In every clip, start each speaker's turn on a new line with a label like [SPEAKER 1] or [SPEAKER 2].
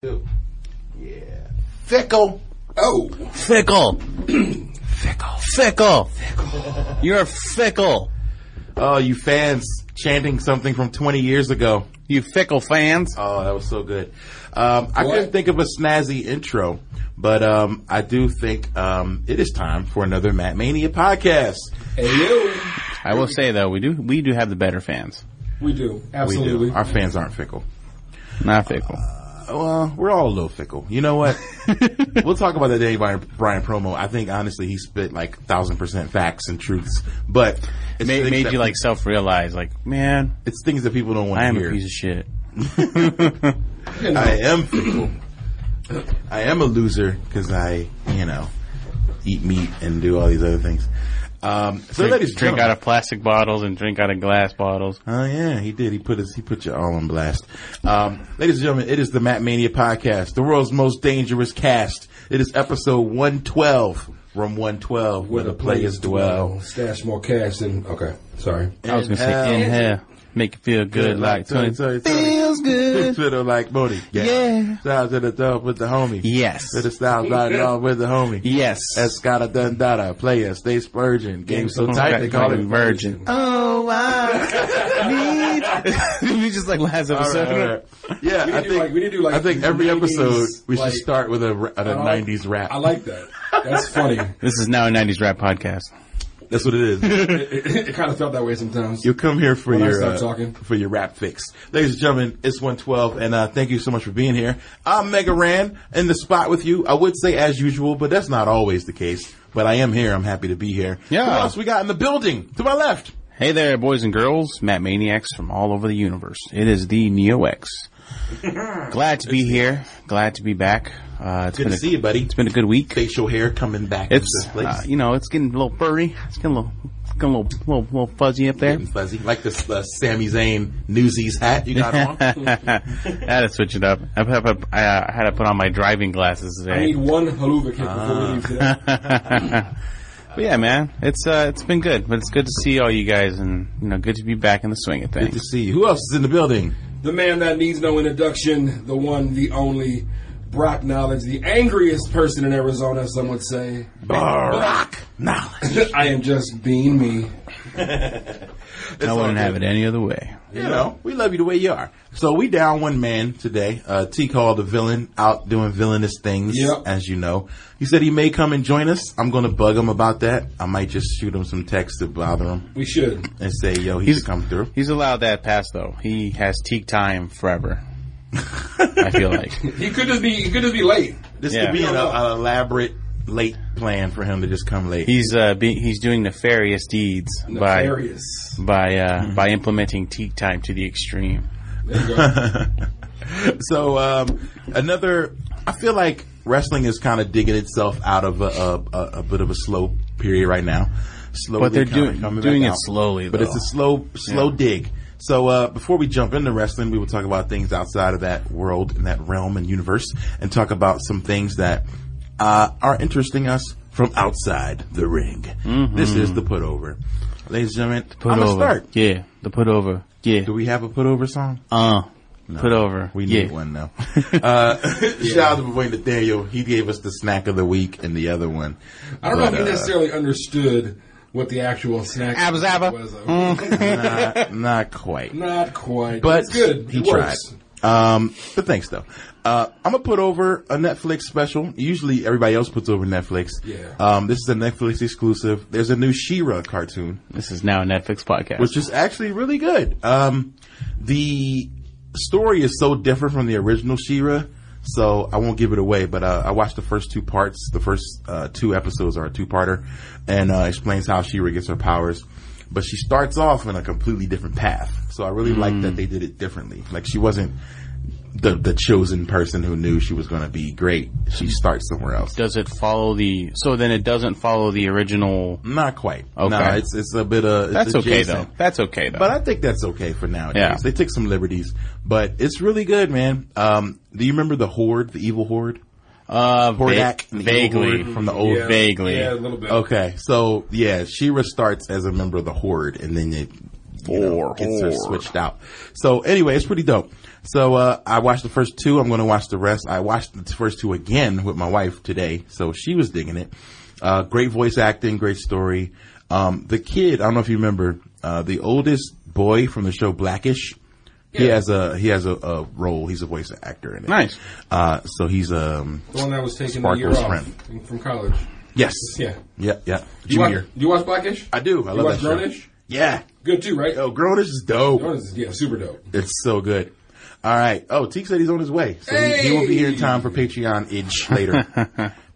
[SPEAKER 1] Yeah. Fickle. Oh.
[SPEAKER 2] Fickle. fickle. Fickle. You're fickle.
[SPEAKER 1] Oh, you fans chanting something from 20 years ago.
[SPEAKER 2] You fickle fans.
[SPEAKER 1] Oh, that was so good. Um, I couldn't think of a snazzy intro, but um, I do think um, it is time for another Matt Mania podcast.
[SPEAKER 2] I will say though, we do we do have the better fans.
[SPEAKER 3] We do.
[SPEAKER 1] We do.
[SPEAKER 3] Absolutely.
[SPEAKER 1] Our fans aren't fickle.
[SPEAKER 2] Not fickle.
[SPEAKER 1] Well, we're all a little fickle. You know what? we'll talk about that day by Brian promo. I think honestly, he spit like thousand percent facts and truths, but it's
[SPEAKER 2] made
[SPEAKER 1] things
[SPEAKER 2] made
[SPEAKER 1] that-
[SPEAKER 2] you like self realize, like man,
[SPEAKER 1] it's things that people don't want
[SPEAKER 2] I
[SPEAKER 1] to
[SPEAKER 2] am
[SPEAKER 1] hear.
[SPEAKER 2] a piece of shit.
[SPEAKER 1] I am fickle. I am a loser because I, you know, eat meat and do all these other things. Um, so,
[SPEAKER 2] Drink,
[SPEAKER 1] ladies, and
[SPEAKER 2] drink out
[SPEAKER 1] gentlemen-
[SPEAKER 2] of plastic bottles and drink out of glass bottles.
[SPEAKER 1] Oh yeah, he did. He put his he put you all on blast. Um, ladies and gentlemen, it is the Matt Mania podcast, the world's most dangerous cast. It is episode one twelve, room one twelve, where the players dwell.
[SPEAKER 3] Stash more cash than. Okay. Sorry.
[SPEAKER 2] I was gonna say in hell, make you feel good like
[SPEAKER 1] Tony, Tony,
[SPEAKER 2] twenty.
[SPEAKER 1] Tony.
[SPEAKER 2] Feels good.
[SPEAKER 1] Twitter like Bodie.
[SPEAKER 2] Yeah.
[SPEAKER 1] Shout out to the dub with the homie.
[SPEAKER 2] Yes.
[SPEAKER 1] To the style side dog with the homie.
[SPEAKER 2] Yes.
[SPEAKER 1] Escada Dundada, player, stay splurging. Game so tight, they call it
[SPEAKER 2] virgin. Oh, I need. we just like last
[SPEAKER 1] All
[SPEAKER 2] episode.
[SPEAKER 1] right, all right. Yeah,
[SPEAKER 3] We need
[SPEAKER 1] I
[SPEAKER 3] to do
[SPEAKER 1] think
[SPEAKER 3] like- we need to do like
[SPEAKER 1] I think every
[SPEAKER 3] 90s,
[SPEAKER 1] episode we should
[SPEAKER 3] like-
[SPEAKER 1] start with a, ra- a
[SPEAKER 3] I like-
[SPEAKER 1] '90s rap.
[SPEAKER 3] I like that. That's funny. it,
[SPEAKER 2] This is now a '90s rap podcast.
[SPEAKER 1] That's what it is.
[SPEAKER 3] it, kind of felt that way sometimes.
[SPEAKER 1] You'll come here for
[SPEAKER 3] When I
[SPEAKER 1] your
[SPEAKER 3] start
[SPEAKER 1] uh,
[SPEAKER 3] talking.
[SPEAKER 1] for your rap fix, ladies and gentlemen. It's 112, and uh, thank you so much for being here. I'm Mega Ran in the spot with you. I would say as usual, but that's not always the case. But I am here. I'm happy to be here.
[SPEAKER 2] Yeah.
[SPEAKER 1] Who else we got in the building to my left?
[SPEAKER 2] Hey there, boys and girls, Matt Maniacs from all over the universe. It is the NeoX. Glad to be here. Glad to be back. Uh, it's
[SPEAKER 1] Good
[SPEAKER 2] been
[SPEAKER 1] to
[SPEAKER 2] a,
[SPEAKER 1] see you, buddy.
[SPEAKER 2] It's been a good week.
[SPEAKER 1] Facial hair coming back. into
[SPEAKER 2] It's
[SPEAKER 1] this place.
[SPEAKER 2] uh, you know it's getting a little furry. It's getting a little, it's getting a little, little, little fuzzy up there.
[SPEAKER 1] and fuzzy, like this uh, Sami Zayn Newsies hat you got on.
[SPEAKER 2] I had to switch it up. I, I, I, uh, I had to put on my driving glasses
[SPEAKER 3] I
[SPEAKER 2] today.
[SPEAKER 3] need one haluva kick before we leave today.
[SPEAKER 2] But yeah, man, it's uh, it's been good, but it's good to see all you guys, and you know, good to be back in the swing of
[SPEAKER 1] Good to
[SPEAKER 2] things.
[SPEAKER 1] see you. Who else is in the building?
[SPEAKER 3] The man that needs no introduction, the one, the only, Brock Knowledge, the angriest person in Arizona, some would say.
[SPEAKER 1] Barack Knowledge.
[SPEAKER 3] I am just being me.
[SPEAKER 2] I wouldn't have it any other way.
[SPEAKER 1] You know, we love you the way you are. So we down one man today. Uh, T called the villain out doing villainous things,
[SPEAKER 3] Yep.
[SPEAKER 1] as you know. He said he may come and join us. I'm going to bug him about that. I might just shoot him some text to bother him
[SPEAKER 3] We should.
[SPEAKER 1] and say, yo, he
[SPEAKER 2] He's-
[SPEAKER 1] should come through.
[SPEAKER 2] He's allowed that pass though. He has teak time forever. I feel like.
[SPEAKER 3] He could just be. He could just be late.
[SPEAKER 1] This
[SPEAKER 2] Yeah.
[SPEAKER 1] could be an, an elaborate late plan for him to just come late.
[SPEAKER 2] He's uh be, he's doing nefarious deeds
[SPEAKER 3] Nefarious.
[SPEAKER 2] by by uh by implementing teak time to the extreme.
[SPEAKER 1] So um, another, I feel like wrestling is kind of digging itself out of a, a, a, a bit of a slow period right now. Slowly
[SPEAKER 2] But they're
[SPEAKER 1] kinda
[SPEAKER 2] doing-
[SPEAKER 1] coming
[SPEAKER 2] doing
[SPEAKER 1] back
[SPEAKER 2] it slowly,
[SPEAKER 1] But it's a
[SPEAKER 2] though.
[SPEAKER 1] slow slow dig. So uh, before we jump into wrestling, we will talk about things outside of that world and that realm and universe, and talk about some things that uh, are interesting us from outside the ring.
[SPEAKER 3] Mm-hmm.
[SPEAKER 1] This is the put over, ladies and gentlemen.
[SPEAKER 2] Put
[SPEAKER 1] I'm
[SPEAKER 2] over.
[SPEAKER 1] gonna start.
[SPEAKER 2] Yeah, the put over. Yeah.
[SPEAKER 1] Do we have a put over song?
[SPEAKER 2] Uh put over.
[SPEAKER 1] We
[SPEAKER 2] yeah.
[SPEAKER 1] need one though. uh, Shout out to my boy Nathaniel. He gave us the snack of the week and the other one.
[SPEAKER 3] I don't know if
[SPEAKER 1] But,
[SPEAKER 3] he
[SPEAKER 1] uh,
[SPEAKER 3] necessarily understood what the actual snack
[SPEAKER 2] Abba Zabba.
[SPEAKER 3] was.
[SPEAKER 1] not, uh, not quite.
[SPEAKER 3] Not quite.
[SPEAKER 1] Hmm. But
[SPEAKER 3] it's good.
[SPEAKER 1] He
[SPEAKER 3] it
[SPEAKER 1] tried.
[SPEAKER 3] Works.
[SPEAKER 1] Um, but thanks though. Uh, I'm gonna put over a Netflix special. Usually everybody else puts over Netflix.
[SPEAKER 3] Yeah.
[SPEAKER 1] Um, this is a Netflix exclusive. There's a new She-Ra cartoon.
[SPEAKER 2] This is now a Netflix podcast.
[SPEAKER 1] which is actually really good. Um, the story is so different from the original Shira, so I won't give it away. But uh, I watched the first two parts. The first uh, two episodes are a two-parter, and uh, explains how Shira gets her powers. But she
[SPEAKER 2] Mm.
[SPEAKER 1] starts off in a completely different path. So I really like that they did it differently. Like she wasn't the the chosen person who knew she was going to be great. She starts somewhere else.
[SPEAKER 2] Does it follow the? So then it doesn't follow the original.
[SPEAKER 1] Not quite. No,
[SPEAKER 2] Okay.
[SPEAKER 1] it's it's a bit of it's
[SPEAKER 2] That's okay
[SPEAKER 1] adjacent.
[SPEAKER 2] though. That's okay though.
[SPEAKER 1] But I think that's okay for nowadays.
[SPEAKER 2] Yeah.
[SPEAKER 1] They took some liberties, but it's really good, man. Um, do you remember the Horde, the evil Horde?
[SPEAKER 2] uh, va-
[SPEAKER 1] Hordak and the evil
[SPEAKER 2] vaguely
[SPEAKER 1] Horde from the old.
[SPEAKER 3] Yeah.
[SPEAKER 2] Vaguely.
[SPEAKER 3] Yeah, a little bit.
[SPEAKER 1] Okay, so yeah, Shira starts as a member of the Horde, and then it you know,
[SPEAKER 2] Or
[SPEAKER 1] gets her
[SPEAKER 2] Horde.
[SPEAKER 1] switched out. So anyway, it's pretty dope. So uh, I watched the first two. I'm going to watch the rest. I watched the first two again with my wife today, so she was digging it. Uh, great voice acting, great story. Um, the kid, I don't know if you remember, uh, the oldest boy from the show Blackish. He
[SPEAKER 3] Yeah.
[SPEAKER 1] has a he has a, a role. He's a voice actor in it.
[SPEAKER 2] Nice.
[SPEAKER 1] Uh, so he's um
[SPEAKER 3] The one that was taking the
[SPEAKER 1] Sparkle's
[SPEAKER 3] year off
[SPEAKER 1] friend.
[SPEAKER 3] from college.
[SPEAKER 1] yes
[SPEAKER 3] Yeah.
[SPEAKER 1] yeah yeah
[SPEAKER 3] Do you, watch,
[SPEAKER 1] junior.
[SPEAKER 3] do you watch Blackish?
[SPEAKER 1] I Oh. do. I
[SPEAKER 3] you
[SPEAKER 1] love
[SPEAKER 3] watch
[SPEAKER 1] that show.
[SPEAKER 3] Grownish?
[SPEAKER 1] Yeah.
[SPEAKER 3] Good too, right?
[SPEAKER 1] Yo, Grownish is dope.
[SPEAKER 3] Grownish is- yeah, super dope.
[SPEAKER 1] It's so good. All right. Oh, Teek said he's on his way. So he, he will be here in time for Patreon itch later.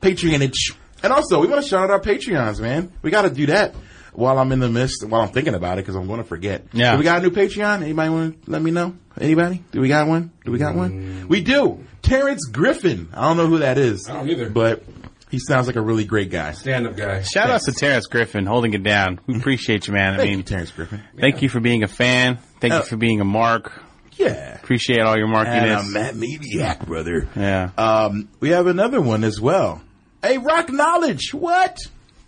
[SPEAKER 1] Patreon itch. And also, we want to shout out our Patreons, man. We got to do that while I'm in the midst, while I'm thinking about it, because I'm going to forget.
[SPEAKER 2] Yeah.
[SPEAKER 1] Do we got a new Patreon? Anybody want to let me know? Anybody? Do we got one? Do we got one? We do. Terrence Griffin. I don't know who that is.
[SPEAKER 3] Mm. I don't either.
[SPEAKER 1] But he sounds like a really great guy.
[SPEAKER 3] Stand up guy.
[SPEAKER 2] Shout out to Terrence Griffin holding it down. We appreciate you, man. I
[SPEAKER 1] Thank
[SPEAKER 2] mean,
[SPEAKER 1] you, Terrence Griffin.
[SPEAKER 2] thank you for being a fan. Thank
[SPEAKER 1] Oh.
[SPEAKER 2] you for being a mark.
[SPEAKER 1] Yeah.
[SPEAKER 2] Appreciate all your
[SPEAKER 1] And
[SPEAKER 2] markiness.
[SPEAKER 1] I'm Matt Mediac, brother.
[SPEAKER 2] yeah.
[SPEAKER 1] Um, we have another one as well. Hey, Rock Knowledge, what?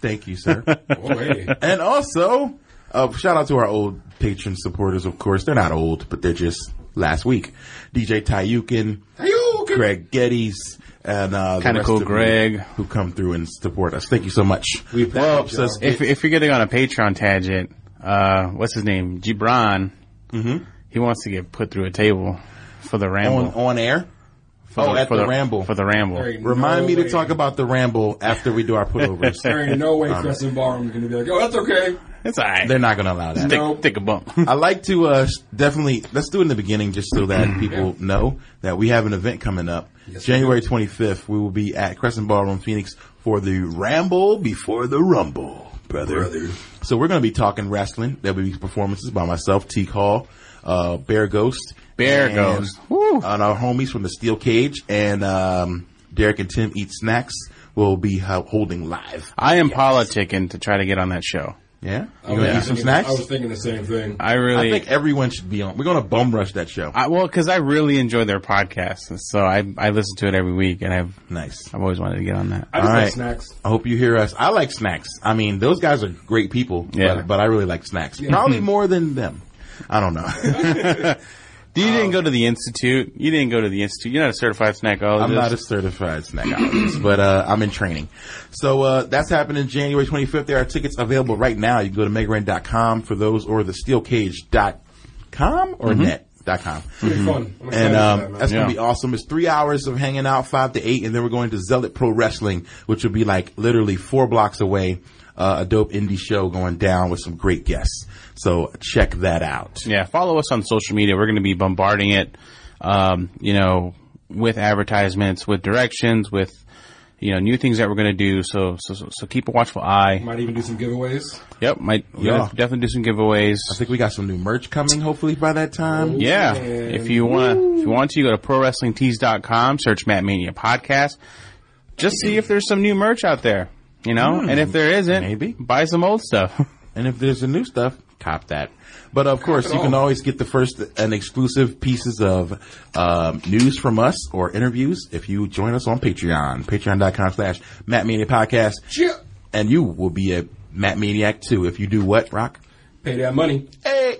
[SPEAKER 1] Thank you, sir.
[SPEAKER 3] Oh, hey.
[SPEAKER 1] and also, uh, shout out to our old patron supporters, of course. They're not old, but they're just last week. DJ Tayukin,
[SPEAKER 3] Hey, you can-
[SPEAKER 1] Greg Geddes, and uh, the
[SPEAKER 2] Kinda
[SPEAKER 1] rest
[SPEAKER 2] cool
[SPEAKER 1] of
[SPEAKER 2] Greg.
[SPEAKER 1] you who come through and support us. Thank you so much.
[SPEAKER 3] We
[SPEAKER 1] that helps
[SPEAKER 3] appreciate
[SPEAKER 1] us.
[SPEAKER 2] if if you're getting on a Patreon tangent, uh, what's his name? Gibran. Mm-hmm. He wants to get put through a table for the ramble.
[SPEAKER 1] on on air.
[SPEAKER 2] for
[SPEAKER 1] oh, at
[SPEAKER 2] for
[SPEAKER 1] the ramble.
[SPEAKER 2] For the ramble.
[SPEAKER 3] There ain't no
[SPEAKER 1] Remind me to
[SPEAKER 3] way-
[SPEAKER 1] talk about the ramble after we do our pullovers.
[SPEAKER 3] There ain't no way Crescent Barnum's going to be like, oh, that's okay.
[SPEAKER 2] It's all right.
[SPEAKER 1] they're not going to allow that.
[SPEAKER 2] Take,
[SPEAKER 3] No.
[SPEAKER 2] take a bump.
[SPEAKER 1] I like to uh, sh- definitely let's do it in the beginning just so that people know that we have an event coming up.
[SPEAKER 3] Yes,
[SPEAKER 1] January 25th, we will be at Crescent Ballroom Phoenix for the Ramble before the Rumble, brother.
[SPEAKER 3] Brother.
[SPEAKER 1] So we're going to be talking wrestling. There'll be performances by myself, Teak Hall, uh, Bear Ghost,
[SPEAKER 2] Bear
[SPEAKER 1] and,
[SPEAKER 2] Ghost. Woo.
[SPEAKER 1] and our homies from the Steel Cage, and um, Derek and Tim Eat Snacks will be ho- holding live.
[SPEAKER 2] I am politicking to try to get on that show.
[SPEAKER 1] Yeah,
[SPEAKER 3] I
[SPEAKER 1] you going
[SPEAKER 3] was
[SPEAKER 1] to eat some
[SPEAKER 3] thinking-
[SPEAKER 1] snacks?
[SPEAKER 3] I was thinking the same thing.
[SPEAKER 2] I
[SPEAKER 1] I
[SPEAKER 2] really,
[SPEAKER 1] think everyone should be on. We're going to bum rush that show.
[SPEAKER 2] I, well, because I really enjoy their podcast, so I I listen to it every week, and I've
[SPEAKER 1] nice.
[SPEAKER 2] I've always wanted to get on that.
[SPEAKER 3] I just
[SPEAKER 1] All
[SPEAKER 3] like
[SPEAKER 1] right.
[SPEAKER 3] snacks.
[SPEAKER 1] I hope you hear us. I like snacks. I mean, those guys are great people,
[SPEAKER 2] Yeah.
[SPEAKER 1] but, but I really like snacks. Probably more than them. I don't know.
[SPEAKER 2] you didn't go to the institute. You didn't go to the institute. You're not a certified snackologist.
[SPEAKER 1] I'm not a certified snackologist, but uh, I'm in training. So uh, that's happening January 25th. There are tickets available right now. You can go to megaran.com for those or the steelcage.com or net.com.
[SPEAKER 3] Pretty fun.
[SPEAKER 1] And
[SPEAKER 3] I'm excited for
[SPEAKER 1] um,
[SPEAKER 3] that, man.
[SPEAKER 1] that's gonna
[SPEAKER 2] Mm-hmm. Yeah.
[SPEAKER 1] be awesome. It's three hours of hanging out, five to eight, and then we're going to Zealot Pro Wrestling, which will be like literally four blocks away. Uh, a dope indie show going down with some great guests. So check that out.
[SPEAKER 2] Yeah, follow us on social media. We're going to be bombarding it, um, you know, with advertisements, with directions, with you know new things that we're going to do. So, so so so keep a watchful eye.
[SPEAKER 3] Might even do some giveaways.
[SPEAKER 2] Yep, might we're gonna
[SPEAKER 1] Yeah.
[SPEAKER 2] definitely do some giveaways.
[SPEAKER 1] I think we got some new merch coming. Hopefully by that time.
[SPEAKER 2] Yeah,
[SPEAKER 3] Man.
[SPEAKER 2] if you want to, if you want to, go to prowrestlingtees.com, search Matt Mania podcast. Just see if there's some new merch out there, you know, and if there isn't,
[SPEAKER 1] Hmm. maybe.
[SPEAKER 2] buy some old stuff.
[SPEAKER 1] And if there's a new stuff, cop that. But of course, you can
[SPEAKER 3] all.
[SPEAKER 1] always get the first and exclusive pieces of um, news from us or interviews if you join us on Patreon. Patreon.com slash Matt Mania Podcast.
[SPEAKER 3] Chip.
[SPEAKER 1] And you will be a Matt Maniac too if you do what, Rock?
[SPEAKER 3] Pay that money.
[SPEAKER 1] Hey!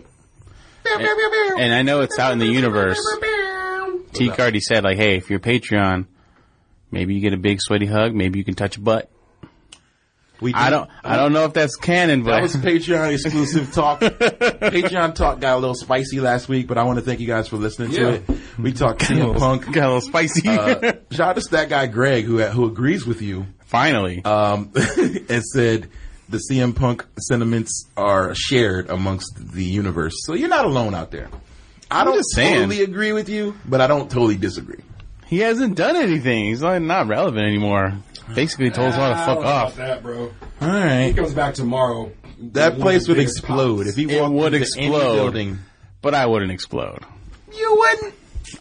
[SPEAKER 2] and I know it's out in the universe. Teak already said, like, hey, if you're Patreon, maybe you get a big sweaty hug. Maybe you can touch a butt.
[SPEAKER 1] We do.
[SPEAKER 2] I don't, I don't know if that's canon,
[SPEAKER 1] That
[SPEAKER 2] but
[SPEAKER 1] was Patreon exclusive talk. Patreon talk got a little spicy last week, but I want to thank you guys for listening
[SPEAKER 3] Yeah.
[SPEAKER 1] to it. We talked CM Punk.
[SPEAKER 2] got a little spicy.
[SPEAKER 1] Uh, shout out to that guy Greg who who agrees with you
[SPEAKER 2] Finally,
[SPEAKER 1] um, and said the CM Punk sentiments are shared amongst the universe. So you're not alone out there. I don't
[SPEAKER 2] just saying.
[SPEAKER 1] totally agree with you, but I don't totally disagree.
[SPEAKER 2] he hasn't done anything. He's like not relevant anymore. Basically, told us all to
[SPEAKER 3] I don't
[SPEAKER 2] fuck
[SPEAKER 3] know about
[SPEAKER 2] off.
[SPEAKER 3] That bro.
[SPEAKER 1] All right.
[SPEAKER 3] He comes back tomorrow.
[SPEAKER 1] That place would
[SPEAKER 3] One of the biggest
[SPEAKER 1] explode
[SPEAKER 3] pops.
[SPEAKER 1] if he
[SPEAKER 2] It
[SPEAKER 1] walked
[SPEAKER 2] would
[SPEAKER 1] into any
[SPEAKER 2] explode.
[SPEAKER 1] building.
[SPEAKER 2] But I wouldn't explode.
[SPEAKER 1] You wouldn't.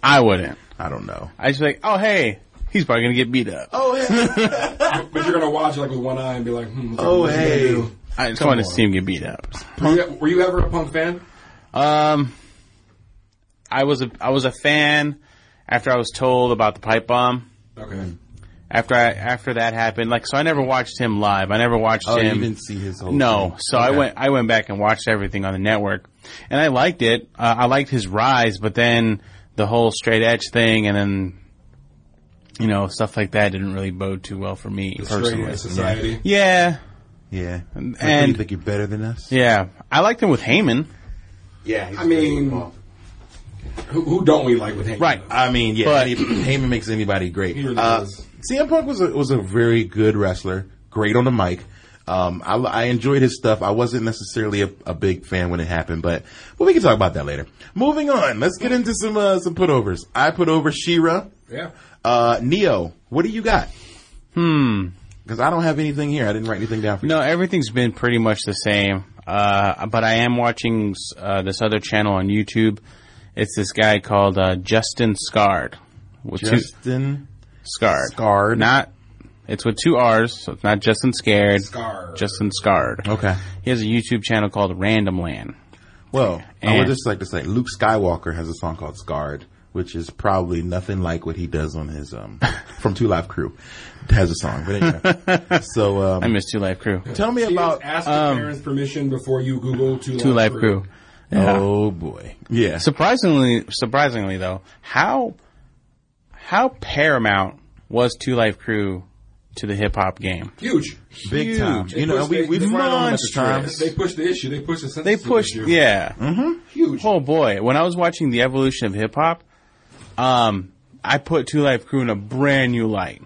[SPEAKER 2] I wouldn't.
[SPEAKER 1] I don't know.
[SPEAKER 2] I just be like, oh hey, he's probably gonna get beat up.
[SPEAKER 1] Oh hey,
[SPEAKER 3] But you're gonna watch it like with one eye and be like, hmm,
[SPEAKER 1] oh
[SPEAKER 3] what you gonna
[SPEAKER 1] hey.
[SPEAKER 3] do?
[SPEAKER 2] I just want to see him get beat up.
[SPEAKER 3] Were you, were you ever a punk fan?
[SPEAKER 2] Um, I was a I was a fan after I was told about the pipe bomb.
[SPEAKER 3] Okay.
[SPEAKER 2] After I after that happened, like so, I never watched him live. I never watched
[SPEAKER 1] Oh, you
[SPEAKER 2] him.
[SPEAKER 1] didn't see his whole.
[SPEAKER 2] No,
[SPEAKER 1] thing.
[SPEAKER 2] so I went. I went back and watched everything on the network, and I liked it. Uh, I liked his rise, but then the whole straight edge thing, and then you know stuff like that didn't really bode too well for me
[SPEAKER 3] Straight
[SPEAKER 2] personally.
[SPEAKER 3] in society.
[SPEAKER 2] Yeah,
[SPEAKER 1] Yeah, and you
[SPEAKER 2] and-
[SPEAKER 1] think you're better than us?
[SPEAKER 2] yeah. I liked him with Heyman.
[SPEAKER 1] Yeah, he's
[SPEAKER 3] I mean-
[SPEAKER 1] great.
[SPEAKER 3] Who, who don't we like with him?
[SPEAKER 2] Right.
[SPEAKER 1] I mean, yeah,
[SPEAKER 2] But-
[SPEAKER 1] any- Heyman makes anybody great.
[SPEAKER 3] He really
[SPEAKER 1] uh,
[SPEAKER 3] does.
[SPEAKER 1] CM Punk was a, was a very good wrestler, great on the mic. Um, I, I enjoyed his stuff. I wasn't necessarily a, a big fan when it happened, but but we can talk about that later. Moving on, let's get into some uh, some putovers. I put over Shira,
[SPEAKER 3] Yeah.
[SPEAKER 1] uh, Neo. What do you got? Hmm. Because I don't have anything here. I didn't write anything down for you.
[SPEAKER 2] No, everything's been pretty much the same. Uh, but I am watching uh, this other channel on YouTube. It's this guy called uh, Justin Scarred. With two-
[SPEAKER 1] Justin.
[SPEAKER 2] Scarred.
[SPEAKER 1] Scarred.
[SPEAKER 2] Not. It's with two R's, so it's not Justin Scared.
[SPEAKER 3] Scar.
[SPEAKER 2] Justin Scarred.
[SPEAKER 1] Okay.
[SPEAKER 2] He has a YouTube channel called Random Land.
[SPEAKER 1] Well, I would
[SPEAKER 2] And-
[SPEAKER 1] just like to say Luke Skywalker has a song called Scarred, which is probably nothing like what he does on his um from Two Live Crew. Has a song, but anyway. so
[SPEAKER 2] I
[SPEAKER 1] um,
[SPEAKER 2] miss Two Life Crew.
[SPEAKER 1] tell me about
[SPEAKER 3] ask your parents' permission before you Google Two,
[SPEAKER 2] Two um, Life Crew. Yeah.
[SPEAKER 1] oh boy, yeah.
[SPEAKER 2] Surprisingly, surprisingly though, how how paramount was Two Life Crew to the hip hop game?
[SPEAKER 3] Huge.
[SPEAKER 1] big
[SPEAKER 2] huge.
[SPEAKER 1] time. You know,
[SPEAKER 3] pushed
[SPEAKER 1] we
[SPEAKER 3] it
[SPEAKER 1] we front on him at the time.
[SPEAKER 2] monstrous.
[SPEAKER 3] They pushed the issue. They pushed the
[SPEAKER 2] They
[SPEAKER 3] censorship
[SPEAKER 2] pushed,
[SPEAKER 3] issue.
[SPEAKER 2] yeah.
[SPEAKER 1] Mm-hmm.
[SPEAKER 3] Huge.
[SPEAKER 2] Oh boy, when I was watching the evolution of hip hop, um, I put Two Life Crew in a brand new light.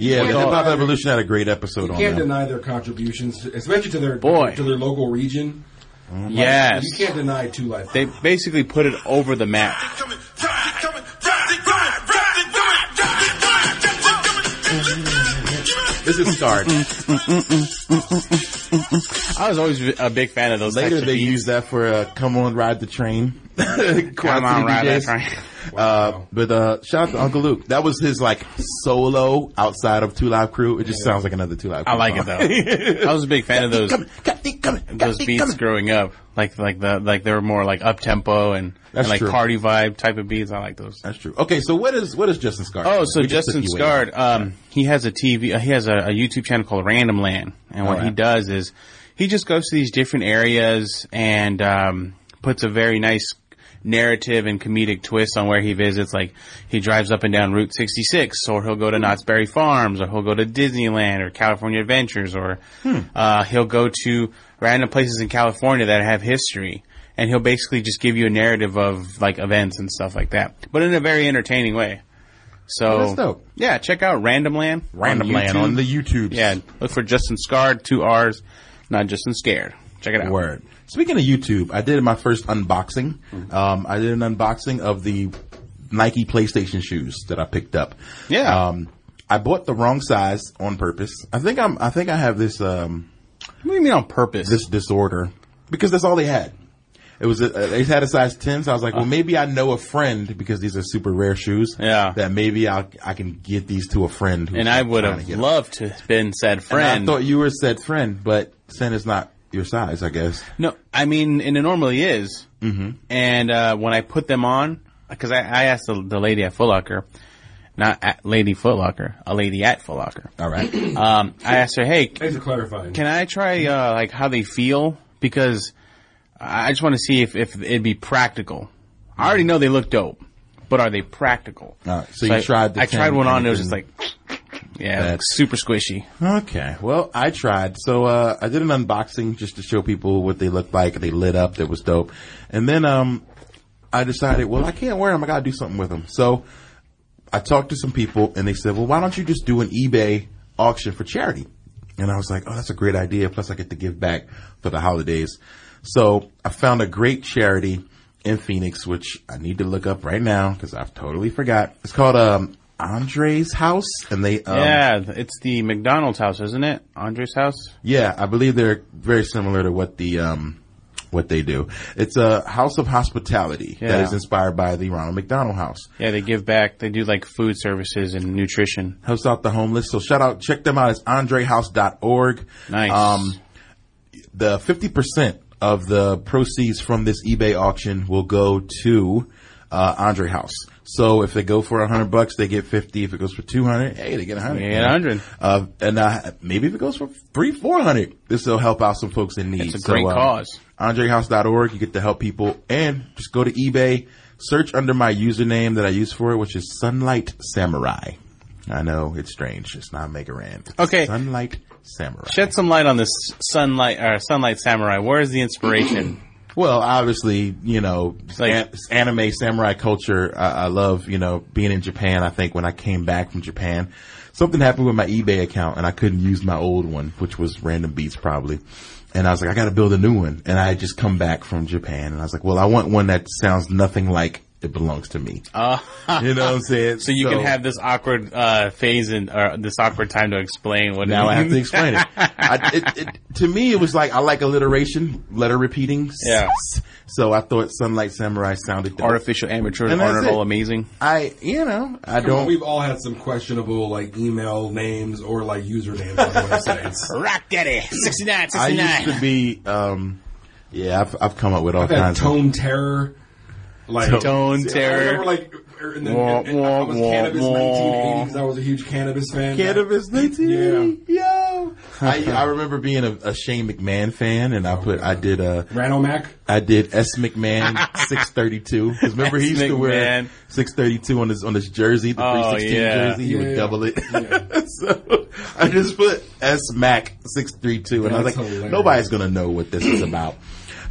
[SPEAKER 1] Yeah, the
[SPEAKER 3] Yeah.
[SPEAKER 1] Hip Hop Evolution had a great episode
[SPEAKER 3] You
[SPEAKER 1] on
[SPEAKER 3] can't
[SPEAKER 1] that.
[SPEAKER 3] deny their contributions, especially to their
[SPEAKER 2] Boy.
[SPEAKER 3] to their local region.
[SPEAKER 2] yes,
[SPEAKER 3] You can't deny Two Life.
[SPEAKER 2] they basically put it over the map.
[SPEAKER 1] This is Scarred.
[SPEAKER 2] I was always a big fan of those.
[SPEAKER 1] Later,
[SPEAKER 2] types of
[SPEAKER 1] they
[SPEAKER 2] beats.
[SPEAKER 1] used that for uh, "Come On Ride the Train."
[SPEAKER 2] Come on, ride that train.
[SPEAKER 1] Uh, but uh, shout out to Uncle Luke. That was his like solo outside of Two Live Crew. It just sounds like another Two Live. Crew
[SPEAKER 2] I like it
[SPEAKER 1] song.
[SPEAKER 2] though. I was a big fan of those
[SPEAKER 1] Come, got the- come, got
[SPEAKER 2] those
[SPEAKER 1] the-
[SPEAKER 2] beats
[SPEAKER 1] come.
[SPEAKER 2] growing up. Like like the like they were more like up tempo and, and
[SPEAKER 1] That's
[SPEAKER 2] like
[SPEAKER 1] true.
[SPEAKER 2] party vibe type of beats. I like those.
[SPEAKER 1] That's true. Okay, so what is what is Justin Scar?
[SPEAKER 2] Oh, so Justin Scard, um, he has a TV, uh, he has a, a YouTube channel called Random Land, and what he
[SPEAKER 1] Alright.
[SPEAKER 2] does is he just goes to these different areas and um, puts a very nice narrative and comedic twist on where he visits. Like he drives up and down Route 66, or he'll go to Knott's Berry Farms, or he'll go to Disneyland or California Adventures, or uh, he'll go to random places in California that have history. And he'll basically just give you a narrative of like events and stuff like that, but in a very entertaining way. So
[SPEAKER 1] that's dope.
[SPEAKER 2] Yeah, check out Random Land.
[SPEAKER 1] Random
[SPEAKER 2] on
[SPEAKER 1] Land
[SPEAKER 2] YouTube.
[SPEAKER 1] on the YouTube.
[SPEAKER 2] yeah. Look for Justin Scarred, two R's, not Justin Scared. Check it out.
[SPEAKER 1] Word. Speaking of YouTube, I did my first unboxing.
[SPEAKER 2] Mm-hmm.
[SPEAKER 1] Um, I did an unboxing of the Nike PlayStation shoes that I picked up.
[SPEAKER 2] Yeah.
[SPEAKER 1] Um, I bought the wrong size on purpose. I think I'm. I think I have this. Um,
[SPEAKER 2] What do you mean on purpose?
[SPEAKER 1] this disorder because that's all they had. It was a, they had a size ten, so I was
[SPEAKER 2] Uh.
[SPEAKER 1] like, well, maybe I know a friend because these are super rare shoes.
[SPEAKER 2] Yeah.
[SPEAKER 1] that maybe I I can get these to a friend. Who's
[SPEAKER 2] and I would
[SPEAKER 1] trying
[SPEAKER 2] have
[SPEAKER 1] to get them.
[SPEAKER 2] loved to have been said friend.
[SPEAKER 1] And I thought you were said friend, but ten is not your size, I guess.
[SPEAKER 2] no, I mean, and it normally is. Mm-hmm. And uh, when I put them on, because I, I asked the, the lady at Foot Locker, not at Lady Foot Locker, a lady at Foot Locker.
[SPEAKER 1] All right,
[SPEAKER 2] Um, I asked her, hey,
[SPEAKER 3] Thanks for clarifying.
[SPEAKER 2] Can I try uh, like how they feel? Because I I just want to see if, if it'd be practical. I already know they look dope, but are they practical?
[SPEAKER 1] All right, so you
[SPEAKER 2] I,
[SPEAKER 1] tried the
[SPEAKER 2] I
[SPEAKER 1] 10
[SPEAKER 2] Uh, tried one on.
[SPEAKER 1] and
[SPEAKER 2] It
[SPEAKER 1] it
[SPEAKER 2] was just like, yeah, it
[SPEAKER 1] That's-
[SPEAKER 2] looks super squishy.
[SPEAKER 1] okay. Well, I tried. So uh, I did an unboxing just to show people what they looked like. They lit up. That was dope. And then um, I decided, well, I can't wear them. I got to do something with them. So I talked to some people and they said, well, why don't you just do an eBay auction for charity? And I was like, oh, that's a great idea. Plus I get to give back for the holidays. So I found a great charity in Phoenix, which I need to look up right now because I've totally forgot. It's called, um, Andre's House and they, um, yeah.
[SPEAKER 2] yeah, it's the McDonald's house, isn't it? Andre's house.
[SPEAKER 1] I believe they're very similar to what the, um, what they do. It's a house of hospitality that
[SPEAKER 2] Yeah.
[SPEAKER 1] is inspired by the Ronald McDonald House.
[SPEAKER 2] Yeah, they give back. They do like food services and nutrition.
[SPEAKER 1] Helps out the homeless. So shout out, check them out. It's andrehouse.org.
[SPEAKER 2] Nice.
[SPEAKER 1] Um, the 50% of the proceeds from this eBay auction will go to uh, Andre House. So if they go for 100 bucks, they get 50. If it goes for 200, hey, they get 100.
[SPEAKER 2] They get 100.
[SPEAKER 1] Uh, and uh, maybe if it goes for 3 400, this will help out some folks in need.
[SPEAKER 2] It's a great
[SPEAKER 1] uh,
[SPEAKER 2] cause.
[SPEAKER 1] AndreHouse.org. You get to help people and just go to eBay, search under my username that I use for it, which is Sunlight Samurai. I know it's strange. It's not Megaran. It's
[SPEAKER 2] Okay.
[SPEAKER 1] Sunlight Samurai.
[SPEAKER 2] Shed some light on this sunlight or sunlight samurai. Where is the inspiration?
[SPEAKER 1] Well, obviously, you know,
[SPEAKER 2] Like-
[SPEAKER 1] an- anime samurai culture. I, I love, you know, being in Japan. I think when I came back from Japan, something happened with my eBay account and I couldn't use my old one, which was Random Beats probably. And I was like, I gotta build a new one. And I had just come back from Japan and I was like, well, I want one that sounds nothing like it belongs to me.
[SPEAKER 2] Uh,
[SPEAKER 1] You know what I'm saying?
[SPEAKER 2] so you can have this awkward uh, phase and or this awkward time to explain what. it
[SPEAKER 1] Now I have
[SPEAKER 2] means.
[SPEAKER 1] to explain it. I, it, it. To me, it was like I like alliteration, letter repeating.
[SPEAKER 2] Yeah.
[SPEAKER 1] So I thought Sunlight Samurai sounded dope.
[SPEAKER 2] Artificial amateur
[SPEAKER 1] And
[SPEAKER 2] and
[SPEAKER 1] that's
[SPEAKER 2] aren't it all
[SPEAKER 1] it.
[SPEAKER 2] amazing.
[SPEAKER 1] I, you know, I
[SPEAKER 3] Come on,
[SPEAKER 1] don't.
[SPEAKER 3] we've all had some questionable like email names or like usernames on websites.
[SPEAKER 2] Rock Daddy, 69,
[SPEAKER 1] I used to be, um, yeah, I've, I've come up with all
[SPEAKER 3] I've had
[SPEAKER 1] kinds of.
[SPEAKER 3] tone terror. Like
[SPEAKER 2] Tone
[SPEAKER 3] See, I
[SPEAKER 2] Terror.
[SPEAKER 3] remember like er, in the,
[SPEAKER 2] Wah,
[SPEAKER 3] in- I was
[SPEAKER 2] wah,
[SPEAKER 3] cannabis
[SPEAKER 2] wah.
[SPEAKER 3] 1980 because I was a huge cannabis fan.
[SPEAKER 1] Cannabis 1980, yo! I, I remember being a, a Shane McMahon fan, and I put, I did, uh,
[SPEAKER 3] Rano Mac.
[SPEAKER 1] I did S McMahon 632. 'Cause remember he
[SPEAKER 2] S.
[SPEAKER 1] used to wear
[SPEAKER 2] McMahon.
[SPEAKER 1] 632 on his, on his jersey, the
[SPEAKER 2] Oh,
[SPEAKER 1] 316
[SPEAKER 2] yeah.
[SPEAKER 1] jersey, he
[SPEAKER 3] Yeah.
[SPEAKER 1] would double it.
[SPEAKER 3] Yeah.
[SPEAKER 1] so I just put S Mac 632, and I was
[SPEAKER 3] That's
[SPEAKER 1] like,
[SPEAKER 3] hilarious.
[SPEAKER 1] nobody's gonna know what this is about.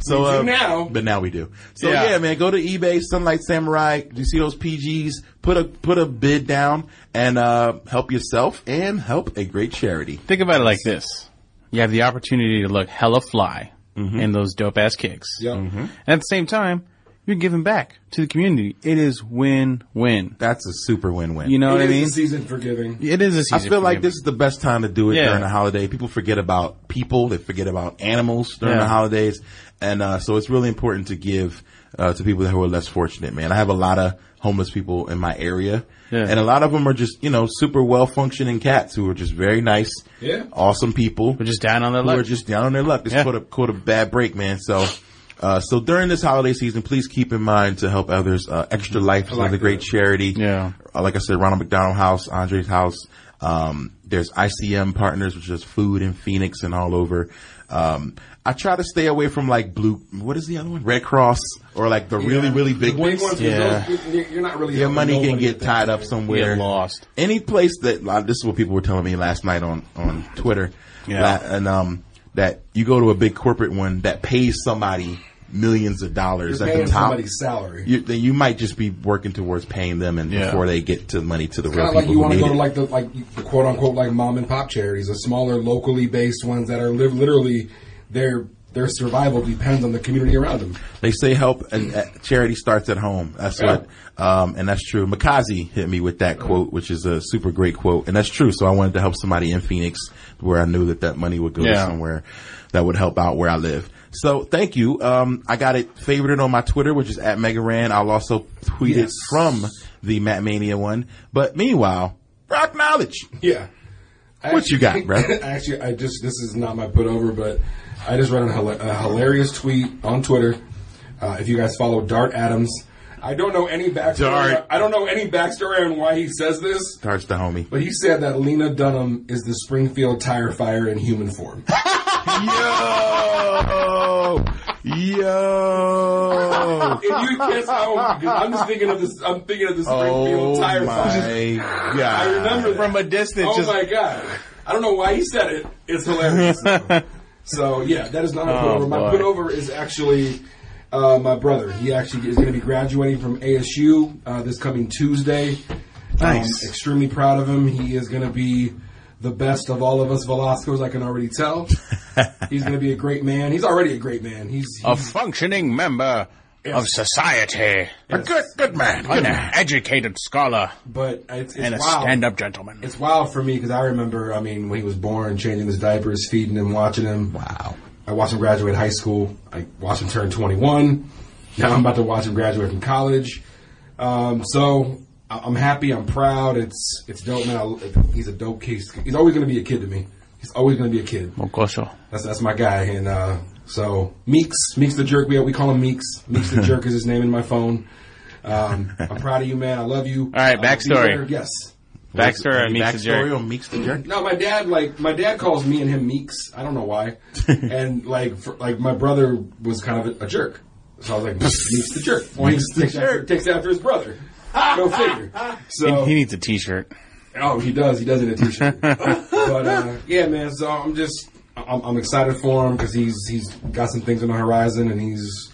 [SPEAKER 1] So
[SPEAKER 3] We do
[SPEAKER 1] uh,
[SPEAKER 3] now.
[SPEAKER 1] but now we do. So yeah.
[SPEAKER 2] Yeah.
[SPEAKER 1] man, go to eBay, Sunlight Samurai. You see those PGs? Put a put a bid down and uh, help yourself and help a great charity.
[SPEAKER 2] Think about it like this: you have the opportunity to look hella fly in those dope ass kicks.
[SPEAKER 3] Yep.
[SPEAKER 2] And at the same time, you're giving back to the community. It is win-win.
[SPEAKER 1] That's a super win win.
[SPEAKER 2] You know what I
[SPEAKER 3] It is
[SPEAKER 2] mean?
[SPEAKER 3] the season for giving.
[SPEAKER 2] It is a
[SPEAKER 1] I
[SPEAKER 2] season.
[SPEAKER 1] feel
[SPEAKER 2] for
[SPEAKER 1] like
[SPEAKER 2] giving.
[SPEAKER 1] this is the best time to do it
[SPEAKER 2] Yeah.
[SPEAKER 1] during the holiday. People forget about people, they forget about animals during
[SPEAKER 2] Yeah.
[SPEAKER 1] the holidays, and uh, so it's really important to give uh, to people who are less fortunate. Man, I have a lot of homeless people in my area,
[SPEAKER 2] Yeah.
[SPEAKER 1] and a lot of them are just you know super well functioning cats who are just very nice,
[SPEAKER 3] Yeah.
[SPEAKER 1] awesome people
[SPEAKER 2] We're just down on their
[SPEAKER 1] who
[SPEAKER 2] luck.
[SPEAKER 1] are just down on their luck. It's
[SPEAKER 2] Yeah.
[SPEAKER 1] caught a caught a bad break, man. So. Uh, so during this holiday season, please keep in mind to help others. Uh, Extra Life is another
[SPEAKER 3] like
[SPEAKER 1] great
[SPEAKER 3] that.
[SPEAKER 1] charity.
[SPEAKER 2] Yeah.
[SPEAKER 1] Uh, like I said, Ronald McDonald House, Andre's House. Um, there's ICM Partners, which is food in Phoenix and all over. Um, I try to stay away from like blue. What is the other one? Red Cross or like the really really big
[SPEAKER 3] The big
[SPEAKER 1] ones.
[SPEAKER 3] ones,
[SPEAKER 2] Yeah.
[SPEAKER 3] those- you- you're not really
[SPEAKER 1] Your
[SPEAKER 3] helping
[SPEAKER 1] money can
[SPEAKER 3] nobody
[SPEAKER 1] get
[SPEAKER 3] at that
[SPEAKER 1] tied up
[SPEAKER 3] point.
[SPEAKER 1] somewhere.
[SPEAKER 2] Get lost.
[SPEAKER 1] Any place that uh, this is what people were telling me last night on on Twitter.
[SPEAKER 2] Yeah.
[SPEAKER 1] La- and um, that you go to a big corporate one that pays somebody millions of dollars
[SPEAKER 3] You're
[SPEAKER 1] at
[SPEAKER 3] paying
[SPEAKER 1] the top.
[SPEAKER 3] somebody's salary.
[SPEAKER 1] You, then you might just be working towards paying them, and
[SPEAKER 2] Yeah.
[SPEAKER 1] before they get to money to the real
[SPEAKER 3] Kind of
[SPEAKER 1] people
[SPEAKER 3] like you
[SPEAKER 1] who
[SPEAKER 3] want to
[SPEAKER 1] need
[SPEAKER 3] go to
[SPEAKER 1] it.
[SPEAKER 3] like the like the quote unquote like mom and pop charities, the smaller locally based ones that are live literally their their survival depends on the community around them.
[SPEAKER 1] They say help and uh, charity starts at home. That's
[SPEAKER 3] Yeah.
[SPEAKER 1] what, um, and that's true. Makazi hit me with that quote, which is a super great quote, and that's true. So I wanted to help somebody in Phoenix where I knew that that money would go to
[SPEAKER 2] Yeah.
[SPEAKER 1] somewhere that would help out where I live. So thank you. Um, I got it favorited on my Twitter, which is at Megaran. I'll also tweet it
[SPEAKER 3] Yes.
[SPEAKER 1] from the Matt Mania one. But meanwhile, rock knowledge.
[SPEAKER 3] Yeah. I
[SPEAKER 1] What you got, bro?
[SPEAKER 3] Actually, I just this is not my put over, but I just read a, hila- a hilarious tweet on Twitter. Uh, if you guys follow Dart Adams, I don't know any backstory.
[SPEAKER 1] Dart.
[SPEAKER 3] I don't know any backstory on why he says this,
[SPEAKER 1] Starts the homie.
[SPEAKER 3] but he said that Lena Dunham is the Springfield tire fire in human form.
[SPEAKER 1] Yo! Yo!
[SPEAKER 3] if you guess how, I'm just thinking of this. I'm thinking of the Springfield
[SPEAKER 1] Oh
[SPEAKER 3] tire fire.
[SPEAKER 1] my god!
[SPEAKER 3] I remember that.
[SPEAKER 2] From a distance,
[SPEAKER 3] Oh
[SPEAKER 2] just-
[SPEAKER 3] my god! I don't know why he said it. It's hilarious. though. so yeah, that is not a
[SPEAKER 2] Oh,
[SPEAKER 3] putover. My
[SPEAKER 2] boy.
[SPEAKER 3] putover is actually uh, my brother. He actually is going to be graduating from ASU uh, this coming Tuesday.
[SPEAKER 2] Nice.
[SPEAKER 3] Um, extremely proud of him. He is going to be the best of all of us Velascos. I can already tell. he's going to be a great man. He's already a great man. He's, he's
[SPEAKER 2] a functioning member of society,
[SPEAKER 1] A good, good man.
[SPEAKER 2] an educated scholar,
[SPEAKER 3] but it's, it's
[SPEAKER 2] and a
[SPEAKER 3] wild.
[SPEAKER 2] stand-up gentleman.
[SPEAKER 3] It's wild for me because I remember, I mean, when he was born, changing his diapers, feeding him, watching him.
[SPEAKER 1] Wow.
[SPEAKER 3] I watched him graduate high school. I watched him turn 21. Now I'm about to watch him graduate from college. Um, so I- I'm happy. I'm proud. It's it's dope, man. I- he's a dope case. He's always going to be a kid to me. He's always going to be a kid.
[SPEAKER 2] Mocoso.
[SPEAKER 3] That's that's my guy. And uh, so Meeks, Meeks the jerk. We we call him Meeks. Meeks the jerk is his name in my phone. Um, I'm proud of you, man. I love you. All
[SPEAKER 2] right, backstory.
[SPEAKER 3] yes.
[SPEAKER 2] Backstory on Meeks the
[SPEAKER 1] Backstory
[SPEAKER 2] Jerk.
[SPEAKER 1] on Meeks the Jerk.
[SPEAKER 3] No, my dad like my dad calls me and him Meeks. I don't know why. and like for, like my brother was kind of a, a jerk, so I was like Meeks the jerk. Well, he takes, after, takes after his brother. Go figure. So
[SPEAKER 2] He needs a T-shirt.
[SPEAKER 3] Oh, he does. He does in a t-shirt. but uh, yeah, man. So I'm just I'm, I'm excited for him because he's he's got some things on the horizon and he's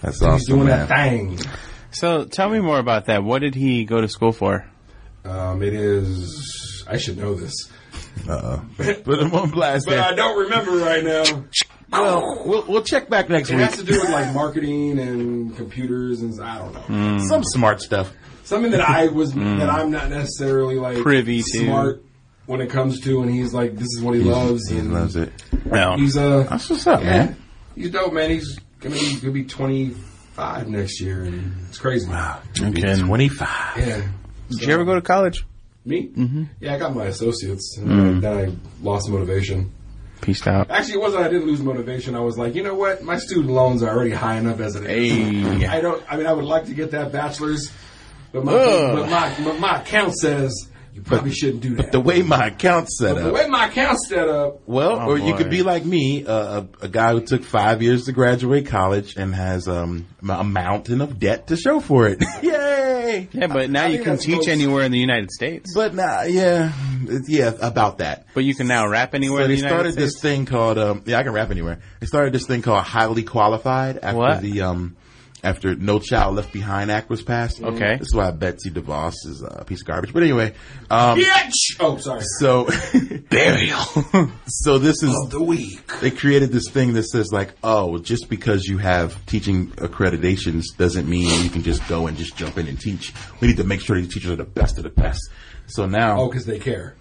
[SPEAKER 1] That's
[SPEAKER 3] he's
[SPEAKER 1] awesome.
[SPEAKER 3] doing
[SPEAKER 1] man.
[SPEAKER 3] that thing.
[SPEAKER 2] So tell me more about that. What did he go to school for?
[SPEAKER 3] Um, it is. I should know this,
[SPEAKER 1] Uh-oh. Put him on blast.
[SPEAKER 3] but
[SPEAKER 1] there.
[SPEAKER 3] I don't remember right now.
[SPEAKER 1] Well, we'll we'll check back next
[SPEAKER 3] It
[SPEAKER 1] week.
[SPEAKER 3] has to do with like marketing and computers and I don't know
[SPEAKER 2] Mm.
[SPEAKER 1] Some smart stuff.
[SPEAKER 3] something that I was that I'm not necessarily like
[SPEAKER 2] Privy to.
[SPEAKER 3] smart when it comes to, and he's like this is what he loves.
[SPEAKER 1] He
[SPEAKER 3] and
[SPEAKER 1] loves it.
[SPEAKER 2] No.
[SPEAKER 3] He's a
[SPEAKER 1] That's what's up,
[SPEAKER 3] Yeah.
[SPEAKER 1] man.
[SPEAKER 3] He's dope, man. He's gonna be gonna be twenty five next year, and it's crazy.
[SPEAKER 1] Wow.
[SPEAKER 2] Okay.
[SPEAKER 1] Twenty five.
[SPEAKER 3] Yeah.
[SPEAKER 2] Did you ever go to college?
[SPEAKER 3] Me? Mm-hmm. Yeah, I got my associates, and
[SPEAKER 2] Mm.
[SPEAKER 3] then I lost motivation.
[SPEAKER 2] Peaced out.
[SPEAKER 3] Actually, it wasn't. I didn't lose motivation. I was like, you know what? My student loans are already high enough as it is. I
[SPEAKER 2] Hey.
[SPEAKER 3] don't. I mean, I would like to get that bachelor's, but my
[SPEAKER 2] Ugh.
[SPEAKER 3] but my, but my account says you probably shouldn't do that.
[SPEAKER 1] The way my account's set
[SPEAKER 3] the
[SPEAKER 1] up.
[SPEAKER 3] way my account's set up,
[SPEAKER 1] Well,
[SPEAKER 2] Oh,
[SPEAKER 1] or you
[SPEAKER 2] boy.
[SPEAKER 1] could be like me, uh, a, a guy who took five years to graduate college and has um, m- a mountain of debt to show for it. Yay!
[SPEAKER 2] Yeah, but now you
[SPEAKER 3] think
[SPEAKER 2] can
[SPEAKER 3] that's
[SPEAKER 2] teach
[SPEAKER 3] most-
[SPEAKER 2] anywhere in the United States.
[SPEAKER 1] But nah, yeah, it's- yeah, about that.
[SPEAKER 2] But you can now rap anywhere
[SPEAKER 1] So
[SPEAKER 2] in the
[SPEAKER 1] they
[SPEAKER 2] United
[SPEAKER 1] started
[SPEAKER 2] States.
[SPEAKER 1] this thing called um, yeah, I can rap anywhere. They started this thing called highly qualified after
[SPEAKER 2] What?
[SPEAKER 1] the um after No Child Left Behind Act was passed.
[SPEAKER 2] Okay.
[SPEAKER 1] this is why Betsy DeVos is uh, a piece of garbage. But anyway, um,
[SPEAKER 3] bitch. Oh, sorry.
[SPEAKER 1] so burial. so this is
[SPEAKER 3] Of the week.
[SPEAKER 1] they created this thing that says like, oh, just because you have teaching accreditations doesn't mean you can just go and just jump in and teach. We need to make sure these teachers are the best of the best. So now,
[SPEAKER 3] Oh, because they care.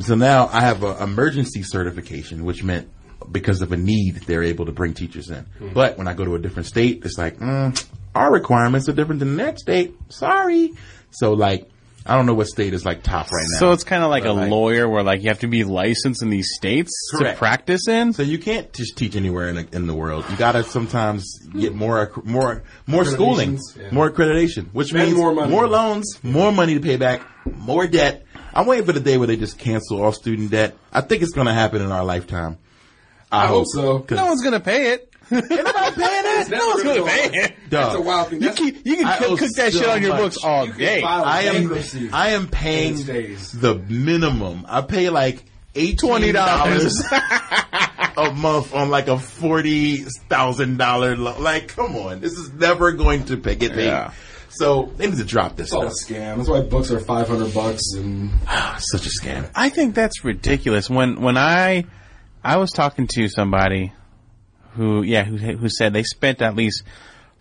[SPEAKER 1] so now I have an emergency certification, which meant because of a need, they're able to bring teachers in.
[SPEAKER 3] Hmm.
[SPEAKER 1] But when I go to a different state, it's like, mm, our requirements are different than that state. Sorry. So like, I don't know what state is like top right now.
[SPEAKER 2] So it's kind of like a
[SPEAKER 1] like-
[SPEAKER 2] lawyer where like you have to be licensed in these states
[SPEAKER 1] Correct.
[SPEAKER 2] to practice in.
[SPEAKER 1] So you can't just teach anywhere in, in the world. You gotta sometimes get more acc- more more schooling,
[SPEAKER 3] Accreditations, yeah.
[SPEAKER 1] more accreditation, which
[SPEAKER 3] And
[SPEAKER 1] means
[SPEAKER 3] more money.
[SPEAKER 1] loans, more money to pay back, more debt. I'm waiting for the day where they just cancel all student debt. I think it's gonna happen in our lifetime. I,
[SPEAKER 3] I hope so.
[SPEAKER 1] 'Cause
[SPEAKER 2] No one's gonna pay it.
[SPEAKER 1] nobody paying it.
[SPEAKER 3] That's
[SPEAKER 2] one's
[SPEAKER 3] really
[SPEAKER 2] gonna pay it.
[SPEAKER 3] That's a
[SPEAKER 1] Dog.
[SPEAKER 3] wild thing.
[SPEAKER 2] You
[SPEAKER 3] That's,
[SPEAKER 2] can, you can
[SPEAKER 1] I owe
[SPEAKER 2] cook, cook that
[SPEAKER 1] so
[SPEAKER 2] shit on your
[SPEAKER 1] much.
[SPEAKER 2] books all
[SPEAKER 3] You can
[SPEAKER 2] day.
[SPEAKER 3] file
[SPEAKER 1] I am
[SPEAKER 3] bankruptcy.
[SPEAKER 1] I am paying
[SPEAKER 3] These days.
[SPEAKER 1] the minimum. I pay like eighteen dollars a month on like a forty thousand dollar loan. Like, come on, this is never going to pay, get paid.
[SPEAKER 2] Yeah.
[SPEAKER 1] So they need to drop this.
[SPEAKER 3] Oh, It's all a
[SPEAKER 1] Stuff. Ah,
[SPEAKER 3] scam. That's why books are five hundred bucks and
[SPEAKER 1] Such a scam.
[SPEAKER 2] I think that's ridiculous. When when I I was talking to somebody who yeah who who said they spent at least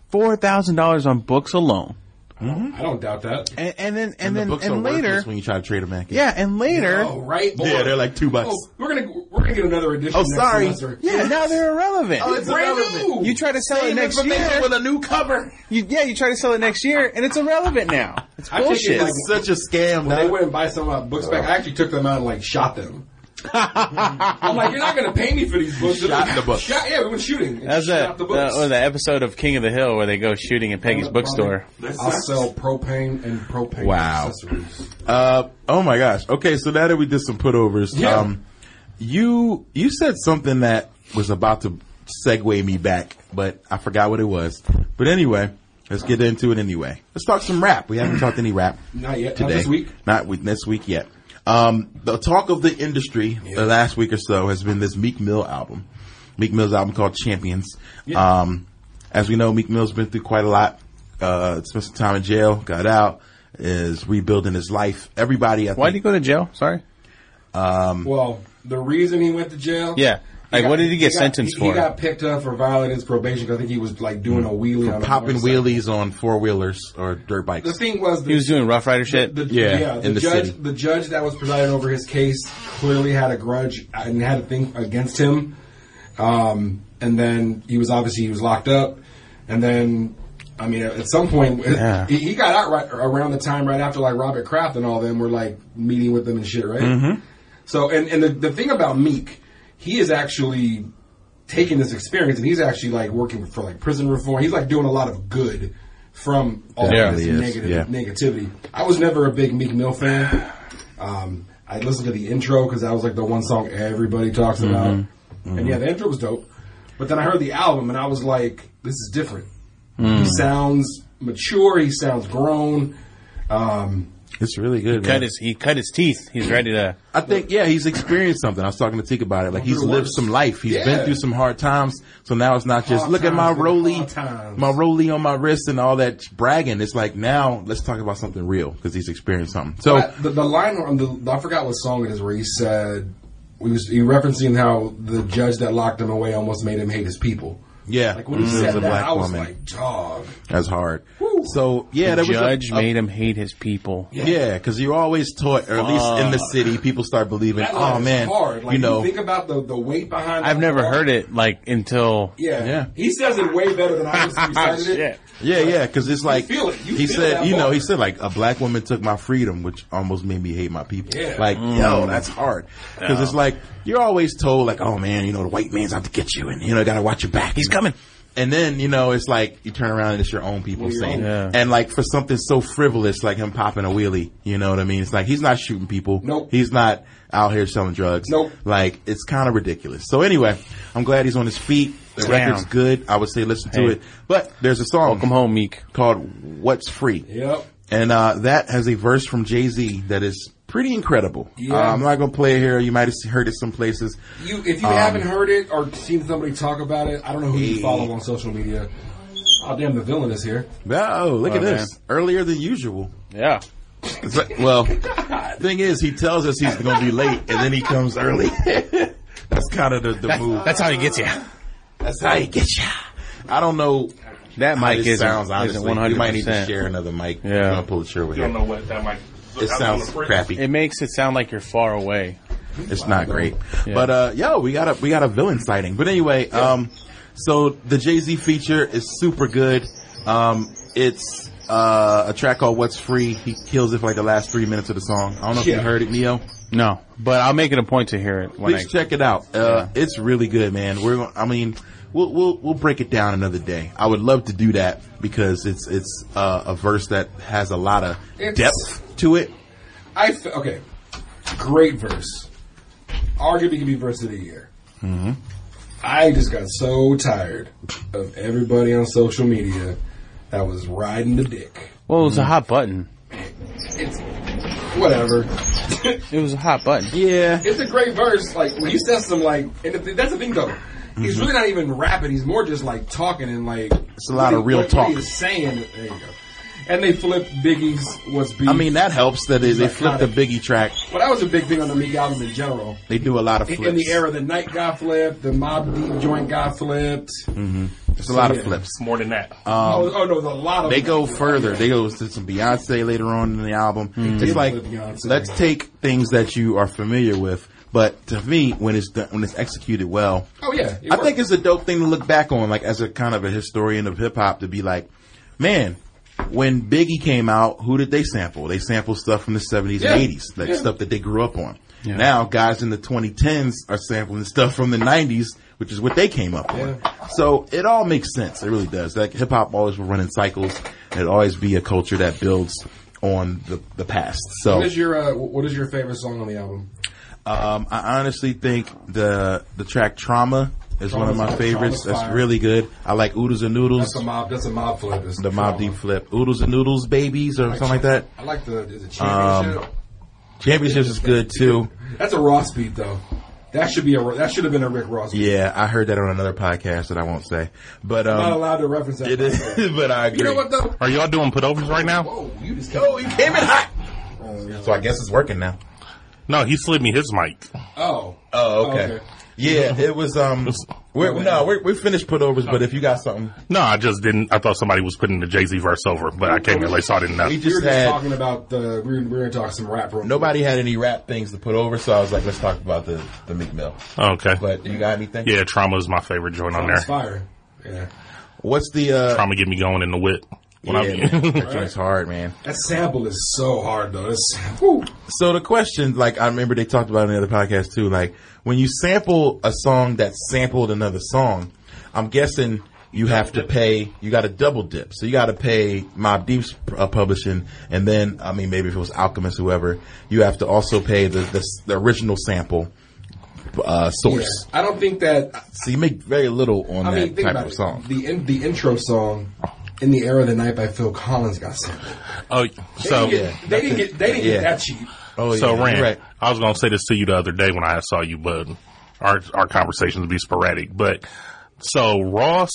[SPEAKER 2] four thousand dollars on books alone,
[SPEAKER 3] I don't doubt that.
[SPEAKER 2] and, and then and,
[SPEAKER 1] the
[SPEAKER 2] then
[SPEAKER 1] books are
[SPEAKER 2] and later
[SPEAKER 1] worthless when you try to trade them back. in.
[SPEAKER 2] yeah and later
[SPEAKER 3] Oh right, boy.
[SPEAKER 1] yeah, they're like two bucks.
[SPEAKER 3] Oh, we're gonna we're gonna get another edition.
[SPEAKER 1] Oh,
[SPEAKER 3] next
[SPEAKER 1] sorry.
[SPEAKER 3] semester.
[SPEAKER 2] yeah now they're irrelevant.
[SPEAKER 1] Oh, it's
[SPEAKER 3] Brand
[SPEAKER 1] irrelevant.
[SPEAKER 3] new.
[SPEAKER 2] you try to sell it
[SPEAKER 1] Same
[SPEAKER 2] next
[SPEAKER 1] information
[SPEAKER 2] year.
[SPEAKER 1] with a new cover.
[SPEAKER 2] You, yeah, you try to sell it next year, and it's irrelevant now. It's
[SPEAKER 3] I think it's
[SPEAKER 2] bullshit.
[SPEAKER 3] like-
[SPEAKER 1] It's such a scam.
[SPEAKER 3] When they
[SPEAKER 1] dog.
[SPEAKER 3] went and buy some of my books back, I actually took them out and like shot them. I'm like, you're not gonna pay me for these books.
[SPEAKER 1] Shot the books.
[SPEAKER 3] Shot, yeah, we went shooting. and
[SPEAKER 2] That's
[SPEAKER 3] shot
[SPEAKER 2] that,
[SPEAKER 3] the
[SPEAKER 2] that
[SPEAKER 3] books.
[SPEAKER 2] was that episode of King of the Hill where they go shooting at Peggy's bookstore.
[SPEAKER 3] I'll sell propane and propane
[SPEAKER 1] Wow.
[SPEAKER 3] accessories.
[SPEAKER 1] Uh, oh my gosh. Okay, so now that we did some putovers,
[SPEAKER 3] Yeah.
[SPEAKER 1] um, you you said something that was about to segue me back, but I forgot what it was. But anyway, let's get into it anyway. Let's talk some rap. We haven't talked any rap
[SPEAKER 3] Not yet.
[SPEAKER 1] today.
[SPEAKER 3] Not this week.
[SPEAKER 1] Not with this week yet. Um, the talk of the industry the last week or so has been this Meek Mill album. Meek Mill's album called Champions. Um, as we know, Meek Mill's been through quite a lot. Uh, spent some time in jail, got out, is rebuilding his life. Everybody, I
[SPEAKER 2] Why
[SPEAKER 1] think,
[SPEAKER 2] did he go to jail? Sorry.
[SPEAKER 3] Well, the reason he went to jail.
[SPEAKER 2] Yeah.
[SPEAKER 3] he
[SPEAKER 2] Like, what did he get
[SPEAKER 3] got-
[SPEAKER 2] sentenced
[SPEAKER 3] he, He
[SPEAKER 2] for?
[SPEAKER 3] got picked up for violating his probation. 'cause I think he was like doing a wheelie, on a
[SPEAKER 1] popping
[SPEAKER 3] motorcycle.
[SPEAKER 1] wheelies on four wheelers or dirt
[SPEAKER 3] The
[SPEAKER 1] bikes.
[SPEAKER 3] thing was, the,
[SPEAKER 2] He was doing Rough Rider shit.
[SPEAKER 3] the,
[SPEAKER 1] Yeah,
[SPEAKER 3] the
[SPEAKER 1] in the
[SPEAKER 3] judge,
[SPEAKER 1] city.
[SPEAKER 3] the judge that was presiding over his case clearly had a grudge and had a thing against him. Um, and then he was obviously he was locked up, and then I mean at some point it-
[SPEAKER 2] Yeah.
[SPEAKER 3] he, he got out right around the time right after like Robert Kraft and all them were like meeting with them and shit, right?
[SPEAKER 1] Mm-hmm.
[SPEAKER 3] So and and the, the thing about Meek, he is actually taking this experience and he's actually like working for like prison reform. He's like doing a lot of good from all
[SPEAKER 1] Yeah.
[SPEAKER 3] this
[SPEAKER 1] He is,
[SPEAKER 3] negative
[SPEAKER 1] yeah.
[SPEAKER 3] negativity. I was never a big Meek Mill fan. Um, I listened to the intro because that was like the one song everybody talks
[SPEAKER 1] Mm-hmm.
[SPEAKER 3] about, and yeah, the intro was dope. But then I heard the album and I was like, this is different.
[SPEAKER 1] Mm.
[SPEAKER 3] He sounds mature. He sounds grown. Um,
[SPEAKER 1] It's really good.
[SPEAKER 2] Cut
[SPEAKER 1] man.
[SPEAKER 2] his, he cut his teeth. He's ready to.
[SPEAKER 1] I think yeah, he's experienced something. I was talking to Teek about it. Like he's
[SPEAKER 3] through the
[SPEAKER 1] lived
[SPEAKER 3] worst.
[SPEAKER 1] some life. He's
[SPEAKER 3] Yeah.
[SPEAKER 1] been through some hard times. So now it's not just
[SPEAKER 3] Hard
[SPEAKER 1] look at
[SPEAKER 3] times,
[SPEAKER 1] my
[SPEAKER 3] look at
[SPEAKER 1] rolly,
[SPEAKER 3] hard times."
[SPEAKER 1] my rolly on my wrist and all that bragging. It's like now let's talk about something real because he's experienced something. So
[SPEAKER 3] I- the, the line on the I forgot what song it is where he said we was you referencing how the judge that locked him away almost made him hate his people.
[SPEAKER 1] yeah,
[SPEAKER 3] Like when he
[SPEAKER 1] this is
[SPEAKER 3] said that, I was like, dog.
[SPEAKER 1] That's hard.
[SPEAKER 3] Woo.
[SPEAKER 1] So yeah, there was a-
[SPEAKER 2] Judge
[SPEAKER 1] a-
[SPEAKER 2] made him hate his people.
[SPEAKER 1] Yeah, because you're always taught, or at least in the
[SPEAKER 2] Ah.
[SPEAKER 1] city, people start believing.
[SPEAKER 3] That line
[SPEAKER 1] Oh
[SPEAKER 3] is
[SPEAKER 1] man,
[SPEAKER 3] hard. Like,
[SPEAKER 1] you know,
[SPEAKER 3] think about the, the weight behind.
[SPEAKER 2] I've
[SPEAKER 3] that
[SPEAKER 2] never
[SPEAKER 3] bar.
[SPEAKER 2] heard it like until.
[SPEAKER 3] Yeah.
[SPEAKER 1] Yeah.
[SPEAKER 3] he says it way better than I was recited it.
[SPEAKER 2] Shit.
[SPEAKER 1] Yeah, yeah, because it's like
[SPEAKER 3] feel it. You
[SPEAKER 1] he
[SPEAKER 3] feel
[SPEAKER 1] said,
[SPEAKER 3] that
[SPEAKER 1] you know,
[SPEAKER 3] bar.
[SPEAKER 1] he said like a black woman took my freedom, which almost made me hate my people.
[SPEAKER 3] Yeah.
[SPEAKER 1] Like,
[SPEAKER 2] Mm.
[SPEAKER 1] yo, that's hard because it's like you're always told like, oh man, you know, the white man's out to get you, and you know, gotta watch your back.
[SPEAKER 2] He's coming.
[SPEAKER 1] And then you know, it's like you turn around and it's your own people
[SPEAKER 3] Your
[SPEAKER 1] saying,
[SPEAKER 3] own.
[SPEAKER 2] Yeah.
[SPEAKER 1] and like for something so frivolous like him popping a wheelie, you know what I mean? It's like he's not shooting people.
[SPEAKER 3] Nope.
[SPEAKER 1] He's not out here selling drugs.
[SPEAKER 3] Nope.
[SPEAKER 1] Like it's kind of ridiculous. So anyway, I'm glad he's on his feet. The
[SPEAKER 2] Damn.
[SPEAKER 1] record's good. I would say listen to
[SPEAKER 2] Hey.
[SPEAKER 1] it. But there's a song
[SPEAKER 2] Welcome home, Meek.
[SPEAKER 1] called What's Free.
[SPEAKER 3] Yep.
[SPEAKER 1] And uh, that has a verse from Jay Z that is pretty incredible.
[SPEAKER 3] Yeah.
[SPEAKER 1] Uh, I'm not going to play it here. You might have heard it some places.
[SPEAKER 3] You, if you
[SPEAKER 1] Um,
[SPEAKER 3] haven't heard it or seen somebody talk about it, I don't know who you follow on social media. Oh damn, the villain is here.
[SPEAKER 1] Oh, look at
[SPEAKER 2] man.
[SPEAKER 1] this. Earlier than usual.
[SPEAKER 2] Yeah.
[SPEAKER 1] It's like- well, thing is, he tells us he's going to be late, and then he comes early. That's kind of the, the move.
[SPEAKER 2] That's how he gets you.
[SPEAKER 1] That's how you get ya. I don't know.
[SPEAKER 2] That
[SPEAKER 1] how
[SPEAKER 2] mic
[SPEAKER 1] this
[SPEAKER 2] isn't,
[SPEAKER 1] sounds honestly.
[SPEAKER 2] isn't
[SPEAKER 1] You might need to
[SPEAKER 2] 100%.
[SPEAKER 1] share another mic.
[SPEAKER 2] Yeah.
[SPEAKER 1] I'm gonna pull the chair over
[SPEAKER 4] I don't
[SPEAKER 1] here.
[SPEAKER 4] know what that might.
[SPEAKER 1] It
[SPEAKER 4] I was on the
[SPEAKER 1] sounds
[SPEAKER 4] fridge.
[SPEAKER 1] crappy.
[SPEAKER 2] It makes it sound like you're far away.
[SPEAKER 1] It's not great. But uh yo, we got a we got a villain sighting. But anyway, um so the Jay-Z feature is super good. Um it's uh a track called What's Free. He kills it for like the last three minutes of the song. I don't know if
[SPEAKER 3] Yeah.
[SPEAKER 1] you heard it, Neo.
[SPEAKER 2] No, but I'll make it a point to hear it when
[SPEAKER 1] Please
[SPEAKER 2] I.
[SPEAKER 1] check it out. Uh it's really good, man. We're gonna I mean We'll, we'll we'll break it down another day. I would love to do that because it's it's uh, a verse that has a lot of
[SPEAKER 3] It's-
[SPEAKER 1] depth to it.
[SPEAKER 3] I f- okay. Great verse. Arguably could be verse of the year.
[SPEAKER 1] Mm-hmm.
[SPEAKER 3] I just got so tired of everybody on social media that was riding the dick.
[SPEAKER 2] Well, it was a hot button.
[SPEAKER 3] It's whatever.
[SPEAKER 2] It was a hot button.
[SPEAKER 1] Yeah,
[SPEAKER 3] it's a great verse. Like when he says some like, and the, that's the thing though. He's really not even rapping. He's more just like talking and like. It's
[SPEAKER 1] Mm-hmm. a lot of real
[SPEAKER 3] What
[SPEAKER 1] talk.
[SPEAKER 3] he is saying. There you go. And they flip Biggie's what's beef.
[SPEAKER 1] I mean that helps that they, they flipped the Biggie track.
[SPEAKER 3] but that was a big thing on the Meek album in general.
[SPEAKER 1] They do a lot of flips.
[SPEAKER 3] In the era, the night got flipped, the Mob Deep joint got flipped.
[SPEAKER 1] Mm-hmm. There's a lot
[SPEAKER 3] Yeah.
[SPEAKER 1] of flips. Um,
[SPEAKER 4] More than that.
[SPEAKER 3] oh, oh no, the lot of
[SPEAKER 1] They go further. They go to some Beyonce later on in the album. It's like
[SPEAKER 3] Mm-hmm. with Beyonce.
[SPEAKER 1] let's take things that you are familiar with, but to me, when it's done, when it's executed well,
[SPEAKER 3] Oh yeah, it
[SPEAKER 1] I
[SPEAKER 3] worked.
[SPEAKER 1] think it's a dope thing to look back on, like as a kind of a historian of hip hop, to be like, man, when Biggie came out, who did they sample? They sampled stuff from the seventies
[SPEAKER 3] Yeah.
[SPEAKER 1] and eighties, like
[SPEAKER 3] Yeah.
[SPEAKER 1] stuff that they grew up on. Now, guys in the 2010s are sampling stuff from the 90s, which is what they came up on. So it all makes sense. It really does. Like hip hop always will run in cycles, and it always be a culture that builds on the the past. So
[SPEAKER 3] What is your uh, What is your favorite song on the album?
[SPEAKER 1] um, I honestly think the the track "Trauma" is one of my
[SPEAKER 3] Trauma's-
[SPEAKER 1] favorites.
[SPEAKER 3] Trauma's
[SPEAKER 1] That's
[SPEAKER 3] fire.
[SPEAKER 1] really good. I like "Oodles and Noodles,"
[SPEAKER 3] That's a mob. That's a mob flip. It's
[SPEAKER 1] the Mob Deep flip, "Oodles and Noodles Babies" or something like that.
[SPEAKER 3] I like the, is it championship.
[SPEAKER 1] Um, Championships is good too.
[SPEAKER 3] That's a Ross beat though. That should be a that should have been a Rick Ross. Beat.
[SPEAKER 1] Yeah, I heard that on another podcast that I won't say, but
[SPEAKER 3] Not
[SPEAKER 1] um,
[SPEAKER 3] allowed to reference that.
[SPEAKER 1] it is. But I agree.
[SPEAKER 3] You know what though?
[SPEAKER 4] Are y'all doing putovers right now?
[SPEAKER 3] Oh, you just
[SPEAKER 1] Oh, you came in hot. So I guess it's working now.
[SPEAKER 4] No, he slid me his mic.
[SPEAKER 3] Oh.
[SPEAKER 1] Oh, okay. Yeah, it was. Um, we're, no, we're, we finished putovers, but if you got something,
[SPEAKER 4] No, I just didn't. I thought somebody was putting the Jay Z verse over, but I came in late, so I didn't know.
[SPEAKER 1] we
[SPEAKER 3] We were
[SPEAKER 1] just
[SPEAKER 3] just
[SPEAKER 1] had
[SPEAKER 3] talking about the. We were, we were talking some rap. real-
[SPEAKER 1] nobody had any rap things to put over, so I was like, let's talk about the the Meek Mill.
[SPEAKER 4] Okay.
[SPEAKER 1] But do you got anything?
[SPEAKER 4] yeah, trauma is my favorite joint on
[SPEAKER 3] It's
[SPEAKER 4] there.
[SPEAKER 3] fire. Yeah.
[SPEAKER 1] What's the? uh
[SPEAKER 4] Trauma get me going in the whip. When
[SPEAKER 1] yeah,
[SPEAKER 4] I'm,
[SPEAKER 1] man, that joint's hard, man.
[SPEAKER 3] That sample is so hard though. It's whew.
[SPEAKER 1] So the question, like I remember they talked about it in the other podcast too, like when you sample a song that sampled another song, I'm guessing you have to pay, you got to double dip. So you got to pay Mob Deep's uh, publishing, and then I mean maybe if it was Alchemist, whoever, you have to also pay the the, the original sample uh,
[SPEAKER 3] Yeah.
[SPEAKER 1] source.
[SPEAKER 3] I don't think that.
[SPEAKER 1] So you make very little on
[SPEAKER 3] I
[SPEAKER 1] that
[SPEAKER 3] mean, think
[SPEAKER 1] type
[SPEAKER 3] about
[SPEAKER 1] of
[SPEAKER 3] it.
[SPEAKER 1] song.
[SPEAKER 3] The in, the intro song. In the era of the night by Phil Collins got sampled.
[SPEAKER 4] oh,
[SPEAKER 3] They didn't
[SPEAKER 4] so
[SPEAKER 3] get, they didn't get, they didn't
[SPEAKER 1] Yeah.
[SPEAKER 3] get that cheap.
[SPEAKER 1] oh
[SPEAKER 4] so
[SPEAKER 1] you're
[SPEAKER 4] Rand,
[SPEAKER 1] right.
[SPEAKER 4] I was gonna say this to you the other day when I saw you, but our our conversations be sporadic. But so Ross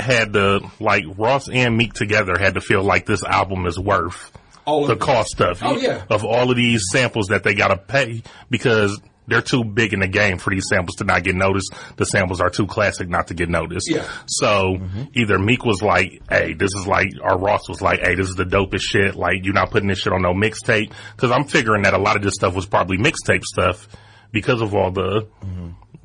[SPEAKER 4] had to like Ross and Meek together had to feel like this album is worth
[SPEAKER 3] All of
[SPEAKER 4] the
[SPEAKER 3] it.
[SPEAKER 4] cost of
[SPEAKER 3] Oh, yeah.
[SPEAKER 4] of all of these samples that they gotta pay because. They're too big in the game for these samples to not get noticed. The samples are too classic not to get noticed.
[SPEAKER 3] Yeah.
[SPEAKER 4] So either Meek was like, "Hey, this is like," or Ross was like, "Hey, this is the dopest shit." Like you're not putting this shit on no mixtape because I'm figuring that a lot of this stuff was probably mixtape stuff because of all the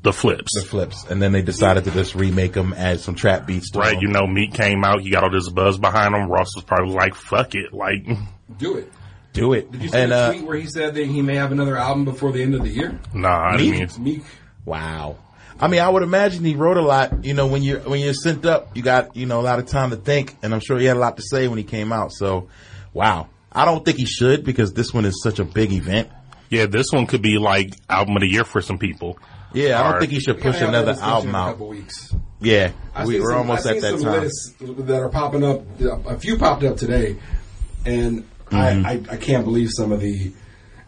[SPEAKER 4] the flips,
[SPEAKER 1] The flips, and then they decided to just remake them, add some trap beats. To um,
[SPEAKER 4] right?
[SPEAKER 3] Uh-huh.
[SPEAKER 1] them.
[SPEAKER 4] You know, Meek came out, he got all this buzz behind him. Ross was probably like, "Fuck it," like
[SPEAKER 3] Do it.
[SPEAKER 1] do it.
[SPEAKER 3] Did you see
[SPEAKER 1] and
[SPEAKER 3] the
[SPEAKER 1] uh,
[SPEAKER 3] tweet where he said that he may have another album before the end of the year?
[SPEAKER 4] nah. I
[SPEAKER 1] Meek?
[SPEAKER 4] mean,
[SPEAKER 3] Meek.
[SPEAKER 1] Wow. I mean, I would imagine he wrote a lot. You know, when you're when you're sent up, you got you know a lot of time to think, and I'm sure he had a lot to say when he came out. So, wow. I don't think he should because this one is such a big event.
[SPEAKER 4] yeah, this one could be like album of the year for some people.
[SPEAKER 1] Yeah, I don't
[SPEAKER 4] Or-
[SPEAKER 1] think he should
[SPEAKER 3] We're
[SPEAKER 1] push
[SPEAKER 3] gonna have that
[SPEAKER 1] another
[SPEAKER 3] discussion
[SPEAKER 1] album
[SPEAKER 3] in a
[SPEAKER 1] out.
[SPEAKER 3] couple weeks.
[SPEAKER 1] Yeah,
[SPEAKER 3] I
[SPEAKER 1] we,
[SPEAKER 3] see
[SPEAKER 1] we're
[SPEAKER 3] some-
[SPEAKER 1] almost
[SPEAKER 3] I
[SPEAKER 1] at
[SPEAKER 3] see
[SPEAKER 1] that
[SPEAKER 3] some
[SPEAKER 1] time.
[SPEAKER 3] lists that are popping up. A few popped up today, and
[SPEAKER 1] Mm-hmm.
[SPEAKER 3] I, I, I can't believe some of the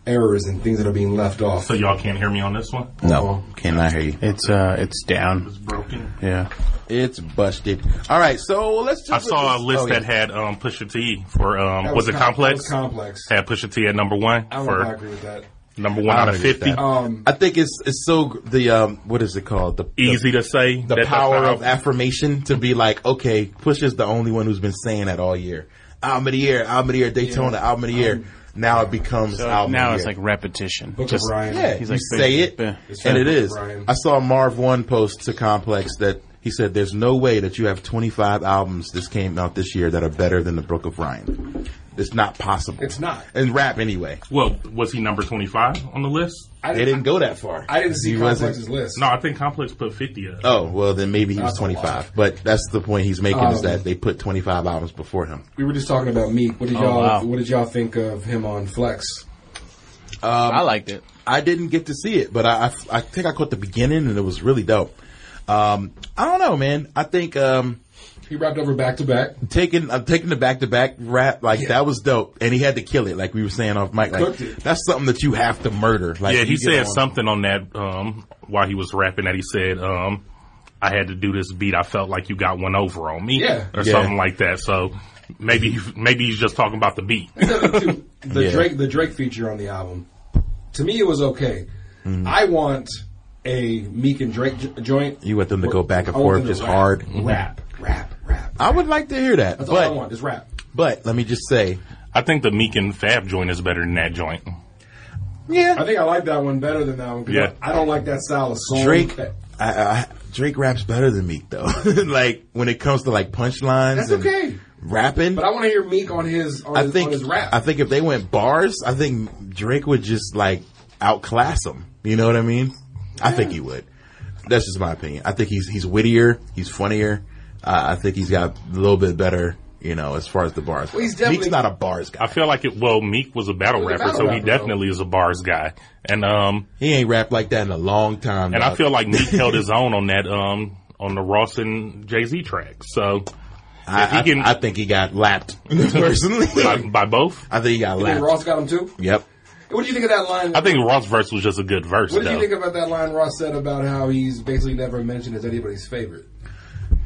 [SPEAKER 3] errors and things that are being left off.
[SPEAKER 4] So y'all can't hear me on this one.
[SPEAKER 1] No, cannot hear you.
[SPEAKER 2] It's uh, it's down.
[SPEAKER 4] It's broken.
[SPEAKER 2] Yeah.
[SPEAKER 1] It's busted. All right, so let's. Just
[SPEAKER 4] I saw a list
[SPEAKER 1] oh, yeah.
[SPEAKER 4] that had um, Pusha T for um,
[SPEAKER 3] That
[SPEAKER 4] was, it
[SPEAKER 3] com-
[SPEAKER 4] complex?
[SPEAKER 3] that was complex.
[SPEAKER 4] had Pusha T at number one
[SPEAKER 3] I don't know if I
[SPEAKER 4] for
[SPEAKER 3] agree with that. Um,
[SPEAKER 4] number one
[SPEAKER 1] I
[SPEAKER 4] out
[SPEAKER 1] don't
[SPEAKER 4] of
[SPEAKER 1] agree with
[SPEAKER 4] fifty.
[SPEAKER 1] that. I think it's it's so gr- the um what is it called the
[SPEAKER 4] Easy to say
[SPEAKER 1] the
[SPEAKER 4] that that's
[SPEAKER 1] power of
[SPEAKER 4] the album.
[SPEAKER 1] affirmation to be like, okay, Push is the only one who's been saying that all year. Album of the year, album of the year, Daytona, album of the
[SPEAKER 3] Um,
[SPEAKER 1] year. now it becomes album of
[SPEAKER 2] now
[SPEAKER 1] the
[SPEAKER 2] it's
[SPEAKER 1] year.
[SPEAKER 2] like repetition.
[SPEAKER 3] Book
[SPEAKER 2] Just-
[SPEAKER 3] of Ryan.
[SPEAKER 1] yeah,
[SPEAKER 2] he's
[SPEAKER 1] you
[SPEAKER 2] like,
[SPEAKER 1] say it,
[SPEAKER 2] "Bam, bam."
[SPEAKER 3] It's
[SPEAKER 1] and
[SPEAKER 3] right,
[SPEAKER 1] it is.
[SPEAKER 3] Brian.
[SPEAKER 1] I saw a Marv One post to Complex that he said, "There's no way that you have 25 albums this came out this year that are better than the Book of Ryan. It's not possible.
[SPEAKER 3] It's not.
[SPEAKER 1] And rap anyway.
[SPEAKER 4] Well, was he number twenty five on the list?
[SPEAKER 3] I
[SPEAKER 1] They didn't go that far.
[SPEAKER 3] I didn't see
[SPEAKER 1] He wasn't-
[SPEAKER 3] Complex's list.
[SPEAKER 4] No, I think Complex put fifty up.
[SPEAKER 1] Oh well, then maybe he was
[SPEAKER 3] That's a lot.
[SPEAKER 1] 25. But that's the point he's making is
[SPEAKER 3] Um,
[SPEAKER 1] that they put 25 albums before him.
[SPEAKER 3] We were just talking about Meek. What did
[SPEAKER 1] Oh,
[SPEAKER 3] y'all
[SPEAKER 2] wow.
[SPEAKER 3] What did y'all think of him on Flex?
[SPEAKER 2] I liked it.
[SPEAKER 1] I didn't get to see it, but I, I, I think I caught the beginning and it was really dope. Um, I don't know, man. I think, um,
[SPEAKER 3] He rapped over back to back.
[SPEAKER 1] taking, I'm taking the back to back rap, like that was dope. And he had to kill it, like we were saying off mic. Like,
[SPEAKER 3] Cooked it.
[SPEAKER 1] that's something that you have to murder. Like,
[SPEAKER 4] yeah,
[SPEAKER 1] you
[SPEAKER 4] he
[SPEAKER 1] get
[SPEAKER 4] said
[SPEAKER 1] on-
[SPEAKER 4] something on that um, while he was rapping that he said, um, "I had to do this beat. I felt like you got one over on me,
[SPEAKER 3] Yeah.
[SPEAKER 4] or
[SPEAKER 1] Yeah.
[SPEAKER 4] something like that." So maybe maybe he's just talking about the beat.
[SPEAKER 3] the
[SPEAKER 1] Yeah.
[SPEAKER 3] Drake the Drake feature on the album. To me, it was okay.
[SPEAKER 1] Mm-hmm.
[SPEAKER 3] I want a Meek and Drake j- joint.
[SPEAKER 1] You want them to go back and
[SPEAKER 3] I want
[SPEAKER 1] forth
[SPEAKER 3] them to
[SPEAKER 1] just
[SPEAKER 3] rap,
[SPEAKER 1] hard.
[SPEAKER 3] Rap, rap, rap.
[SPEAKER 1] I would like to hear that,
[SPEAKER 3] That's all I
[SPEAKER 1] but,
[SPEAKER 3] want is rap.
[SPEAKER 1] but let me just say,
[SPEAKER 4] I think the Meek and Fab joint is better than that joint.
[SPEAKER 1] yeah,
[SPEAKER 3] I think I like that one better than that one. 'cause
[SPEAKER 4] Yeah.
[SPEAKER 3] I, I don't like that style of song.
[SPEAKER 1] Drake,
[SPEAKER 3] That-
[SPEAKER 1] I, I, Drake raps better than Meek though. like when it comes to like punchlines,
[SPEAKER 3] That's
[SPEAKER 1] and
[SPEAKER 3] okay.
[SPEAKER 1] Rapping,
[SPEAKER 3] But I want to hear Meek on his on,
[SPEAKER 1] I
[SPEAKER 3] his,
[SPEAKER 1] think
[SPEAKER 3] on his rap.
[SPEAKER 1] I think if they went bars, I think Drake would just like outclass him. You know what I mean? I think he would. That's just my opinion. I think he's he's wittier, he's funnier. Uh, I think he's got a little bit better, you know, as far as the bars. go.
[SPEAKER 3] he's definitely-
[SPEAKER 1] Meek's not a bars guy.
[SPEAKER 4] I feel like it. Well, Meek was a battle
[SPEAKER 3] was a
[SPEAKER 4] rapper,
[SPEAKER 3] battle
[SPEAKER 4] so he
[SPEAKER 3] rapper, though.
[SPEAKER 4] definitely is a bars guy, and um,
[SPEAKER 1] He ain't rapped like that in a long time.
[SPEAKER 4] and I
[SPEAKER 1] dog.
[SPEAKER 4] feel like Meek held his own on that um on the Ross and Jay Z track. So
[SPEAKER 1] I,
[SPEAKER 4] if he
[SPEAKER 1] I-
[SPEAKER 4] can-
[SPEAKER 1] I think he got lapped personally.
[SPEAKER 4] by, by both,
[SPEAKER 1] I think he got
[SPEAKER 3] You think
[SPEAKER 1] lapped.
[SPEAKER 3] Ross got him too.
[SPEAKER 1] Yep.
[SPEAKER 3] What do you think of that line?
[SPEAKER 4] I think Ross verse was just a good verse.
[SPEAKER 3] What did
[SPEAKER 4] though.
[SPEAKER 3] you think about that line Ross said about how he's basically never mentioned as anybody's favorite?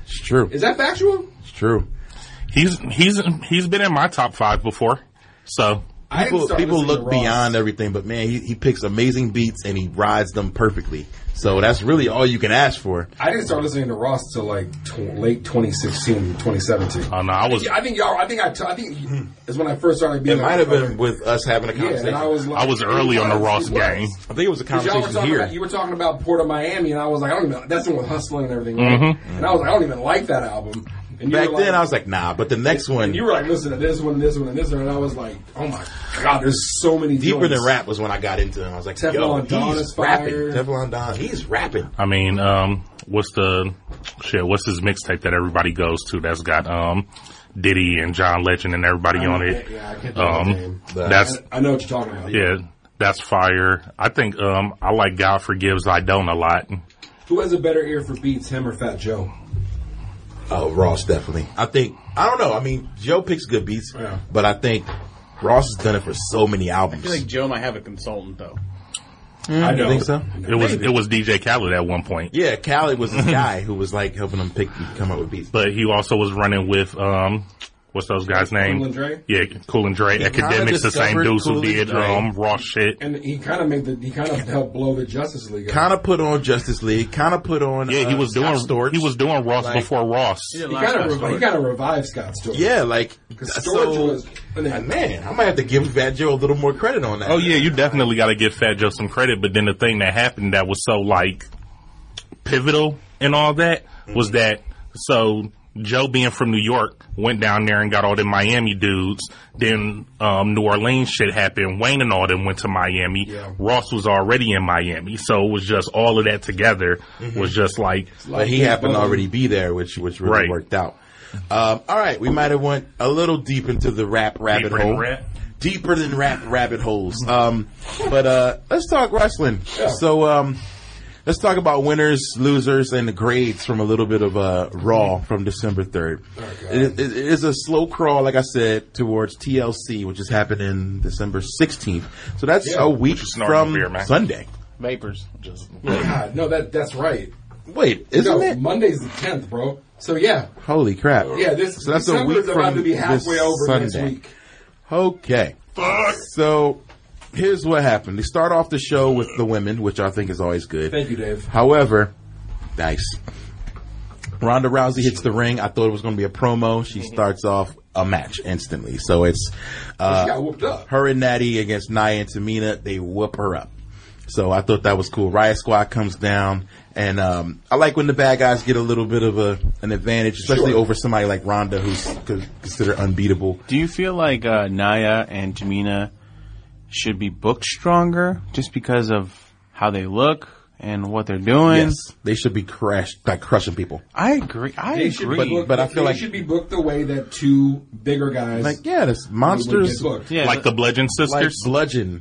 [SPEAKER 1] It's true.
[SPEAKER 3] Is that factual?
[SPEAKER 1] It's true.
[SPEAKER 4] He's he's he's been in my top five before. So
[SPEAKER 3] I didn't
[SPEAKER 1] people,
[SPEAKER 3] start
[SPEAKER 1] people
[SPEAKER 3] listening to
[SPEAKER 1] look
[SPEAKER 3] Ross.
[SPEAKER 1] beyond everything, but man, he, he picks amazing beats and he rides them perfectly. So that's really all you can ask for.
[SPEAKER 3] I didn't start listening to Ross till like tw- late 2016, 2017.
[SPEAKER 4] Oh no, I was
[SPEAKER 3] Yeah, I think y'all. I think I. T- I think is when I first started
[SPEAKER 1] Hmm. It
[SPEAKER 3] being. like,
[SPEAKER 1] might have
[SPEAKER 3] okay.
[SPEAKER 1] been with us having a
[SPEAKER 3] Yeah,
[SPEAKER 1] conversation.
[SPEAKER 3] and I was like,
[SPEAKER 4] I was early on the
[SPEAKER 3] It was.
[SPEAKER 4] Ross game.
[SPEAKER 1] I think it was a
[SPEAKER 3] 'Cause Y'all were
[SPEAKER 1] conversation
[SPEAKER 3] talking
[SPEAKER 1] here.
[SPEAKER 3] about, you were talking about Port of Miami, and I was like, I don't even. That's the one with hustling and everything. right? And I was like, I don't even like that album.
[SPEAKER 1] Mm-hmm.
[SPEAKER 3] And you
[SPEAKER 1] Back
[SPEAKER 3] were like-
[SPEAKER 1] then, I was like, nah, but the next one,
[SPEAKER 3] And you were like, listen to this one, this one, and this one, and I was like, oh my god, there's so many.
[SPEAKER 1] Deeper Than
[SPEAKER 3] joints.
[SPEAKER 1] Rap was when I got into him. I was like, yo,
[SPEAKER 3] Teflon Don
[SPEAKER 1] he's
[SPEAKER 3] is fire.
[SPEAKER 1] rapping. Teflon Don, he's rapping.
[SPEAKER 4] I mean, um, what's the shit? What's his mixtape that everybody goes to? That's got um, Diddy and John Legend and everybody on it.
[SPEAKER 3] Yeah, I can't think of his
[SPEAKER 4] Um,
[SPEAKER 3] name.
[SPEAKER 4] that's
[SPEAKER 3] I know what you're talking about.
[SPEAKER 4] yeah, that's fire. I think um, I like God forgives I don't a lot.
[SPEAKER 3] Who has a better ear for beats, him or Fat Joe?
[SPEAKER 1] Oh, Ross definitely. I think I don't know. I mean, Joe picks good beats,
[SPEAKER 3] Yeah.
[SPEAKER 1] but I think Ross has done it for so many
[SPEAKER 2] I
[SPEAKER 1] albums.
[SPEAKER 2] feel like Joe might have a consultant though.
[SPEAKER 3] I
[SPEAKER 1] you
[SPEAKER 3] know.
[SPEAKER 1] think so?
[SPEAKER 4] It was it was DJ Khaled at one point,
[SPEAKER 1] Yeah, Khaled was this guy who was like helping him pick come up with beats.
[SPEAKER 4] but he also was running with um, what's those guys' name?
[SPEAKER 3] Cool and Dre?
[SPEAKER 4] Yeah, Cool and Dre.
[SPEAKER 1] kinda
[SPEAKER 4] Academics, the same
[SPEAKER 1] discovered
[SPEAKER 4] dudes
[SPEAKER 1] Kool
[SPEAKER 4] who
[SPEAKER 1] and
[SPEAKER 4] did
[SPEAKER 1] Dre.
[SPEAKER 4] um, Ross shit.
[SPEAKER 3] And he kind of made the he kind of helped blow the Justice League. up.
[SPEAKER 1] Kind of put on Justice League. Kind of put on.
[SPEAKER 4] Yeah, he
[SPEAKER 1] uh,
[SPEAKER 4] was doing
[SPEAKER 1] Scott Storch.
[SPEAKER 4] he was doing Ross
[SPEAKER 1] Like-
[SPEAKER 4] before Ross.
[SPEAKER 3] he kind of revi- he
[SPEAKER 2] Storch.
[SPEAKER 3] kind of revived Scott Storch.
[SPEAKER 1] Yeah, like
[SPEAKER 3] 'Cause Storch
[SPEAKER 1] so.
[SPEAKER 3] was an
[SPEAKER 1] uh, man, I might have to give Fat Joe a little more credit on that.
[SPEAKER 4] Oh yeah, you definitely got to give Fat Joe some credit. But then the thing that happened that was so like pivotal and all that was that so Joe being from New York went down there and got all the Miami dudes. Then um, New Orleans shit happened. Wayne and all them went to Miami.
[SPEAKER 3] Yeah.
[SPEAKER 4] Ross was already in Miami, so it was just all of that together was just like
[SPEAKER 1] but he happened to already be there, which which really
[SPEAKER 4] Right.
[SPEAKER 1] worked out. Um, all right, we might have went a little deep into the rap rabbit
[SPEAKER 4] Deeper than
[SPEAKER 1] hole,
[SPEAKER 4] rap?
[SPEAKER 1] deeper than rap rabbit holes. Um, but uh, let's talk wrestling. So um, let's talk about winners, losers, and the grades from a little bit of uh, Raw from December third. it, it- it is a slow crawl, like I said, towards TLC, which is happening December sixteenth. So that's
[SPEAKER 3] Yeah.
[SPEAKER 1] a week
[SPEAKER 4] snorting
[SPEAKER 1] from
[SPEAKER 4] beer, man.
[SPEAKER 1] Sunday.
[SPEAKER 2] Vapors. Just
[SPEAKER 3] God, no, that that's right.
[SPEAKER 1] Wait, isn't
[SPEAKER 3] No,
[SPEAKER 1] it?
[SPEAKER 3] Monday's the tenth, bro. So yeah,
[SPEAKER 1] Holy crap!
[SPEAKER 3] yeah. This
[SPEAKER 1] so that's a
[SPEAKER 3] December's
[SPEAKER 1] week
[SPEAKER 3] about
[SPEAKER 1] from
[SPEAKER 3] to be halfway
[SPEAKER 1] this
[SPEAKER 3] over
[SPEAKER 1] Sunday.
[SPEAKER 3] next week.
[SPEAKER 1] Okay.
[SPEAKER 4] Fuck.
[SPEAKER 1] So here's what happened. They start off the show with the women, which I think is always good.
[SPEAKER 3] Thank you, Dave.
[SPEAKER 1] However, nice. Ronda Rousey hits the ring. I thought it was going to be a promo. She
[SPEAKER 3] Mm-hmm.
[SPEAKER 1] starts off a match instantly. So it's uh,
[SPEAKER 3] she got whooped up.
[SPEAKER 1] her and Natty against Nia and Tamina. They whoop her up. So I thought that was cool. Riot Squad comes down, and um, I like when the bad guys get a little bit of a an advantage, especially
[SPEAKER 3] Sure.
[SPEAKER 1] over somebody like Ronda, who's con- considered unbeatable.
[SPEAKER 2] Do you feel like uh, Naya and Tamina should be booked stronger just because of how they look and what they're doing?
[SPEAKER 1] Yes, they should be crashed, like crushing people.
[SPEAKER 2] I agree. I
[SPEAKER 3] They should be
[SPEAKER 2] agree.
[SPEAKER 3] booked,
[SPEAKER 1] but I feel
[SPEAKER 3] they
[SPEAKER 1] like-
[SPEAKER 3] should be booked the way that two bigger guys
[SPEAKER 1] Like, yeah, this
[SPEAKER 3] would get
[SPEAKER 1] monsters,
[SPEAKER 3] booked.
[SPEAKER 2] yeah,
[SPEAKER 4] like the Bludgeon
[SPEAKER 1] like
[SPEAKER 4] Sisters.
[SPEAKER 1] bludgeon,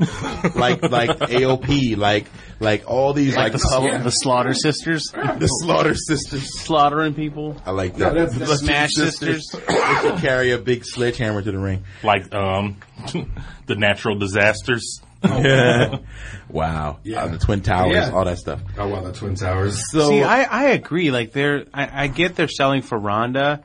[SPEAKER 1] like like AOP, like like all these like,
[SPEAKER 2] the,
[SPEAKER 1] color-
[SPEAKER 2] sla- the Slaughter Sisters
[SPEAKER 1] the slaughter sisters.
[SPEAKER 2] slaughtering people.
[SPEAKER 1] I like
[SPEAKER 3] No,
[SPEAKER 1] that.
[SPEAKER 3] that's- that's
[SPEAKER 2] Smash
[SPEAKER 1] they should carry a big sledgehammer to the ring.
[SPEAKER 4] like um the natural disasters.
[SPEAKER 1] Wow, yeah,
[SPEAKER 3] Yeah.
[SPEAKER 1] the twin towers,
[SPEAKER 3] Yeah.
[SPEAKER 1] all that stuff.
[SPEAKER 3] Oh wow, the Twin Towers.
[SPEAKER 1] So
[SPEAKER 2] See, I, I agree. Like they're, I, I get they're selling for Ronda,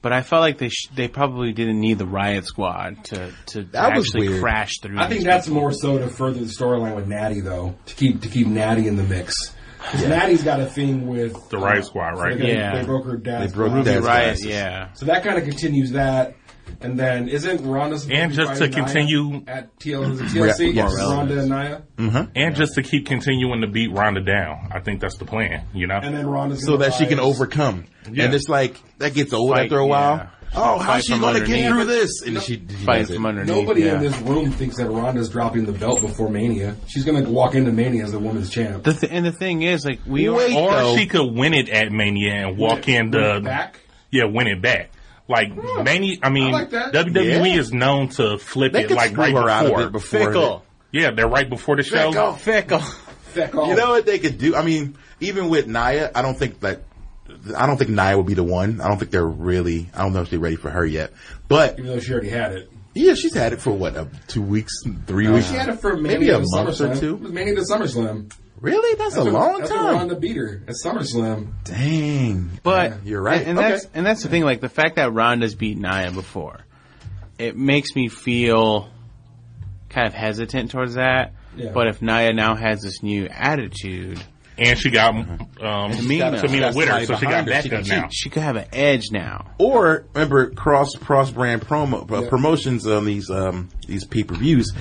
[SPEAKER 2] but I felt like they sh- they probably didn't need the Riot Squad to to, to
[SPEAKER 1] That was
[SPEAKER 2] actually
[SPEAKER 1] weird.
[SPEAKER 2] crash through.
[SPEAKER 3] I think
[SPEAKER 2] these
[SPEAKER 3] that's
[SPEAKER 2] people.
[SPEAKER 3] more so to further the storyline with Natty though, to keep to keep Natty in the mix. 'Cause Natty's got a thing with uh,
[SPEAKER 4] The Riot Squad, right?
[SPEAKER 3] They,
[SPEAKER 2] Yeah.
[SPEAKER 3] they broke her dad.
[SPEAKER 1] They broke Dad's
[SPEAKER 2] Riot.
[SPEAKER 1] glasses.
[SPEAKER 2] Yeah,
[SPEAKER 3] So that kind of continues that. And then isn't Ronda supposed
[SPEAKER 4] And
[SPEAKER 3] be
[SPEAKER 4] just to
[SPEAKER 3] fighting Nia
[SPEAKER 4] continue-
[SPEAKER 3] at TL, is it TLC?
[SPEAKER 1] Yeah, yes.
[SPEAKER 3] Ronda and Nia,
[SPEAKER 4] And just to keep continuing to beat Ronda down. I think that's the plan, you know?
[SPEAKER 3] and then Ronda's
[SPEAKER 1] Mm-hmm. so
[SPEAKER 3] gonna
[SPEAKER 1] that she can
[SPEAKER 3] rise.
[SPEAKER 1] overcome, and it's like that gets old
[SPEAKER 2] Fight,
[SPEAKER 1] after a while.
[SPEAKER 2] yeah.
[SPEAKER 1] Oh, how's
[SPEAKER 2] Fight
[SPEAKER 1] she
[SPEAKER 2] from
[SPEAKER 1] gonna get
[SPEAKER 2] underneath.
[SPEAKER 1] through this? And she, she
[SPEAKER 2] fighting
[SPEAKER 1] does it.
[SPEAKER 2] from underneath.
[SPEAKER 3] Nobody
[SPEAKER 2] yeah.
[SPEAKER 3] in this room thinks that Ronda's dropping the belt before Mania. She's gonna walk into Mania as the women's champ.
[SPEAKER 2] The th- and the thing is, like we are-
[SPEAKER 1] Wait,
[SPEAKER 4] or
[SPEAKER 1] though.
[SPEAKER 4] she could win it at Mania and walk in uh, the
[SPEAKER 3] back.
[SPEAKER 4] Yeah, win it back. Like Mania I mean
[SPEAKER 3] I like that.
[SPEAKER 4] WWE
[SPEAKER 1] Yeah.
[SPEAKER 4] is known to flip
[SPEAKER 1] They
[SPEAKER 4] it
[SPEAKER 1] could
[SPEAKER 4] like right
[SPEAKER 1] screw her
[SPEAKER 4] before.
[SPEAKER 1] out of it before.
[SPEAKER 2] Fickle.
[SPEAKER 4] Yeah, they're right before the show.
[SPEAKER 1] Fickle.
[SPEAKER 2] Fickle.
[SPEAKER 3] Feck off.
[SPEAKER 1] You know what they could do? I mean, even with Naya, I don't think that. I don't think Naya would be the one. I don't think they're really. I don't know if they're ready for her yet. But
[SPEAKER 3] even though she already had it.
[SPEAKER 1] yeah, she's had it for what, uh, two weeks, three weeks,
[SPEAKER 3] She had it for Mania
[SPEAKER 1] maybe a
[SPEAKER 3] to
[SPEAKER 1] month or
[SPEAKER 3] SummerSlam. It
[SPEAKER 1] two.
[SPEAKER 3] was Mania to SummerSlam.
[SPEAKER 1] Really, that's, a
[SPEAKER 3] That's when-
[SPEAKER 1] long
[SPEAKER 3] that's when
[SPEAKER 1] time.
[SPEAKER 3] Ronda beat her at SummerSlam.
[SPEAKER 1] Dang,
[SPEAKER 2] But
[SPEAKER 1] Yeah, you're right.
[SPEAKER 2] and, and
[SPEAKER 1] Okay.
[SPEAKER 2] that's and that's the thing. Like the fact that Ronda's beat Nia before, it makes me feel kind of hesitant towards that.
[SPEAKER 3] Yeah.
[SPEAKER 2] But if Naya now has this new attitude,
[SPEAKER 4] And she got um,
[SPEAKER 1] Mm-hmm.
[SPEAKER 4] Tamina,
[SPEAKER 2] she
[SPEAKER 4] Tamina with her,
[SPEAKER 3] somebody
[SPEAKER 4] so she got
[SPEAKER 3] behind her. She
[SPEAKER 4] backup
[SPEAKER 3] can
[SPEAKER 4] now.
[SPEAKER 2] she could have an edge now.
[SPEAKER 1] Or remember cross cross brand promo uh, promotions on these um, these pay per views.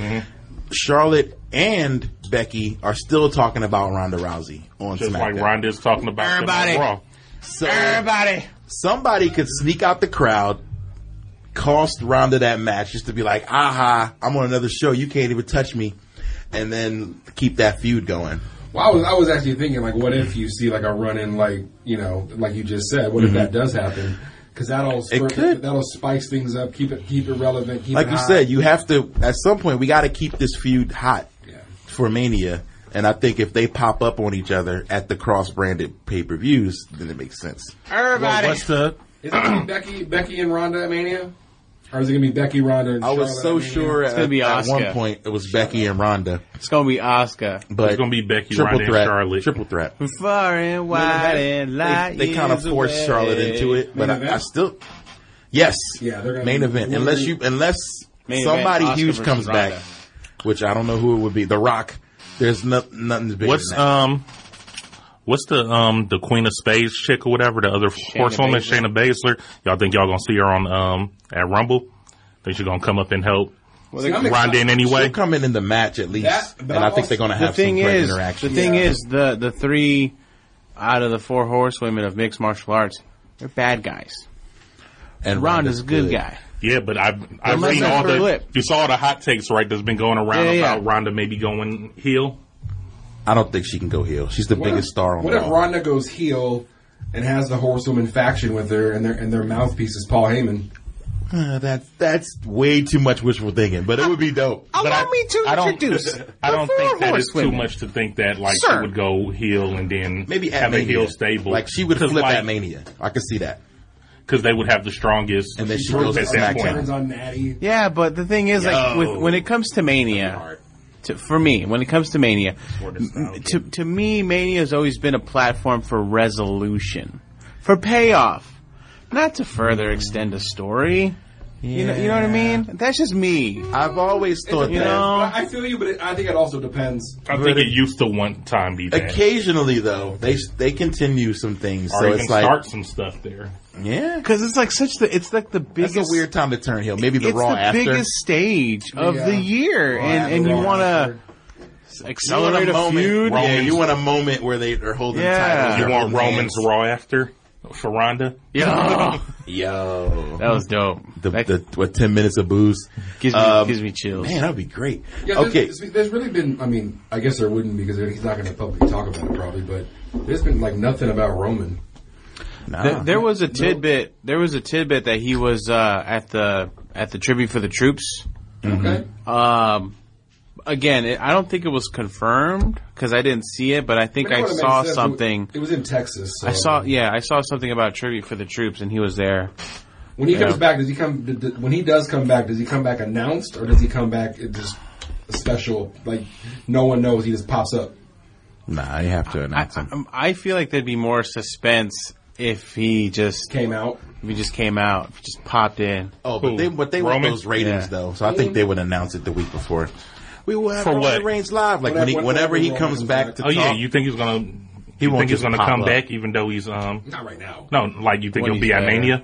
[SPEAKER 1] Charlotte and Becky are still talking about Ronda Rousey on
[SPEAKER 4] Just like
[SPEAKER 1] SmackDown.
[SPEAKER 4] Ronda's talking about them on
[SPEAKER 2] Everybody.
[SPEAKER 4] Raw.
[SPEAKER 1] so
[SPEAKER 2] Everybody,
[SPEAKER 1] somebody could sneak out the crowd, cost Ronda that match just to be like, "Aha, I'm on another show. You can't even touch me," and then keep that feud going.
[SPEAKER 3] Well, I was, I was actually thinking, like, what if you see like a run in, like you know, like you just said, what if that does happen? Because that'll spur,
[SPEAKER 1] Mm-hmm. could.
[SPEAKER 3] that'll spice things up, keep it keep it relevant. Keep
[SPEAKER 1] Like
[SPEAKER 3] it
[SPEAKER 1] you
[SPEAKER 3] hot.
[SPEAKER 1] said, you have to at some point. We got to keep this feud hot
[SPEAKER 3] Yeah.
[SPEAKER 1] for Mania. And I think if they pop up on each other at the cross-branded pay-per-views, then it makes sense.
[SPEAKER 2] everybody.
[SPEAKER 4] What's the
[SPEAKER 3] is it gonna be Becky Becky and Ronda at Mania, or is it gonna be Becky Ronda? And
[SPEAKER 1] I was
[SPEAKER 3] Charlotte
[SPEAKER 1] so
[SPEAKER 3] at Mania?
[SPEAKER 1] sure
[SPEAKER 2] gonna
[SPEAKER 1] at,
[SPEAKER 2] be
[SPEAKER 1] at
[SPEAKER 2] Asuka.
[SPEAKER 1] one point it was Becky and Ronda,
[SPEAKER 2] it's gonna be Oscar.
[SPEAKER 1] but
[SPEAKER 4] It's gonna be Becky,
[SPEAKER 1] triple
[SPEAKER 4] Ronda, and
[SPEAKER 1] threat,
[SPEAKER 4] Charlotte.
[SPEAKER 1] triple threat.
[SPEAKER 2] Far and wide and light.
[SPEAKER 1] They, they kind of
[SPEAKER 2] years
[SPEAKER 1] forced
[SPEAKER 2] away.
[SPEAKER 1] Charlotte into it, but
[SPEAKER 3] Main
[SPEAKER 1] I, I
[SPEAKER 3] event?
[SPEAKER 1] still, yes,
[SPEAKER 3] Yeah, they're gonna
[SPEAKER 1] main
[SPEAKER 3] be-
[SPEAKER 1] event. Unless you, unless
[SPEAKER 2] Main event,
[SPEAKER 1] somebody
[SPEAKER 2] Asuka
[SPEAKER 1] huge
[SPEAKER 2] versus
[SPEAKER 1] comes back,
[SPEAKER 2] Ronda.
[SPEAKER 1] which I don't know who it would be. The Rock. There's no, nothing big.
[SPEAKER 4] What's um, what's the um the Queen of Spades chick or whatever the other horsewoman
[SPEAKER 2] Baszler.
[SPEAKER 4] Shayna Baszler? Y'all think y'all gonna see her on um at Rumble? Think she gonna come up and help
[SPEAKER 3] See, I'm
[SPEAKER 4] Ronda
[SPEAKER 3] excited.
[SPEAKER 4] in any
[SPEAKER 1] They're
[SPEAKER 4] way?
[SPEAKER 1] coming in the match at least,
[SPEAKER 3] That- but
[SPEAKER 1] and
[SPEAKER 3] I'm
[SPEAKER 1] I think
[SPEAKER 3] also-
[SPEAKER 1] they're going to
[SPEAKER 2] the
[SPEAKER 1] have some
[SPEAKER 2] thing
[SPEAKER 1] great
[SPEAKER 2] is, the
[SPEAKER 1] interaction.
[SPEAKER 2] thing
[SPEAKER 3] Yeah.
[SPEAKER 2] is, the the three out of the four horsewomen of mixed martial arts, they're bad guys.
[SPEAKER 1] And
[SPEAKER 2] Ronda's a good guy.
[SPEAKER 4] Yeah, but I've I've
[SPEAKER 2] Unless
[SPEAKER 4] seen
[SPEAKER 2] that's
[SPEAKER 4] all
[SPEAKER 2] her
[SPEAKER 4] the
[SPEAKER 2] lip.
[SPEAKER 4] you saw all the hot takes right that's been going around
[SPEAKER 2] Yeah, yeah.
[SPEAKER 4] about Ronda maybe going heel.
[SPEAKER 1] I don't think she can go heel. She's the
[SPEAKER 3] What
[SPEAKER 1] biggest
[SPEAKER 3] if,
[SPEAKER 1] star on
[SPEAKER 3] What if
[SPEAKER 1] Raw.
[SPEAKER 3] Ronda goes heel and has the horsewoman faction with her, and their and their mouthpiece is Paul Heyman?
[SPEAKER 1] Uh, that's that's way too much wishful thinking, but it would be dope.
[SPEAKER 4] But
[SPEAKER 2] Allow
[SPEAKER 4] I-
[SPEAKER 2] me to
[SPEAKER 4] I don't-
[SPEAKER 2] introduce.
[SPEAKER 4] I
[SPEAKER 2] the
[SPEAKER 4] don't
[SPEAKER 2] four
[SPEAKER 4] think that it's too
[SPEAKER 2] horsewomen.
[SPEAKER 4] much to think that like she
[SPEAKER 2] Sir.
[SPEAKER 4] would go heel and then
[SPEAKER 1] Maybe at
[SPEAKER 4] have
[SPEAKER 1] Mania.
[SPEAKER 4] a heel stable.
[SPEAKER 1] Like she would
[SPEAKER 4] 'Cause,
[SPEAKER 1] flip
[SPEAKER 4] like,
[SPEAKER 1] at Mania. I could see that.
[SPEAKER 4] because they would have the strongest.
[SPEAKER 1] And then she
[SPEAKER 4] group
[SPEAKER 1] goes
[SPEAKER 4] at
[SPEAKER 1] to
[SPEAKER 4] that
[SPEAKER 1] SmackDown.
[SPEAKER 4] point.
[SPEAKER 3] Turns on Natty.
[SPEAKER 2] Yeah, but the thing is, like,
[SPEAKER 4] Yo.
[SPEAKER 2] with, when it comes to Mania, to, for me, when it comes to Mania,
[SPEAKER 4] this
[SPEAKER 2] m-
[SPEAKER 4] now,
[SPEAKER 2] to to me, Mania has always been a platform for resolution, for payoff, not to further extend a story. You know, you know what I mean? That's just me.
[SPEAKER 1] I've always thought
[SPEAKER 2] You
[SPEAKER 1] that.
[SPEAKER 2] know,
[SPEAKER 3] But I feel you, but it, I think it also depends.
[SPEAKER 4] I think it used to one time be that.
[SPEAKER 1] Occasionally, though, they they continue some things,
[SPEAKER 4] or
[SPEAKER 1] so
[SPEAKER 4] you
[SPEAKER 1] it's
[SPEAKER 4] can
[SPEAKER 1] like,
[SPEAKER 4] start some stuff there.
[SPEAKER 1] yeah,
[SPEAKER 2] because it's like such the it's like the
[SPEAKER 1] it's
[SPEAKER 2] biggest
[SPEAKER 1] a weird time to turn heel. Maybe the
[SPEAKER 2] it's
[SPEAKER 1] Raw
[SPEAKER 2] the
[SPEAKER 1] after
[SPEAKER 2] biggest stage of
[SPEAKER 3] Yeah.
[SPEAKER 2] the year, and,
[SPEAKER 3] after
[SPEAKER 2] and you
[SPEAKER 3] Raw
[SPEAKER 2] want
[SPEAKER 3] after.
[SPEAKER 2] to accelerate a,
[SPEAKER 1] moment.
[SPEAKER 2] feud.
[SPEAKER 1] Yeah,
[SPEAKER 4] Roman's-
[SPEAKER 1] you want a moment where they are holding
[SPEAKER 2] Yeah.
[SPEAKER 1] titles.
[SPEAKER 4] You
[SPEAKER 1] They're
[SPEAKER 4] want
[SPEAKER 1] holding
[SPEAKER 4] Roman's
[SPEAKER 1] hands.
[SPEAKER 4] Raw after for Ronda?
[SPEAKER 2] Yeah.
[SPEAKER 1] Yo,
[SPEAKER 2] that was dope.
[SPEAKER 1] the,
[SPEAKER 2] that
[SPEAKER 1] the what ten minutes of booze.
[SPEAKER 2] gives me
[SPEAKER 1] um,
[SPEAKER 2] gives me chills.
[SPEAKER 1] Man, that'd be great.
[SPEAKER 3] Yeah, there's,
[SPEAKER 1] okay,
[SPEAKER 3] there's, there's really been. I mean, I guess there wouldn't because he's not going to publicly talk about it probably. But there's been like nothing about Roman.
[SPEAKER 1] nah.
[SPEAKER 3] uh,
[SPEAKER 2] Th- there was a tidbit. There was a tidbit that he was uh, at the at the tribute for the troops. Mm-hmm.
[SPEAKER 3] Okay.
[SPEAKER 2] Um, again, it, I don't think it was confirmed because I didn't see it, but I think
[SPEAKER 3] mean, it
[SPEAKER 2] I
[SPEAKER 3] would've made
[SPEAKER 2] saw
[SPEAKER 3] sense. It-
[SPEAKER 2] something.
[SPEAKER 3] It was in Texas. so-
[SPEAKER 2] I saw, yeah, I saw something about tribute for the troops, and he was there.
[SPEAKER 3] when he comes
[SPEAKER 2] yeah.
[SPEAKER 3] back. Does he come? d- d- When he does come back, does he come back announced or does he come back it just a special? Like no one knows. He just pops up.
[SPEAKER 1] nah, you have to
[SPEAKER 2] I, um,
[SPEAKER 1] announce him.
[SPEAKER 2] I, I feel like there'd be more suspense if he just
[SPEAKER 3] Came out.
[SPEAKER 2] if he just came out, if he just popped in.
[SPEAKER 1] Oh, but
[SPEAKER 4] Who?
[SPEAKER 1] they but they want
[SPEAKER 4] Roman?
[SPEAKER 1] those ratings
[SPEAKER 2] Yeah.
[SPEAKER 1] though, so I think they would announce it the week before. We will have
[SPEAKER 4] For
[SPEAKER 1] Roman
[SPEAKER 4] what?
[SPEAKER 1] Reigns live, like when he,
[SPEAKER 3] Whenever-
[SPEAKER 1] whenever he
[SPEAKER 3] whenever
[SPEAKER 1] comes
[SPEAKER 3] Roman
[SPEAKER 1] back
[SPEAKER 3] comes
[SPEAKER 1] to
[SPEAKER 4] Oh yeah,
[SPEAKER 1] talk.
[SPEAKER 4] you think he's
[SPEAKER 1] He
[SPEAKER 4] gonna? you
[SPEAKER 1] won't
[SPEAKER 4] think he's
[SPEAKER 1] just
[SPEAKER 4] gonna
[SPEAKER 1] pop
[SPEAKER 4] come
[SPEAKER 1] up.
[SPEAKER 4] back, even though he's um.
[SPEAKER 3] Not right now.
[SPEAKER 4] No, like you think
[SPEAKER 2] When
[SPEAKER 4] he'll be
[SPEAKER 2] he's
[SPEAKER 4] at
[SPEAKER 2] there.
[SPEAKER 4] Mania?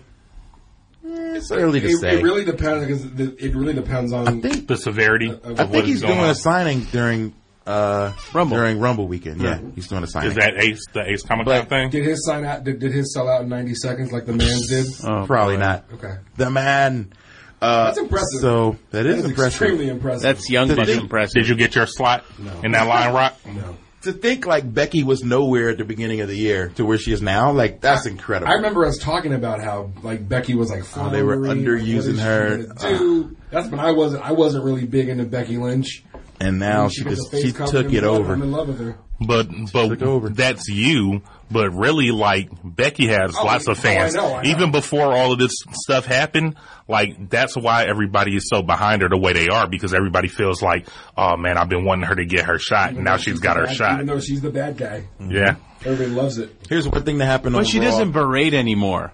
[SPEAKER 1] eh, It's early to
[SPEAKER 3] It,
[SPEAKER 1] say.
[SPEAKER 3] it really depends because the- it really depends on.
[SPEAKER 1] I think
[SPEAKER 4] The severity. of
[SPEAKER 1] I
[SPEAKER 4] what
[SPEAKER 1] think
[SPEAKER 4] is
[SPEAKER 1] he's
[SPEAKER 4] going
[SPEAKER 1] doing
[SPEAKER 4] on.
[SPEAKER 1] a signing during uh
[SPEAKER 2] Rumble.
[SPEAKER 1] during Rumble weekend. Yeah, he's doing a signing.
[SPEAKER 4] Is that Ace the Ace Comic Con
[SPEAKER 1] But-
[SPEAKER 4] thing?
[SPEAKER 3] Did his sign out? Did, did his sell out in 90 seconds like the man's did?
[SPEAKER 2] Oh,
[SPEAKER 1] Probably
[SPEAKER 2] boy.
[SPEAKER 1] not.
[SPEAKER 3] Okay.
[SPEAKER 1] The man. Uh,
[SPEAKER 3] That's impressive.
[SPEAKER 1] So that is
[SPEAKER 3] That's
[SPEAKER 1] impressive.
[SPEAKER 3] extremely impressive.
[SPEAKER 2] That's young
[SPEAKER 1] Did
[SPEAKER 2] buck
[SPEAKER 1] they-
[SPEAKER 2] impressive.
[SPEAKER 4] Did you get your slot in that line rock?
[SPEAKER 3] No.
[SPEAKER 1] to think like Becky was nowhere at the beginning of the year to where she is now, like that's incredible.
[SPEAKER 3] I remember us talking about how like Becky was like floundering.
[SPEAKER 1] Oh, they were
[SPEAKER 3] like, what
[SPEAKER 1] underusing
[SPEAKER 3] is she
[SPEAKER 1] her. Ah.
[SPEAKER 3] gonna do? That's when I wasn't. I wasn't really big into Becky Lynch.
[SPEAKER 1] and now she
[SPEAKER 3] put
[SPEAKER 1] just
[SPEAKER 3] the face
[SPEAKER 1] she
[SPEAKER 3] cover
[SPEAKER 1] took
[SPEAKER 3] in
[SPEAKER 1] it
[SPEAKER 3] blood.
[SPEAKER 1] over.
[SPEAKER 3] I'm in love with her.
[SPEAKER 4] But but
[SPEAKER 1] took over.
[SPEAKER 4] that's you. But really, like Becky has
[SPEAKER 3] Oh,
[SPEAKER 4] lots of
[SPEAKER 3] oh, I
[SPEAKER 4] fans.
[SPEAKER 3] know, I know.
[SPEAKER 4] Even before all of this stuff happened, like that's why everybody is so behind her the way they are because everybody feels like, oh man, I've been wanting her to get her shot, and now she's got her
[SPEAKER 3] Bad-
[SPEAKER 4] shot.
[SPEAKER 3] Even though she's the bad guy,
[SPEAKER 1] Mm.
[SPEAKER 4] yeah,
[SPEAKER 3] everybody loves it.
[SPEAKER 1] Here's one thing that happened on
[SPEAKER 2] But she
[SPEAKER 1] Raw.
[SPEAKER 2] doesn't berate anymore.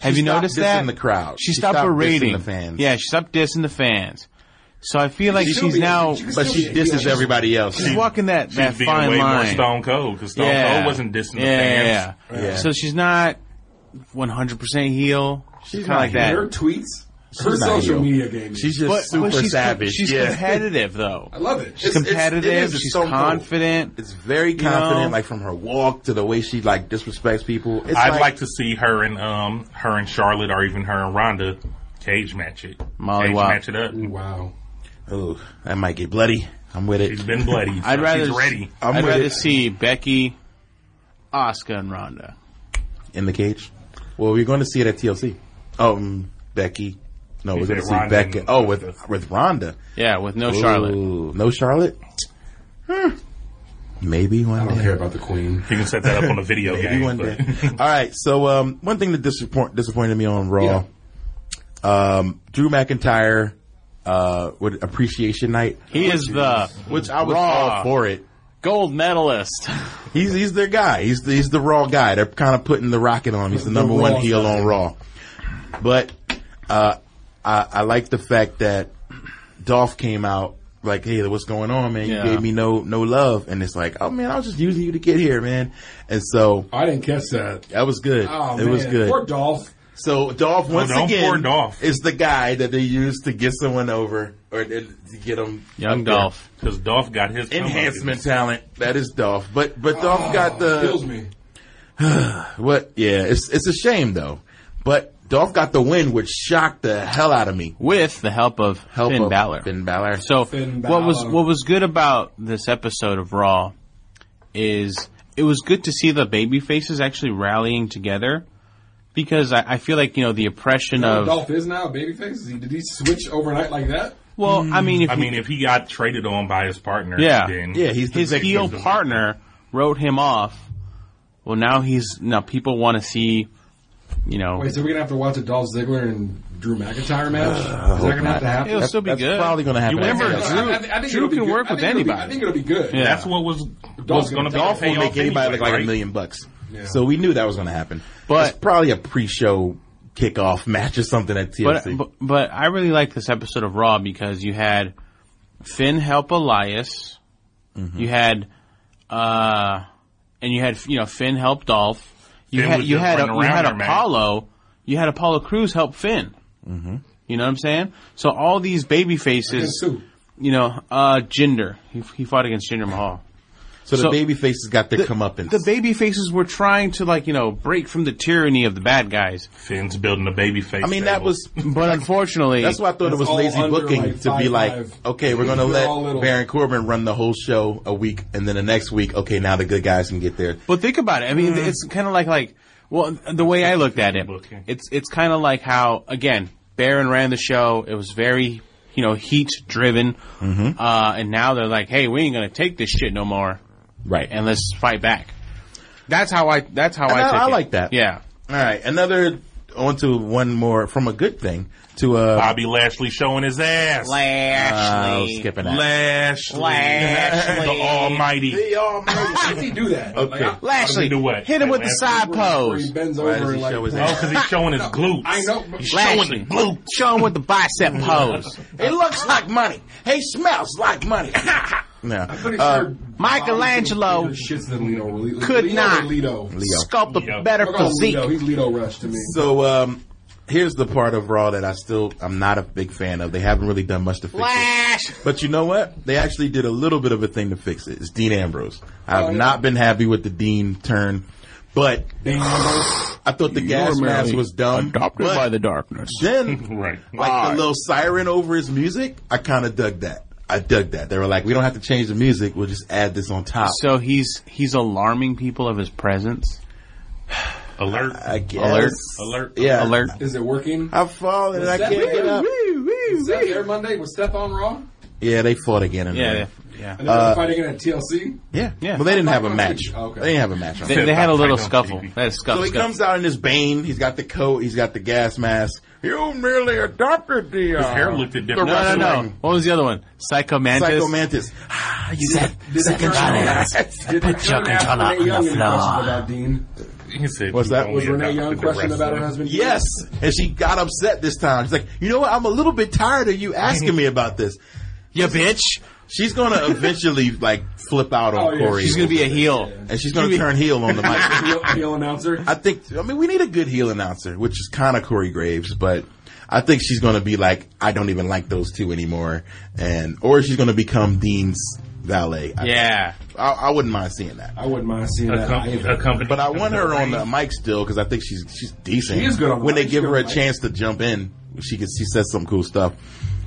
[SPEAKER 2] Have you
[SPEAKER 1] stopped
[SPEAKER 2] noticed
[SPEAKER 1] dissing
[SPEAKER 2] that
[SPEAKER 1] the crowd. She
[SPEAKER 2] She stopped,
[SPEAKER 1] stopped dissing
[SPEAKER 2] berating
[SPEAKER 1] the fans.
[SPEAKER 2] Yeah, she stopped dissing the fans. So I feel like
[SPEAKER 3] still
[SPEAKER 2] she's
[SPEAKER 3] be-
[SPEAKER 2] now
[SPEAKER 3] she could
[SPEAKER 1] But
[SPEAKER 3] still
[SPEAKER 1] she
[SPEAKER 3] be- yeah,
[SPEAKER 1] disses
[SPEAKER 3] she's-
[SPEAKER 1] everybody else.
[SPEAKER 2] she's walking that that
[SPEAKER 4] She's being
[SPEAKER 2] fine
[SPEAKER 4] way more
[SPEAKER 2] line.
[SPEAKER 4] Stone Cold because Stone Cold wasn't dissing the
[SPEAKER 2] yeah,
[SPEAKER 4] fans.
[SPEAKER 2] yeah.
[SPEAKER 1] Yeah.
[SPEAKER 2] So she's not 100 percent heel. She's kind of like that.
[SPEAKER 3] Her tweets, her
[SPEAKER 1] She's not heel.
[SPEAKER 3] social media game.
[SPEAKER 1] She's just
[SPEAKER 2] But,
[SPEAKER 1] super
[SPEAKER 2] but she's,
[SPEAKER 1] savage.
[SPEAKER 2] She's
[SPEAKER 1] yeah.
[SPEAKER 2] competitive though.
[SPEAKER 3] I love it.
[SPEAKER 2] She's
[SPEAKER 1] It's- it's-
[SPEAKER 2] competitive.
[SPEAKER 1] it is. It's
[SPEAKER 2] she's
[SPEAKER 1] Stone Cold.
[SPEAKER 2] confident.
[SPEAKER 1] It's very
[SPEAKER 2] know?
[SPEAKER 1] confident, like from her walk to the way she like disrespects people. It's
[SPEAKER 4] I'd like, to see her and um her and Charlotte or even her and Ronda cage match it.
[SPEAKER 2] Molly
[SPEAKER 4] cage
[SPEAKER 2] Wop.
[SPEAKER 4] match it up.
[SPEAKER 3] Wow.
[SPEAKER 1] oh, that might get bloody. I'm with it.
[SPEAKER 4] She's been bloody. So
[SPEAKER 2] I'd rather
[SPEAKER 4] she's ready.
[SPEAKER 1] I'm
[SPEAKER 2] I'd
[SPEAKER 1] with
[SPEAKER 2] rather
[SPEAKER 1] it.
[SPEAKER 2] see Becky, Oscar, and Ronda.
[SPEAKER 1] in the cage. Well, we're going to see it at TLC. Um, Becky. No, we're
[SPEAKER 4] said
[SPEAKER 1] going to see
[SPEAKER 4] Ronda
[SPEAKER 1] Becky.
[SPEAKER 4] and-
[SPEAKER 1] Oh, with with Rhonda.
[SPEAKER 2] Yeah, with no Charlotte.
[SPEAKER 1] Ooh, no Charlotte. Hmm. Maybe one
[SPEAKER 4] Oh,
[SPEAKER 3] I don't
[SPEAKER 1] day.
[SPEAKER 3] care about the queen.
[SPEAKER 4] You can set that up on a video
[SPEAKER 1] Maybe
[SPEAKER 4] game.
[SPEAKER 1] one
[SPEAKER 4] but-
[SPEAKER 1] day. All right. So, um, one thing that disappoint, disappointed me on Raw, um, Drew McIntyre, uh, with appreciation night,
[SPEAKER 2] He is the
[SPEAKER 1] which I was
[SPEAKER 2] Raw.
[SPEAKER 1] all for it.
[SPEAKER 2] gold medalist.
[SPEAKER 1] He's he's their guy. He's the, he's the Raw guy. They're kind of putting the rocket on him. He's the,
[SPEAKER 3] The
[SPEAKER 1] number
[SPEAKER 3] Raw
[SPEAKER 1] one heel
[SPEAKER 3] guy.
[SPEAKER 1] on Raw. But uh, I I like the fact that Dolph came out like, hey, what's going on, man?
[SPEAKER 2] Yeah.
[SPEAKER 1] You gave me no no love, and it's like, oh man, I was just using you to get here, man. And so
[SPEAKER 3] I didn't catch that.
[SPEAKER 1] that was good.
[SPEAKER 3] Oh,
[SPEAKER 1] it
[SPEAKER 3] man.
[SPEAKER 1] was good.
[SPEAKER 3] Poor Dolph.
[SPEAKER 1] So Dolph once
[SPEAKER 4] don't
[SPEAKER 1] again
[SPEAKER 4] pour Oh, Dolph.
[SPEAKER 1] is the guy that they use to get someone over or to to get them
[SPEAKER 2] Young Dolph.
[SPEAKER 4] Because Dolph got his come up.
[SPEAKER 1] enhancement talent. That is Dolph, but but Dolph got the
[SPEAKER 3] Kills me.
[SPEAKER 1] What? Yeah, it's it's a shame though. But Dolph got the win, which shocked the hell out of me.
[SPEAKER 2] with the help of
[SPEAKER 1] Help
[SPEAKER 2] Finn
[SPEAKER 1] of
[SPEAKER 2] Balor.
[SPEAKER 1] Finn Balor.
[SPEAKER 2] So
[SPEAKER 3] Finn
[SPEAKER 2] what was
[SPEAKER 3] Balor.
[SPEAKER 2] what was good about this episode of Raw is it was good to see the baby faces actually rallying together because I, I feel like you know the oppression
[SPEAKER 3] You know what
[SPEAKER 2] of
[SPEAKER 3] Dolph is now babyface. Is he- Did he switch overnight like that?
[SPEAKER 2] well I mean if
[SPEAKER 4] I
[SPEAKER 2] you-
[SPEAKER 4] mean, if he got traded on by his partner,
[SPEAKER 2] Yeah.
[SPEAKER 4] then
[SPEAKER 1] yeah, he's the
[SPEAKER 2] his
[SPEAKER 1] victim.
[SPEAKER 2] heel partner wrote him off. Well, now he's now people want to see you know
[SPEAKER 3] Wait, so we're gonna have to watch a Dolph Ziggler and Drew McIntyre match? is that
[SPEAKER 1] Uh, hope
[SPEAKER 3] gonna have
[SPEAKER 1] not.
[SPEAKER 3] to happen?
[SPEAKER 2] it'll
[SPEAKER 1] That's-
[SPEAKER 2] still be
[SPEAKER 1] that's
[SPEAKER 2] good.
[SPEAKER 1] probably gonna happen.
[SPEAKER 2] You remember
[SPEAKER 1] Yeah.
[SPEAKER 2] Drew,
[SPEAKER 3] I- I- I think
[SPEAKER 2] Drew
[SPEAKER 3] it'll be
[SPEAKER 2] can
[SPEAKER 3] good.
[SPEAKER 2] work
[SPEAKER 3] I
[SPEAKER 2] with
[SPEAKER 3] think it'll be-
[SPEAKER 2] anybody.
[SPEAKER 3] I think it'll be good.
[SPEAKER 2] Yeah.
[SPEAKER 4] that's what was was going to be.
[SPEAKER 1] Dolph
[SPEAKER 4] the
[SPEAKER 1] won't
[SPEAKER 4] payoff
[SPEAKER 1] make anybody
[SPEAKER 4] anyway,
[SPEAKER 1] look like
[SPEAKER 4] right?
[SPEAKER 1] a million bucks.
[SPEAKER 3] Yeah.
[SPEAKER 1] So we knew that was going to happen.
[SPEAKER 2] But-
[SPEAKER 1] it's probably a pre-show kickoff match or something at
[SPEAKER 2] But,
[SPEAKER 1] TLC.
[SPEAKER 2] but but I really like this episode of Raw because you had Finn help Elias,
[SPEAKER 1] Mm-hmm.
[SPEAKER 2] you had uh, and you had you know Finn help Dolph. You
[SPEAKER 4] Finn
[SPEAKER 2] had
[SPEAKER 4] was
[SPEAKER 2] you
[SPEAKER 4] just
[SPEAKER 2] had
[SPEAKER 4] running
[SPEAKER 2] you had
[SPEAKER 4] around there, man.
[SPEAKER 2] Apollo. You had Apollo Cruz help Finn.
[SPEAKER 1] Mm-hmm.
[SPEAKER 2] You know what I'm saying? So all these baby
[SPEAKER 3] Against
[SPEAKER 2] faces,
[SPEAKER 3] who?
[SPEAKER 2] you know, uh, Jinder. He, he fought against Jinder Mahal.
[SPEAKER 1] so the
[SPEAKER 2] so-
[SPEAKER 1] baby faces got their comeuppance.
[SPEAKER 2] The baby faces were trying to like you know break from the tyranny of the bad guys,
[SPEAKER 4] Finn's building a baby face.
[SPEAKER 1] I mean, that
[SPEAKER 4] stable.
[SPEAKER 1] was
[SPEAKER 2] but unfortunately,
[SPEAKER 1] That's why I thought it
[SPEAKER 3] It's
[SPEAKER 1] was
[SPEAKER 3] all
[SPEAKER 1] lazy
[SPEAKER 3] under,
[SPEAKER 1] booking
[SPEAKER 3] like,
[SPEAKER 1] to be
[SPEAKER 3] five,
[SPEAKER 1] like,
[SPEAKER 3] five.
[SPEAKER 1] okay, we're going to
[SPEAKER 3] They're
[SPEAKER 1] let
[SPEAKER 3] all little.
[SPEAKER 1] Baron Corbin run the whole show a week, and then the next week, okay, now the good guys can get there.
[SPEAKER 2] But think about it. I
[SPEAKER 1] Mm.
[SPEAKER 2] mean, it's kind of like like well, the way I looked at it,
[SPEAKER 4] Okay.
[SPEAKER 2] it's it's kind of like how again Baron ran the show. It was very you know heat driven,
[SPEAKER 1] Mm-hmm.
[SPEAKER 2] uh, and now they're like, hey, we ain't gonna take this shit no more,
[SPEAKER 1] Right.
[SPEAKER 2] and let's fight back. That's how I. That's how
[SPEAKER 1] And
[SPEAKER 2] I.
[SPEAKER 1] I-
[SPEAKER 2] took
[SPEAKER 1] I
[SPEAKER 2] it.
[SPEAKER 1] like that.
[SPEAKER 2] Yeah.
[SPEAKER 1] All right, another on to one more from a good thing to uh,
[SPEAKER 4] Bobby Lashley showing his ass.
[SPEAKER 1] uh
[SPEAKER 2] Lashley.
[SPEAKER 1] skipping that.
[SPEAKER 4] Lashley,
[SPEAKER 2] Lashley.
[SPEAKER 4] the Almighty.
[SPEAKER 1] The Almighty.
[SPEAKER 3] Why does he do that?
[SPEAKER 1] Okay.
[SPEAKER 3] Like,
[SPEAKER 2] Lashley.
[SPEAKER 4] Do what?
[SPEAKER 2] Hit him with the side
[SPEAKER 4] Lashley?
[SPEAKER 3] I- where he
[SPEAKER 2] pose.
[SPEAKER 3] bends
[SPEAKER 1] Why does
[SPEAKER 3] over
[SPEAKER 1] he
[SPEAKER 3] and like
[SPEAKER 1] show his
[SPEAKER 4] Oh,
[SPEAKER 1] ass?
[SPEAKER 4] because he's showing his glutes.
[SPEAKER 3] I know, but-
[SPEAKER 4] He's showing
[SPEAKER 2] Lashley.
[SPEAKER 4] the glutes.
[SPEAKER 2] Show him with the bicep pose.
[SPEAKER 1] It looks like money. He smells like money. no.
[SPEAKER 3] pretty
[SPEAKER 1] Uh,
[SPEAKER 3] sure
[SPEAKER 2] Michelangelo
[SPEAKER 3] Bobby shits than Lino. Lito.
[SPEAKER 2] could
[SPEAKER 3] Lito
[SPEAKER 2] not.
[SPEAKER 3] or Lito.
[SPEAKER 2] Sculpt
[SPEAKER 4] Yeah.
[SPEAKER 2] a better
[SPEAKER 3] We're going
[SPEAKER 2] physique.
[SPEAKER 3] Lito. He's Lito Rush to me.
[SPEAKER 1] So um, here's the part of Raw that I still I'm not a big fan of. They haven't really done much to fix
[SPEAKER 2] Flash.
[SPEAKER 1] it. But you know what? They actually did a little bit of a thing to fix it. It's Dean Ambrose. I've
[SPEAKER 3] Oh, yeah.
[SPEAKER 1] not been happy with the Dean turn, but
[SPEAKER 3] Dean Ambrose.
[SPEAKER 1] I thought the gas mask was dumb. but
[SPEAKER 2] darkness.
[SPEAKER 1] Then,
[SPEAKER 4] Right.
[SPEAKER 1] like the little siren over his music, I kind of dug that. I dug that. They were like, we don't have to change the music. We'll just add this on top.
[SPEAKER 2] So he's he's alarming people of his presence.
[SPEAKER 4] Alert.
[SPEAKER 1] I guess.
[SPEAKER 2] Alert.
[SPEAKER 4] Alert.
[SPEAKER 1] Yeah.
[SPEAKER 2] Alert.
[SPEAKER 3] Is it working?
[SPEAKER 1] I've fallen and I
[SPEAKER 3] that-
[SPEAKER 1] can't get up.
[SPEAKER 3] Is that there Monday with Steph on Raw?
[SPEAKER 1] Yeah, they fought again. in
[SPEAKER 2] Yeah,
[SPEAKER 1] there.
[SPEAKER 2] yeah.
[SPEAKER 3] And then
[SPEAKER 1] Uh,
[SPEAKER 3] they're fighting it at TLC?
[SPEAKER 1] Yeah.
[SPEAKER 2] Yeah.
[SPEAKER 1] Well, they didn't have a
[SPEAKER 3] Oh,
[SPEAKER 1] match.
[SPEAKER 3] okay.
[SPEAKER 1] They didn't have a match. On
[SPEAKER 2] They,
[SPEAKER 1] that.
[SPEAKER 2] they had a little
[SPEAKER 4] Fight on
[SPEAKER 2] scuffle.
[SPEAKER 4] TV.
[SPEAKER 2] That scuff,
[SPEAKER 1] so he
[SPEAKER 2] scuff.
[SPEAKER 1] comes out in his Bane. He's got the coat. He's got the gas mask. You merely adopted the. Uh,
[SPEAKER 4] His hair looked at different.
[SPEAKER 2] No, no, no. What was the other one? Psycho Mantis.
[SPEAKER 1] Psycho Mantis. Ah,
[SPEAKER 3] Did the turn-
[SPEAKER 1] Yes.
[SPEAKER 3] did the turn after
[SPEAKER 2] your controller
[SPEAKER 3] Mae
[SPEAKER 2] on the
[SPEAKER 3] Young in the
[SPEAKER 2] floor.
[SPEAKER 3] question about Dean?
[SPEAKER 4] you can say
[SPEAKER 1] What's that?
[SPEAKER 3] Was
[SPEAKER 4] only
[SPEAKER 3] Renee Young
[SPEAKER 4] adopted the
[SPEAKER 3] questioned about her
[SPEAKER 4] wrestler.
[SPEAKER 3] husband?
[SPEAKER 1] Yes, and she got upset this time. She's like, you know what? I'm a little bit tired of you asking me about this.
[SPEAKER 2] Yeah, bitch.
[SPEAKER 1] She's gonna eventually like flip out on
[SPEAKER 3] Oh, yeah,
[SPEAKER 1] Corey,
[SPEAKER 3] she's
[SPEAKER 2] She's gonna be a heel.
[SPEAKER 1] and she's gonna turn heel on the mic.
[SPEAKER 3] Heel, heel announcer.
[SPEAKER 1] I think. I mean, we need a good heel announcer, which is kind of Corey Graves, but I think she's going to be like, I don't even like those two anymore, and or she's going to become Dean's valet. I-
[SPEAKER 2] Yeah.
[SPEAKER 1] I, I, wouldn't mind seeing that,
[SPEAKER 3] I wouldn't mind seeing
[SPEAKER 4] A
[SPEAKER 3] that
[SPEAKER 4] company, a
[SPEAKER 3] either.
[SPEAKER 4] company
[SPEAKER 1] but I
[SPEAKER 4] took
[SPEAKER 1] want
[SPEAKER 4] the
[SPEAKER 1] her on
[SPEAKER 4] reins.
[SPEAKER 1] the mic still because I think she's she's decent.
[SPEAKER 3] She is good on the
[SPEAKER 1] when
[SPEAKER 3] mic.
[SPEAKER 1] they
[SPEAKER 3] She's
[SPEAKER 1] give
[SPEAKER 3] good
[SPEAKER 1] her
[SPEAKER 3] on
[SPEAKER 1] a
[SPEAKER 3] the mic.
[SPEAKER 1] chance to jump in. She could she says some cool stuff,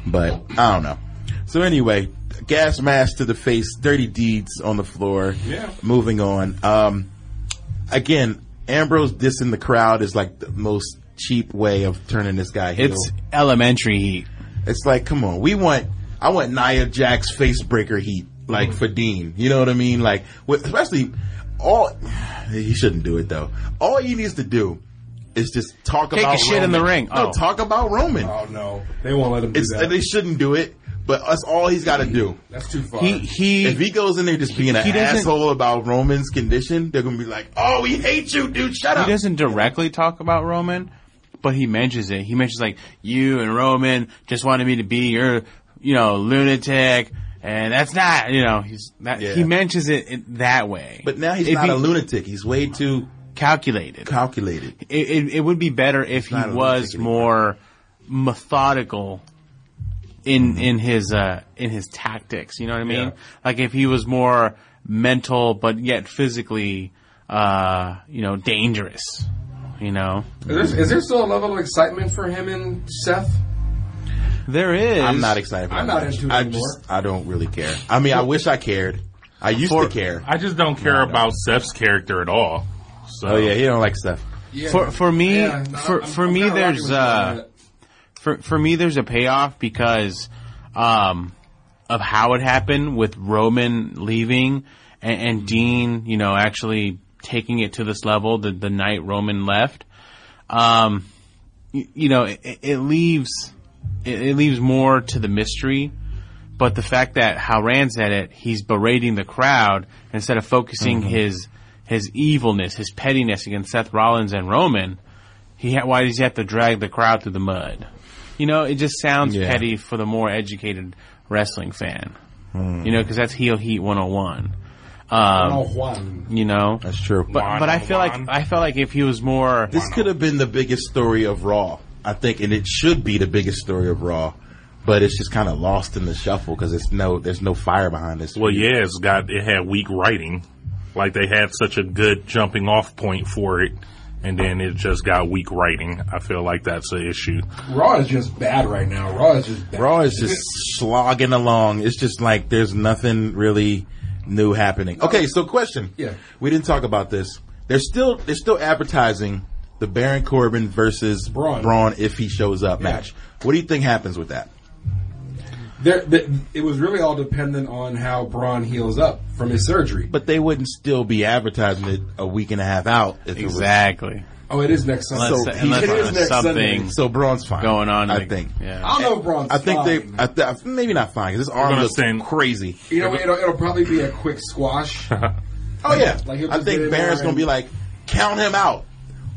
[SPEAKER 1] but I don't know. So anyway, gas mask to the face, dirty deeds on the floor.
[SPEAKER 3] Yeah.
[SPEAKER 1] Moving on. Um, again, Ambrose dissing the crowd is like the most cheap way of turning this guy heel.
[SPEAKER 2] It's
[SPEAKER 1] It's,
[SPEAKER 2] elementary heat.
[SPEAKER 1] like, come on, we want, I want Nia Jack's face breaker heat,
[SPEAKER 2] Mm.
[SPEAKER 1] like for Dean. You know what I mean? Like, with, especially all, he shouldn't do it though. All he needs to do is just talk
[SPEAKER 2] Take a
[SPEAKER 1] about
[SPEAKER 2] shit
[SPEAKER 1] Roman.
[SPEAKER 2] in the ring.
[SPEAKER 1] No,
[SPEAKER 2] Oh.
[SPEAKER 1] talk about Roman.
[SPEAKER 3] Oh no, they won't let him do
[SPEAKER 1] It's,
[SPEAKER 3] that.
[SPEAKER 1] they shouldn't do it, but that's all he's got to do.
[SPEAKER 3] That's too far.
[SPEAKER 2] He
[SPEAKER 1] If
[SPEAKER 2] he
[SPEAKER 1] he goes in there just being an
[SPEAKER 2] he doesn't-
[SPEAKER 1] asshole about Roman's condition, they're gonna be like, "Oh, we hate you, dude. Shut
[SPEAKER 2] he
[SPEAKER 1] up."
[SPEAKER 2] doesn't directly talk about Roman, but he mentions it. He mentions like you and Roman just wanted me to be your, you know, lunatic, and that's not, you know, he's that.
[SPEAKER 1] Yeah.
[SPEAKER 2] He mentions it in that way.
[SPEAKER 1] But now he's
[SPEAKER 2] It'd
[SPEAKER 1] not
[SPEAKER 2] be
[SPEAKER 1] a lunatic. He's way too
[SPEAKER 2] Calculated.
[SPEAKER 1] calculated.
[SPEAKER 2] It, it, it would be better if he
[SPEAKER 1] not a
[SPEAKER 2] was
[SPEAKER 1] lunatic
[SPEAKER 2] more methodical
[SPEAKER 1] Mm-hmm.
[SPEAKER 2] in in his uh in his tactics. You know what I mean?
[SPEAKER 3] Yeah.
[SPEAKER 2] Like if he was more mental, but yet physically, uh, you know, dangerous. You know,
[SPEAKER 3] is, there, is there still a level of excitement for him and Seth?
[SPEAKER 2] there is.
[SPEAKER 1] I'm not excited. For
[SPEAKER 3] I'm
[SPEAKER 1] that
[SPEAKER 3] not
[SPEAKER 1] match.
[SPEAKER 3] into it
[SPEAKER 1] I
[SPEAKER 3] anymore.
[SPEAKER 1] just I don't really care. I mean, I wish I cared. I used
[SPEAKER 2] For-
[SPEAKER 1] to care.
[SPEAKER 4] I just don't care about Seth's character at all. So
[SPEAKER 1] Oh yeah, he don't like stuff.
[SPEAKER 3] Yeah.
[SPEAKER 2] for for me
[SPEAKER 3] Yeah, no,
[SPEAKER 2] for
[SPEAKER 3] I'm-
[SPEAKER 2] for
[SPEAKER 3] I'm
[SPEAKER 2] me
[SPEAKER 3] kinda rocking
[SPEAKER 2] there's
[SPEAKER 3] with you on
[SPEAKER 2] uh
[SPEAKER 3] that.
[SPEAKER 2] for for me there's a payoff because um of how it happened with Roman leaving and, and Dean you know actually taking it to this level the the night Roman left um you, you know it, it leaves it, it leaves more to the mystery but the fact that how Rand said it, he's berating the crowd instead of focusing
[SPEAKER 1] Mm-hmm.
[SPEAKER 2] his his evilness, his pettiness against Seth Rollins and Roman. He ha- why does he have to drag the crowd through the mud? You know, it just sounds
[SPEAKER 1] Yeah.
[SPEAKER 2] petty for the more educated wrestling fan.
[SPEAKER 1] Hmm.
[SPEAKER 2] You know, because that's heel heat 101. Um,
[SPEAKER 3] Oh, Juan.
[SPEAKER 2] you know,
[SPEAKER 1] That's true. But
[SPEAKER 2] but but I feel like
[SPEAKER 4] Juan.
[SPEAKER 2] I felt like if he was more
[SPEAKER 1] this could have been the biggest story of Raw, I think, and it should be the biggest story of Raw. But it's just kind of lost in the shuffle because it's no, there's no fire behind this.
[SPEAKER 4] Well, yeah, it's got it had weak writing. Like they had such a good jumping off point for it, and then it just got weak writing. I feel like that's an issue.
[SPEAKER 3] Raw is just bad right now. Raw is just bad.
[SPEAKER 1] Raw is just slogging along. It's just like there's nothing really new happening. Okay, so question.
[SPEAKER 3] Yeah.
[SPEAKER 1] We didn't talk about this. They're still they're still advertising the Baron Corbin versus
[SPEAKER 3] Braun.
[SPEAKER 1] if he shows up match. What do you think happens with that?
[SPEAKER 3] There, the, it was really all dependent on how Braun heals up from his surgery.
[SPEAKER 1] But they wouldn't still be advertising it a week and a half out if
[SPEAKER 2] exactly
[SPEAKER 3] Oh, it is next Sunday.
[SPEAKER 2] unless,
[SPEAKER 1] So he-
[SPEAKER 2] unless
[SPEAKER 1] it is
[SPEAKER 2] there's
[SPEAKER 3] next
[SPEAKER 2] something
[SPEAKER 3] Sunday.
[SPEAKER 1] it was so Braun's fine.
[SPEAKER 2] going on.
[SPEAKER 1] I
[SPEAKER 2] like-
[SPEAKER 1] think.
[SPEAKER 2] yeah.
[SPEAKER 3] I don't know if Braun's
[SPEAKER 1] I think
[SPEAKER 3] fine.
[SPEAKER 1] they I th- maybe not fine because his arm
[SPEAKER 4] gonna
[SPEAKER 1] looks
[SPEAKER 4] send-
[SPEAKER 1] crazy.
[SPEAKER 3] You know, it'll, it'll probably be a quick squash.
[SPEAKER 1] Oh yeah,
[SPEAKER 3] Like, he'll
[SPEAKER 1] I
[SPEAKER 3] just get
[SPEAKER 1] think
[SPEAKER 3] in
[SPEAKER 1] Baron's
[SPEAKER 3] there
[SPEAKER 1] gonna
[SPEAKER 3] and-
[SPEAKER 1] be like, count him out.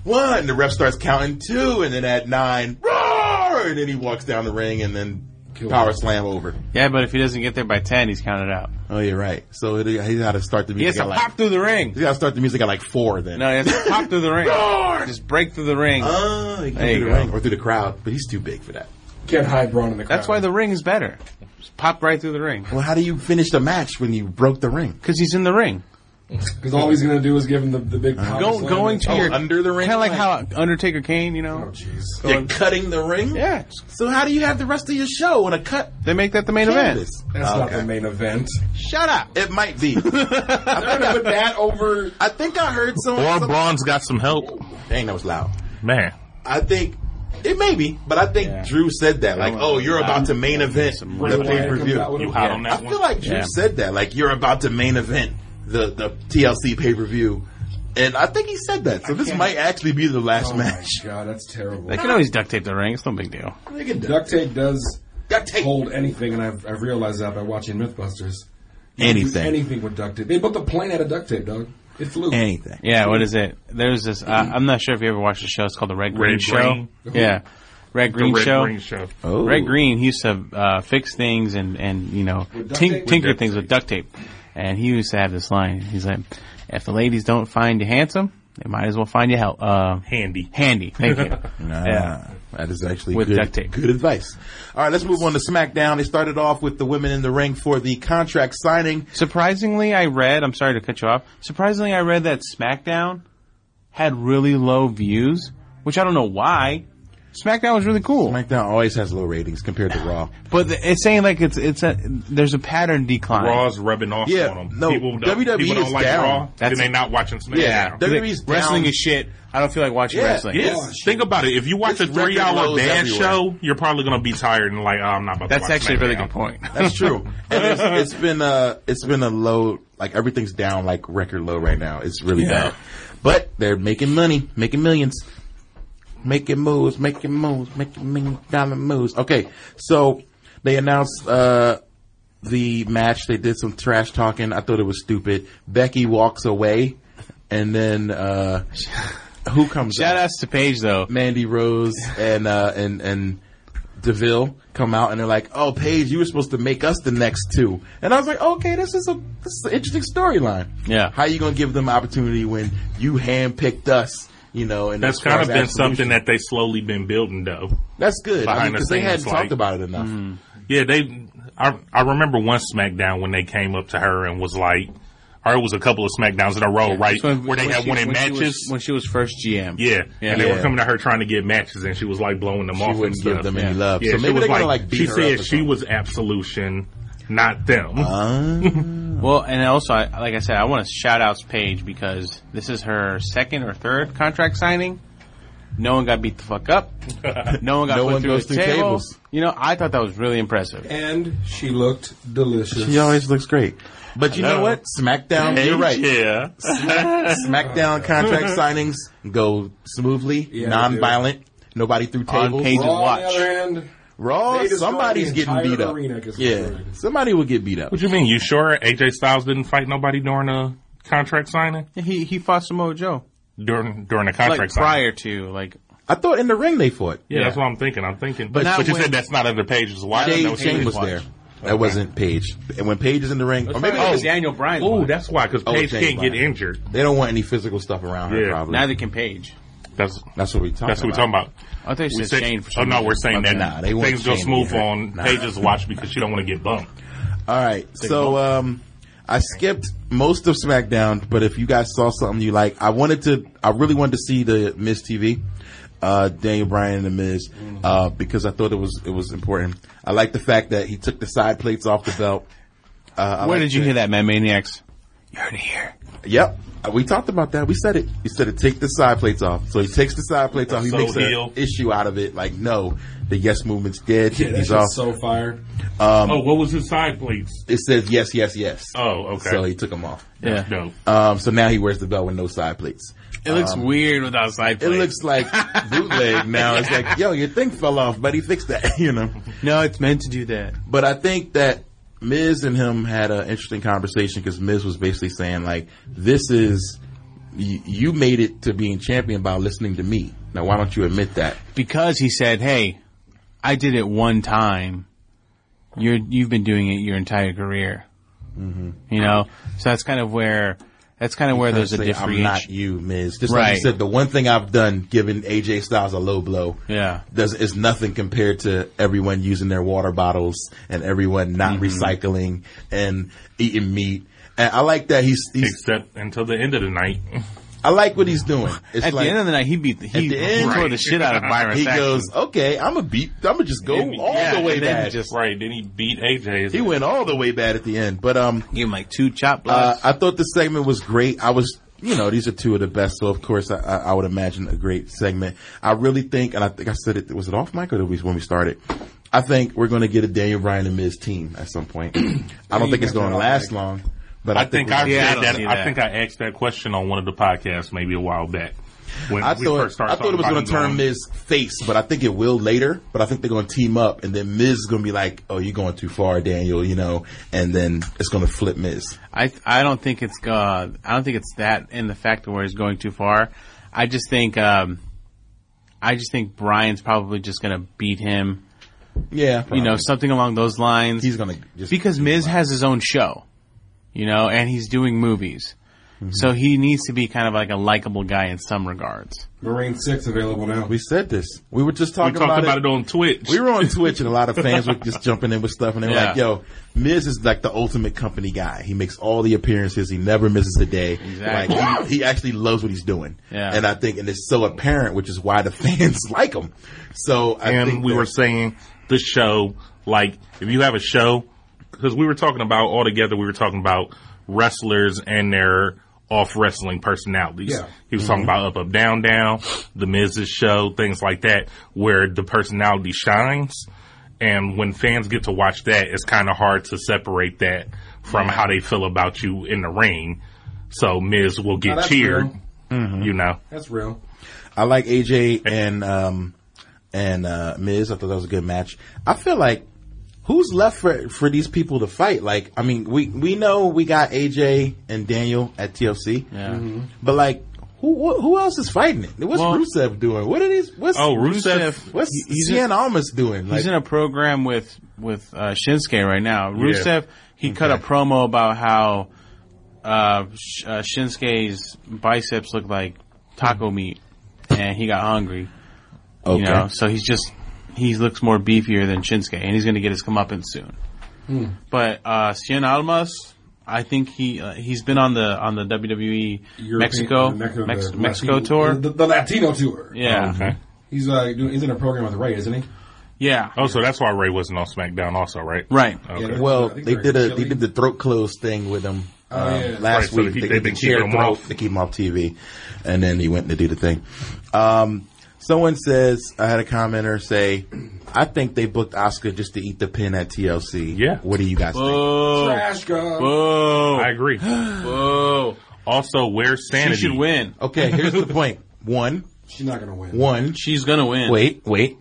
[SPEAKER 1] One, the ref starts counting two, and then at nine, roar, and then he walks down the ring and then
[SPEAKER 3] Kill
[SPEAKER 1] power
[SPEAKER 3] him.
[SPEAKER 1] slam over.
[SPEAKER 2] yeah, but if he doesn't get there by ten, he's counted out.
[SPEAKER 1] Oh, you're right. So it, he got to start the
[SPEAKER 2] He has
[SPEAKER 1] music
[SPEAKER 2] to
[SPEAKER 1] at like
[SPEAKER 2] pop through the ring.
[SPEAKER 1] he got to start the music at like four. Then
[SPEAKER 2] No, he has to pop through the ring. Just break through the ring.
[SPEAKER 1] uh, he can
[SPEAKER 2] There
[SPEAKER 1] through
[SPEAKER 2] you
[SPEAKER 1] the
[SPEAKER 2] go.
[SPEAKER 1] ring or through the crowd, but he's too big for that.
[SPEAKER 3] Can't hide Braun in the crowd.
[SPEAKER 2] That's why the ring is better. Just pop right through the ring.
[SPEAKER 1] Well, how do you finish the match when you broke the ring?
[SPEAKER 2] Because he's in the ring.
[SPEAKER 3] Because all he's going to do is give him the, the big power
[SPEAKER 2] Go,
[SPEAKER 3] slam.
[SPEAKER 2] going to
[SPEAKER 1] Oh,
[SPEAKER 2] your...
[SPEAKER 1] under the ring
[SPEAKER 2] Kind of like how
[SPEAKER 1] line.
[SPEAKER 2] Undertaker Kane, you
[SPEAKER 3] Oh,
[SPEAKER 2] know?
[SPEAKER 3] jeez.
[SPEAKER 1] You're cutting the ring.
[SPEAKER 2] Yeah.
[SPEAKER 1] So how do you have the rest of your show on a cut
[SPEAKER 2] They make that the main event.
[SPEAKER 1] canvas?
[SPEAKER 3] That's not the main event.
[SPEAKER 1] Shut up. It might be. I think I,
[SPEAKER 3] Put that over.
[SPEAKER 1] I think I heard someone.
[SPEAKER 4] Or
[SPEAKER 1] some-
[SPEAKER 4] Braun's got some help,
[SPEAKER 1] Dang, that was loud.
[SPEAKER 4] man.
[SPEAKER 1] I think it may be, but I think Drew said that. Like, oh, you're about to main event the
[SPEAKER 3] Bray
[SPEAKER 1] pay
[SPEAKER 3] Wyatt
[SPEAKER 1] per
[SPEAKER 3] comes out with
[SPEAKER 1] view.
[SPEAKER 4] You
[SPEAKER 3] him.
[SPEAKER 4] hot on
[SPEAKER 1] I
[SPEAKER 4] that
[SPEAKER 1] feel
[SPEAKER 4] one?
[SPEAKER 1] like Drew
[SPEAKER 2] Yeah.
[SPEAKER 1] said that. Like, you're about to main event the, the TLC pay per view. And I think he said that. So this might actually be the last
[SPEAKER 3] Oh my
[SPEAKER 1] match.
[SPEAKER 3] god, that's terrible.
[SPEAKER 2] They can always duct tape the ring. It's no big deal.
[SPEAKER 1] They can do
[SPEAKER 3] Duct tape does
[SPEAKER 1] duct tape.
[SPEAKER 3] hold anything, and I've, I've realized that by watching MythBusters. You can do
[SPEAKER 1] Anything.
[SPEAKER 3] anything with duct tape. They built a plane out of duct tape, dog. It's Luke.
[SPEAKER 1] anything.
[SPEAKER 2] Yeah, what is it? There's this. Uh, I'm not sure if you ever watched the show. It's called the Red Green
[SPEAKER 4] Red
[SPEAKER 2] Show.
[SPEAKER 4] Green.
[SPEAKER 2] Yeah, Red
[SPEAKER 4] The
[SPEAKER 2] Green
[SPEAKER 4] Red
[SPEAKER 2] Show.
[SPEAKER 4] Green Show.
[SPEAKER 1] Oh.
[SPEAKER 2] Red Green he used to uh, fix things and and you know
[SPEAKER 3] With duct
[SPEAKER 2] tink,
[SPEAKER 3] tape?
[SPEAKER 2] tinker
[SPEAKER 4] With duct
[SPEAKER 2] things with duct tape. And he used to have this line. He's like, "If the ladies don't find you handsome, they might as well find you help uh,
[SPEAKER 4] Handy.
[SPEAKER 2] handy." Thank you.
[SPEAKER 1] Nah,
[SPEAKER 2] Yeah.
[SPEAKER 1] That is actually
[SPEAKER 2] With
[SPEAKER 1] good,
[SPEAKER 2] duct tape.
[SPEAKER 1] good advice. All right, let's move on to SmackDown. They started off with the women in the ring for the contract signing.
[SPEAKER 2] Surprisingly, I read. I'm sorry to cut you off. Surprisingly, I read that SmackDown had really low views, which I don't know why. SmackDown was really cool.
[SPEAKER 1] SmackDown always has low ratings compared to Raw.
[SPEAKER 2] But th- it's saying like it's it's a there's a pattern decline.
[SPEAKER 4] Raw's rubbing off
[SPEAKER 1] Yeah,
[SPEAKER 4] on them.
[SPEAKER 1] no,
[SPEAKER 4] people don't,
[SPEAKER 1] WWE
[SPEAKER 4] people don't
[SPEAKER 1] is
[SPEAKER 4] like
[SPEAKER 1] down.
[SPEAKER 4] Raw,
[SPEAKER 2] That's-
[SPEAKER 4] then they not watching SmackDown.
[SPEAKER 1] Yeah,
[SPEAKER 2] They think
[SPEAKER 1] WWE's down.
[SPEAKER 2] wrestling is shit. I don't feel like watching
[SPEAKER 1] Yeah,
[SPEAKER 2] wrestling.
[SPEAKER 4] Yes.
[SPEAKER 3] Oh, shit.
[SPEAKER 4] Think about it. If you watch
[SPEAKER 1] It's
[SPEAKER 4] a
[SPEAKER 1] record
[SPEAKER 4] three hour
[SPEAKER 1] lows
[SPEAKER 4] bad
[SPEAKER 1] everywhere.
[SPEAKER 4] show, you're probably going to be tired and like, oh, I'm not about
[SPEAKER 2] That's
[SPEAKER 4] to watch
[SPEAKER 2] actually a really
[SPEAKER 4] SmackDown.
[SPEAKER 2] good point.
[SPEAKER 1] That's true. and it's, it's been a it's been a low like everything's down like record low right now. It's really
[SPEAKER 2] Yeah.
[SPEAKER 1] bad. But they're making money, making millions, making moves, making moves, making million dollar moves. Okay, so they announced uh, the match. They did some trash talking. I thought it was stupid. Becky walks away, and then uh, who comes?
[SPEAKER 2] Shout
[SPEAKER 1] out?
[SPEAKER 2] outs to Paige though.
[SPEAKER 1] Mandy Rose and uh, and and Deville come out and they're like, "Oh, Paige, you were supposed to make us the next two. And I was like, "Okay, this is a this is an interesting storyline.
[SPEAKER 2] Yeah.
[SPEAKER 1] how you gonna give them opportunity when you handpicked us? You know, and
[SPEAKER 4] That's
[SPEAKER 1] as far
[SPEAKER 4] kind of
[SPEAKER 1] as
[SPEAKER 4] been
[SPEAKER 1] our solution-
[SPEAKER 4] something that they slowly been building though.
[SPEAKER 1] that's good because I mean,
[SPEAKER 4] behind the
[SPEAKER 1] 'cause they
[SPEAKER 4] scenes,
[SPEAKER 1] hadn't
[SPEAKER 4] like- mm.
[SPEAKER 1] talked about it enough.
[SPEAKER 4] Yeah, they. I I remember one SmackDown when they came up to her and was like, or it was a couple of SmackDowns in a row, right?
[SPEAKER 2] That's when-
[SPEAKER 4] where they
[SPEAKER 2] when
[SPEAKER 4] had
[SPEAKER 2] she-
[SPEAKER 4] one in
[SPEAKER 2] when she was-
[SPEAKER 4] matches.
[SPEAKER 2] when she was first GM.
[SPEAKER 4] yeah.
[SPEAKER 2] Yeah.
[SPEAKER 4] and they
[SPEAKER 1] Yeah.
[SPEAKER 4] were coming to her trying to get matches, and she was like blowing them
[SPEAKER 1] She
[SPEAKER 4] off. and
[SPEAKER 1] wouldn't give
[SPEAKER 4] stuff.
[SPEAKER 1] them
[SPEAKER 2] Yeah.
[SPEAKER 1] any love,
[SPEAKER 4] Yeah,
[SPEAKER 1] so
[SPEAKER 4] she
[SPEAKER 1] maybe
[SPEAKER 4] was
[SPEAKER 1] they're
[SPEAKER 4] like,
[SPEAKER 1] gonna like beat
[SPEAKER 4] she
[SPEAKER 1] her
[SPEAKER 4] said
[SPEAKER 1] up or
[SPEAKER 4] she
[SPEAKER 1] something. Uh-huh.
[SPEAKER 4] was absolution, not them.
[SPEAKER 2] Well, and also, I, like I said, I want to shout outs Paige because this is her second or third contract signing. No one got beat the fuck up. No one got
[SPEAKER 1] No
[SPEAKER 2] put
[SPEAKER 1] one
[SPEAKER 2] through
[SPEAKER 1] goes
[SPEAKER 2] the
[SPEAKER 1] through
[SPEAKER 2] table.
[SPEAKER 1] tables.
[SPEAKER 2] You know, I thought that was really impressive.
[SPEAKER 3] And she looked delicious.
[SPEAKER 1] She always looks great, but you know
[SPEAKER 4] Hello.
[SPEAKER 1] what? SmackDown, you're right.
[SPEAKER 4] Yeah.
[SPEAKER 1] SmackDown contract signings go smoothly,
[SPEAKER 3] Yeah, they
[SPEAKER 1] non-violent. Nobody threw
[SPEAKER 2] On
[SPEAKER 1] tables.
[SPEAKER 2] pages
[SPEAKER 3] Raw,
[SPEAKER 2] watch.
[SPEAKER 3] on the other hand,
[SPEAKER 1] Raw,
[SPEAKER 3] They destroyed
[SPEAKER 1] somebody's
[SPEAKER 3] the
[SPEAKER 1] getting
[SPEAKER 3] entire
[SPEAKER 1] beat up.
[SPEAKER 3] arena against
[SPEAKER 1] yeah,
[SPEAKER 3] Roman Reigns.
[SPEAKER 1] somebody will get beat up.
[SPEAKER 4] What you mean? You sure AJ Styles didn't fight nobody during a contract signing?
[SPEAKER 2] He he fought Samoa Joe
[SPEAKER 4] During during a
[SPEAKER 2] like
[SPEAKER 4] contract signing.
[SPEAKER 2] prior to like
[SPEAKER 1] I thought in the ring they fought.
[SPEAKER 4] Yeah, that's what I'm thinking. I'm thinking,
[SPEAKER 1] But
[SPEAKER 4] but,
[SPEAKER 1] not
[SPEAKER 4] you
[SPEAKER 1] when-
[SPEAKER 4] said that's not under pages. Why
[SPEAKER 1] Jay
[SPEAKER 4] did
[SPEAKER 2] Shane
[SPEAKER 4] no
[SPEAKER 1] Shane
[SPEAKER 4] Shane
[SPEAKER 1] was
[SPEAKER 2] watch.
[SPEAKER 1] there. That wasn't Paige. And when Paige is in the ring, or maybe they
[SPEAKER 2] it was
[SPEAKER 1] just-
[SPEAKER 2] Daniel Bryan.
[SPEAKER 4] Oh, that's why because
[SPEAKER 1] Oh,
[SPEAKER 4] Paige
[SPEAKER 1] Shane
[SPEAKER 4] can't get
[SPEAKER 1] Bryan.
[SPEAKER 4] injured.
[SPEAKER 1] they don't want any physical stuff around her.
[SPEAKER 4] Yeah.
[SPEAKER 1] Probably.
[SPEAKER 2] neither can Paige.
[SPEAKER 4] That's
[SPEAKER 1] That's what we talking.
[SPEAKER 4] that's what we're talking about.
[SPEAKER 2] I thought you
[SPEAKER 4] We
[SPEAKER 2] said
[SPEAKER 4] said,
[SPEAKER 2] Shane for some
[SPEAKER 4] oh no,
[SPEAKER 2] reason.
[SPEAKER 4] we're saying that
[SPEAKER 1] Nah, they want
[SPEAKER 4] things go
[SPEAKER 1] Shane to
[SPEAKER 4] smooth
[SPEAKER 1] get hurt.
[SPEAKER 4] on
[SPEAKER 1] Nah.
[SPEAKER 4] Paige's watch because she don't want to get bumped.
[SPEAKER 1] All right. So um, I skipped most of SmackDown, but if you guys saw something you like, I wanted to. I really wanted to see the Miz TV, uh, Daniel Bryan and the Miz, uh, because I thought it was it was important. I like the fact that he took the side plates off the belt. Uh, I
[SPEAKER 2] Where
[SPEAKER 1] like
[SPEAKER 2] did you
[SPEAKER 1] that.
[SPEAKER 2] hear that, Mad Maniacs? You heard it here.
[SPEAKER 1] Yep. Uh, We talked about that. We said it. He said it. Take the side plates off. So he takes the side plates off. He
[SPEAKER 4] So
[SPEAKER 1] makes an
[SPEAKER 4] heel.
[SPEAKER 1] issue out of it. Like, no, the yes movement's dead.
[SPEAKER 3] yeah, that
[SPEAKER 1] He's
[SPEAKER 3] shit's
[SPEAKER 1] off.
[SPEAKER 3] so fired.
[SPEAKER 4] oh, what was his side plates?
[SPEAKER 1] it says yes, yes, yes.
[SPEAKER 4] Oh, okay.
[SPEAKER 1] So he took them off.
[SPEAKER 2] Yeah.
[SPEAKER 4] No,
[SPEAKER 1] Um, so now he wears the belt with no side plates.
[SPEAKER 2] It looks weird without side
[SPEAKER 1] It
[SPEAKER 2] plates.
[SPEAKER 1] looks like bootleg now. It's like, yo, your thing fell off, but he fixed that, you know.
[SPEAKER 2] no, it's meant to do that.
[SPEAKER 1] But I think that Miz and him had an interesting conversation because Miz was basically saying like, "This is you, you made it to being champion by listening to me. Now why don't you admit that?"
[SPEAKER 2] because he said, "Hey, I did it one time. You're you've been doing it your entire career,
[SPEAKER 1] Mm-hmm.
[SPEAKER 2] you know. So that's kind of where that's kind of where there's a
[SPEAKER 1] Say, I'm not
[SPEAKER 2] differentiation.
[SPEAKER 1] you, Miz. Just like
[SPEAKER 2] Right.
[SPEAKER 1] you said, the one thing I've done, giving AJ Styles a low blow,
[SPEAKER 2] Yeah.
[SPEAKER 1] does is nothing compared to everyone using their water bottles and everyone
[SPEAKER 2] Mm-hmm.
[SPEAKER 1] not recycling and eating meat. And I like that he's, he's
[SPEAKER 4] except until the end of the night.
[SPEAKER 1] I like what he's doing. It's
[SPEAKER 2] At
[SPEAKER 1] like
[SPEAKER 2] the end of the night, he beat the, he
[SPEAKER 1] At the end-
[SPEAKER 2] tore the shit out of Byron.
[SPEAKER 1] he
[SPEAKER 2] Saxton.
[SPEAKER 1] goes, okay, I'm a beat. I'm gonna just go
[SPEAKER 4] Yeah,
[SPEAKER 1] all the
[SPEAKER 4] and
[SPEAKER 1] way
[SPEAKER 2] and then
[SPEAKER 1] bad.
[SPEAKER 2] he just
[SPEAKER 4] right. Then he beat AJ.
[SPEAKER 1] he went all the way bad at the end, but um,
[SPEAKER 2] give him like two chop
[SPEAKER 1] Uh,
[SPEAKER 2] blocks.
[SPEAKER 1] I thought the segment was great. I was, you know, these are two of the best. So of course, I, I, I would imagine a great segment. I really think, and I think I said it, was it off mic or did we, when we started? I think we're going to get a Daniel Bryan and Miz team at some point. I don't think it's going to last long, but I,
[SPEAKER 4] I think
[SPEAKER 1] we're
[SPEAKER 4] I
[SPEAKER 1] gonna-
[SPEAKER 2] Yeah, I
[SPEAKER 4] said
[SPEAKER 2] don't
[SPEAKER 4] that.
[SPEAKER 2] see that.
[SPEAKER 4] I think I asked that question on one of the podcasts maybe a while back. When
[SPEAKER 1] I
[SPEAKER 4] we
[SPEAKER 1] thought
[SPEAKER 4] first started
[SPEAKER 1] I thought it was
[SPEAKER 4] talking
[SPEAKER 1] going
[SPEAKER 4] about
[SPEAKER 1] to
[SPEAKER 4] him
[SPEAKER 1] turn
[SPEAKER 4] going-
[SPEAKER 1] Miz face, but I think it will later. But I think they're going to team up, and then Miz is going to be like, "Oh, you're going too far, Daniel," you know, and then it's going to flip Miz.
[SPEAKER 2] I I don't think it's uh, I don't think it's that in the fact that where he's going too far. I just think um, I just think Brian's probably just gonna beat him.
[SPEAKER 1] Yeah,
[SPEAKER 2] You know,
[SPEAKER 1] probably.
[SPEAKER 2] something along those lines.
[SPEAKER 1] he's going to just
[SPEAKER 2] because Miz has his own show, you know, and he's doing movies, so he needs to be kind of like a likable guy in some regards.
[SPEAKER 3] Marine Six available now.
[SPEAKER 1] We said this. We were just
[SPEAKER 4] We
[SPEAKER 1] talking
[SPEAKER 4] talked about, it. on Twitch.
[SPEAKER 1] we were on Twitch and a lot of fans were just jumping in with stuff and they were
[SPEAKER 2] Yeah.
[SPEAKER 1] like, yo, Miz is like the ultimate company guy. He makes all the appearances. He never misses a day.
[SPEAKER 2] Exactly.
[SPEAKER 1] Like he, he actually loves what he's doing.
[SPEAKER 2] Yeah.
[SPEAKER 1] And I think, and it's so apparent, which is why the fans like him. So I
[SPEAKER 4] and
[SPEAKER 1] think
[SPEAKER 4] we
[SPEAKER 1] that-
[SPEAKER 4] were saying the show, like if you have a show, because we were talking about all together, we were talking about wrestlers and their off wrestling personalities.
[SPEAKER 3] Yeah.
[SPEAKER 4] He was talking about up, up, down, down, the Miz's show, things like that, where the personality shines. And when fans get to watch that, it's kind of hard to separate that from how they feel about you in the ring. So Miz will get
[SPEAKER 3] that's
[SPEAKER 4] cheered,
[SPEAKER 3] true.
[SPEAKER 4] you know.
[SPEAKER 3] That's real.
[SPEAKER 1] I like AJ and, um, and, uh, Miz. I thought that was a good match. I feel like who's left for, for these people to fight? Like, I mean, we, we know we got AJ and Daniel at TLC.
[SPEAKER 2] Yeah.
[SPEAKER 1] But like, who who else is fighting it? What's
[SPEAKER 2] Well-
[SPEAKER 1] Rusev doing? What are these? What's
[SPEAKER 4] Oh, Rusev.
[SPEAKER 2] Rusev-
[SPEAKER 1] what's
[SPEAKER 2] he- he's
[SPEAKER 1] Cien Almas doing? Like,
[SPEAKER 2] He's in a program with with uh, Shinsuke right now. Rusev he cut a promo about how uh, Sh- uh, Shinsuke's biceps look like taco meat, and he got hungry.
[SPEAKER 1] okay,
[SPEAKER 2] You know, so he's just he looks more beefier than Shinsuke, and he's going to get his comeuppance soon.
[SPEAKER 3] Hmm.
[SPEAKER 2] But uh, Cien Almas, I think he uh, he's been on the on the WWE
[SPEAKER 3] European-
[SPEAKER 2] Mexico
[SPEAKER 3] uh, Mexico,
[SPEAKER 2] Mex-
[SPEAKER 3] the Oh,
[SPEAKER 2] Mexico
[SPEAKER 3] Latino-
[SPEAKER 2] tour.
[SPEAKER 3] the, the Latino tour.
[SPEAKER 2] yeah,
[SPEAKER 4] Oh, Okay.
[SPEAKER 3] He's uh, doing, he's in a program with Ray, isn't he?
[SPEAKER 2] yeah,
[SPEAKER 4] Oh, so that's why Ray wasn't on SmackDown, also, right?
[SPEAKER 2] right.
[SPEAKER 4] Okay.
[SPEAKER 3] Yeah.
[SPEAKER 1] well,
[SPEAKER 3] I think
[SPEAKER 1] they
[SPEAKER 3] they're
[SPEAKER 1] did a
[SPEAKER 3] chilling.
[SPEAKER 1] they did the throat close thing with him um,
[SPEAKER 3] yeah.
[SPEAKER 1] last
[SPEAKER 4] Right, so
[SPEAKER 1] week.
[SPEAKER 4] he-
[SPEAKER 1] they,
[SPEAKER 4] they've
[SPEAKER 1] they
[SPEAKER 4] been
[SPEAKER 1] shared
[SPEAKER 4] keeping him
[SPEAKER 1] throat
[SPEAKER 4] off.
[SPEAKER 1] to keep him off TV, and then he went to do the thing. Um, someone says I had a commenter say, I think they booked Oscar just to eat the pin at TLC.
[SPEAKER 4] Yeah.
[SPEAKER 1] what do you guys
[SPEAKER 3] Oh.
[SPEAKER 1] think?
[SPEAKER 2] Oh. Whoa,
[SPEAKER 3] Trash God.
[SPEAKER 2] whoa,
[SPEAKER 4] I agree.
[SPEAKER 2] whoa!
[SPEAKER 4] Also, where's
[SPEAKER 2] She
[SPEAKER 4] sanity?
[SPEAKER 2] should win.
[SPEAKER 1] Okay, here's the point. One,
[SPEAKER 3] She's not gonna win.
[SPEAKER 1] one,
[SPEAKER 2] She's gonna win.
[SPEAKER 1] Wait, wait.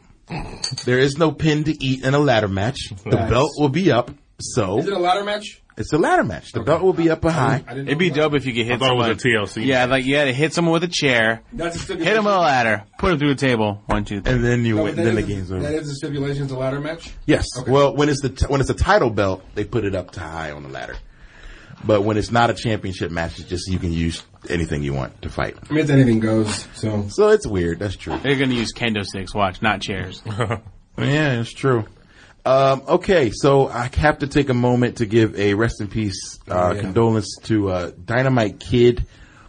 [SPEAKER 1] There is no pin to eat in a ladder match. The
[SPEAKER 3] Nice.
[SPEAKER 1] belt will be up, so
[SPEAKER 3] Is it a ladder match?
[SPEAKER 1] it's a ladder match. The belt will be up high.
[SPEAKER 3] I didn't
[SPEAKER 2] It'd be
[SPEAKER 3] know that.
[SPEAKER 2] dope if you could hit
[SPEAKER 4] I thought it was
[SPEAKER 2] someone.
[SPEAKER 4] a TLC.
[SPEAKER 2] Yeah, like you had to hit someone with a chair,
[SPEAKER 3] That's a stipulation.
[SPEAKER 2] hit him with a ladder, put him through a table. One, two, three.
[SPEAKER 1] And then you
[SPEAKER 3] No,
[SPEAKER 1] win.
[SPEAKER 3] that
[SPEAKER 1] Then the
[SPEAKER 3] is a-
[SPEAKER 1] game's
[SPEAKER 3] That
[SPEAKER 1] over.
[SPEAKER 3] is a stipulation. It's a ladder match.
[SPEAKER 1] Yes. Well, when it's the t- when it's a title belt, they put it up to high on the ladder. But when it's not a championship match, it's just you can use anything you want to fight.
[SPEAKER 3] I mean, it's anything goes. So
[SPEAKER 1] So it's weird. That's true.
[SPEAKER 2] They're gonna use kendo sticks. Watch, not chairs.
[SPEAKER 1] Yeah, it's true. Um, okay, so I have to take a moment to give a rest in peace uh,
[SPEAKER 3] yeah.
[SPEAKER 1] condolence to uh, Dynamite Kid,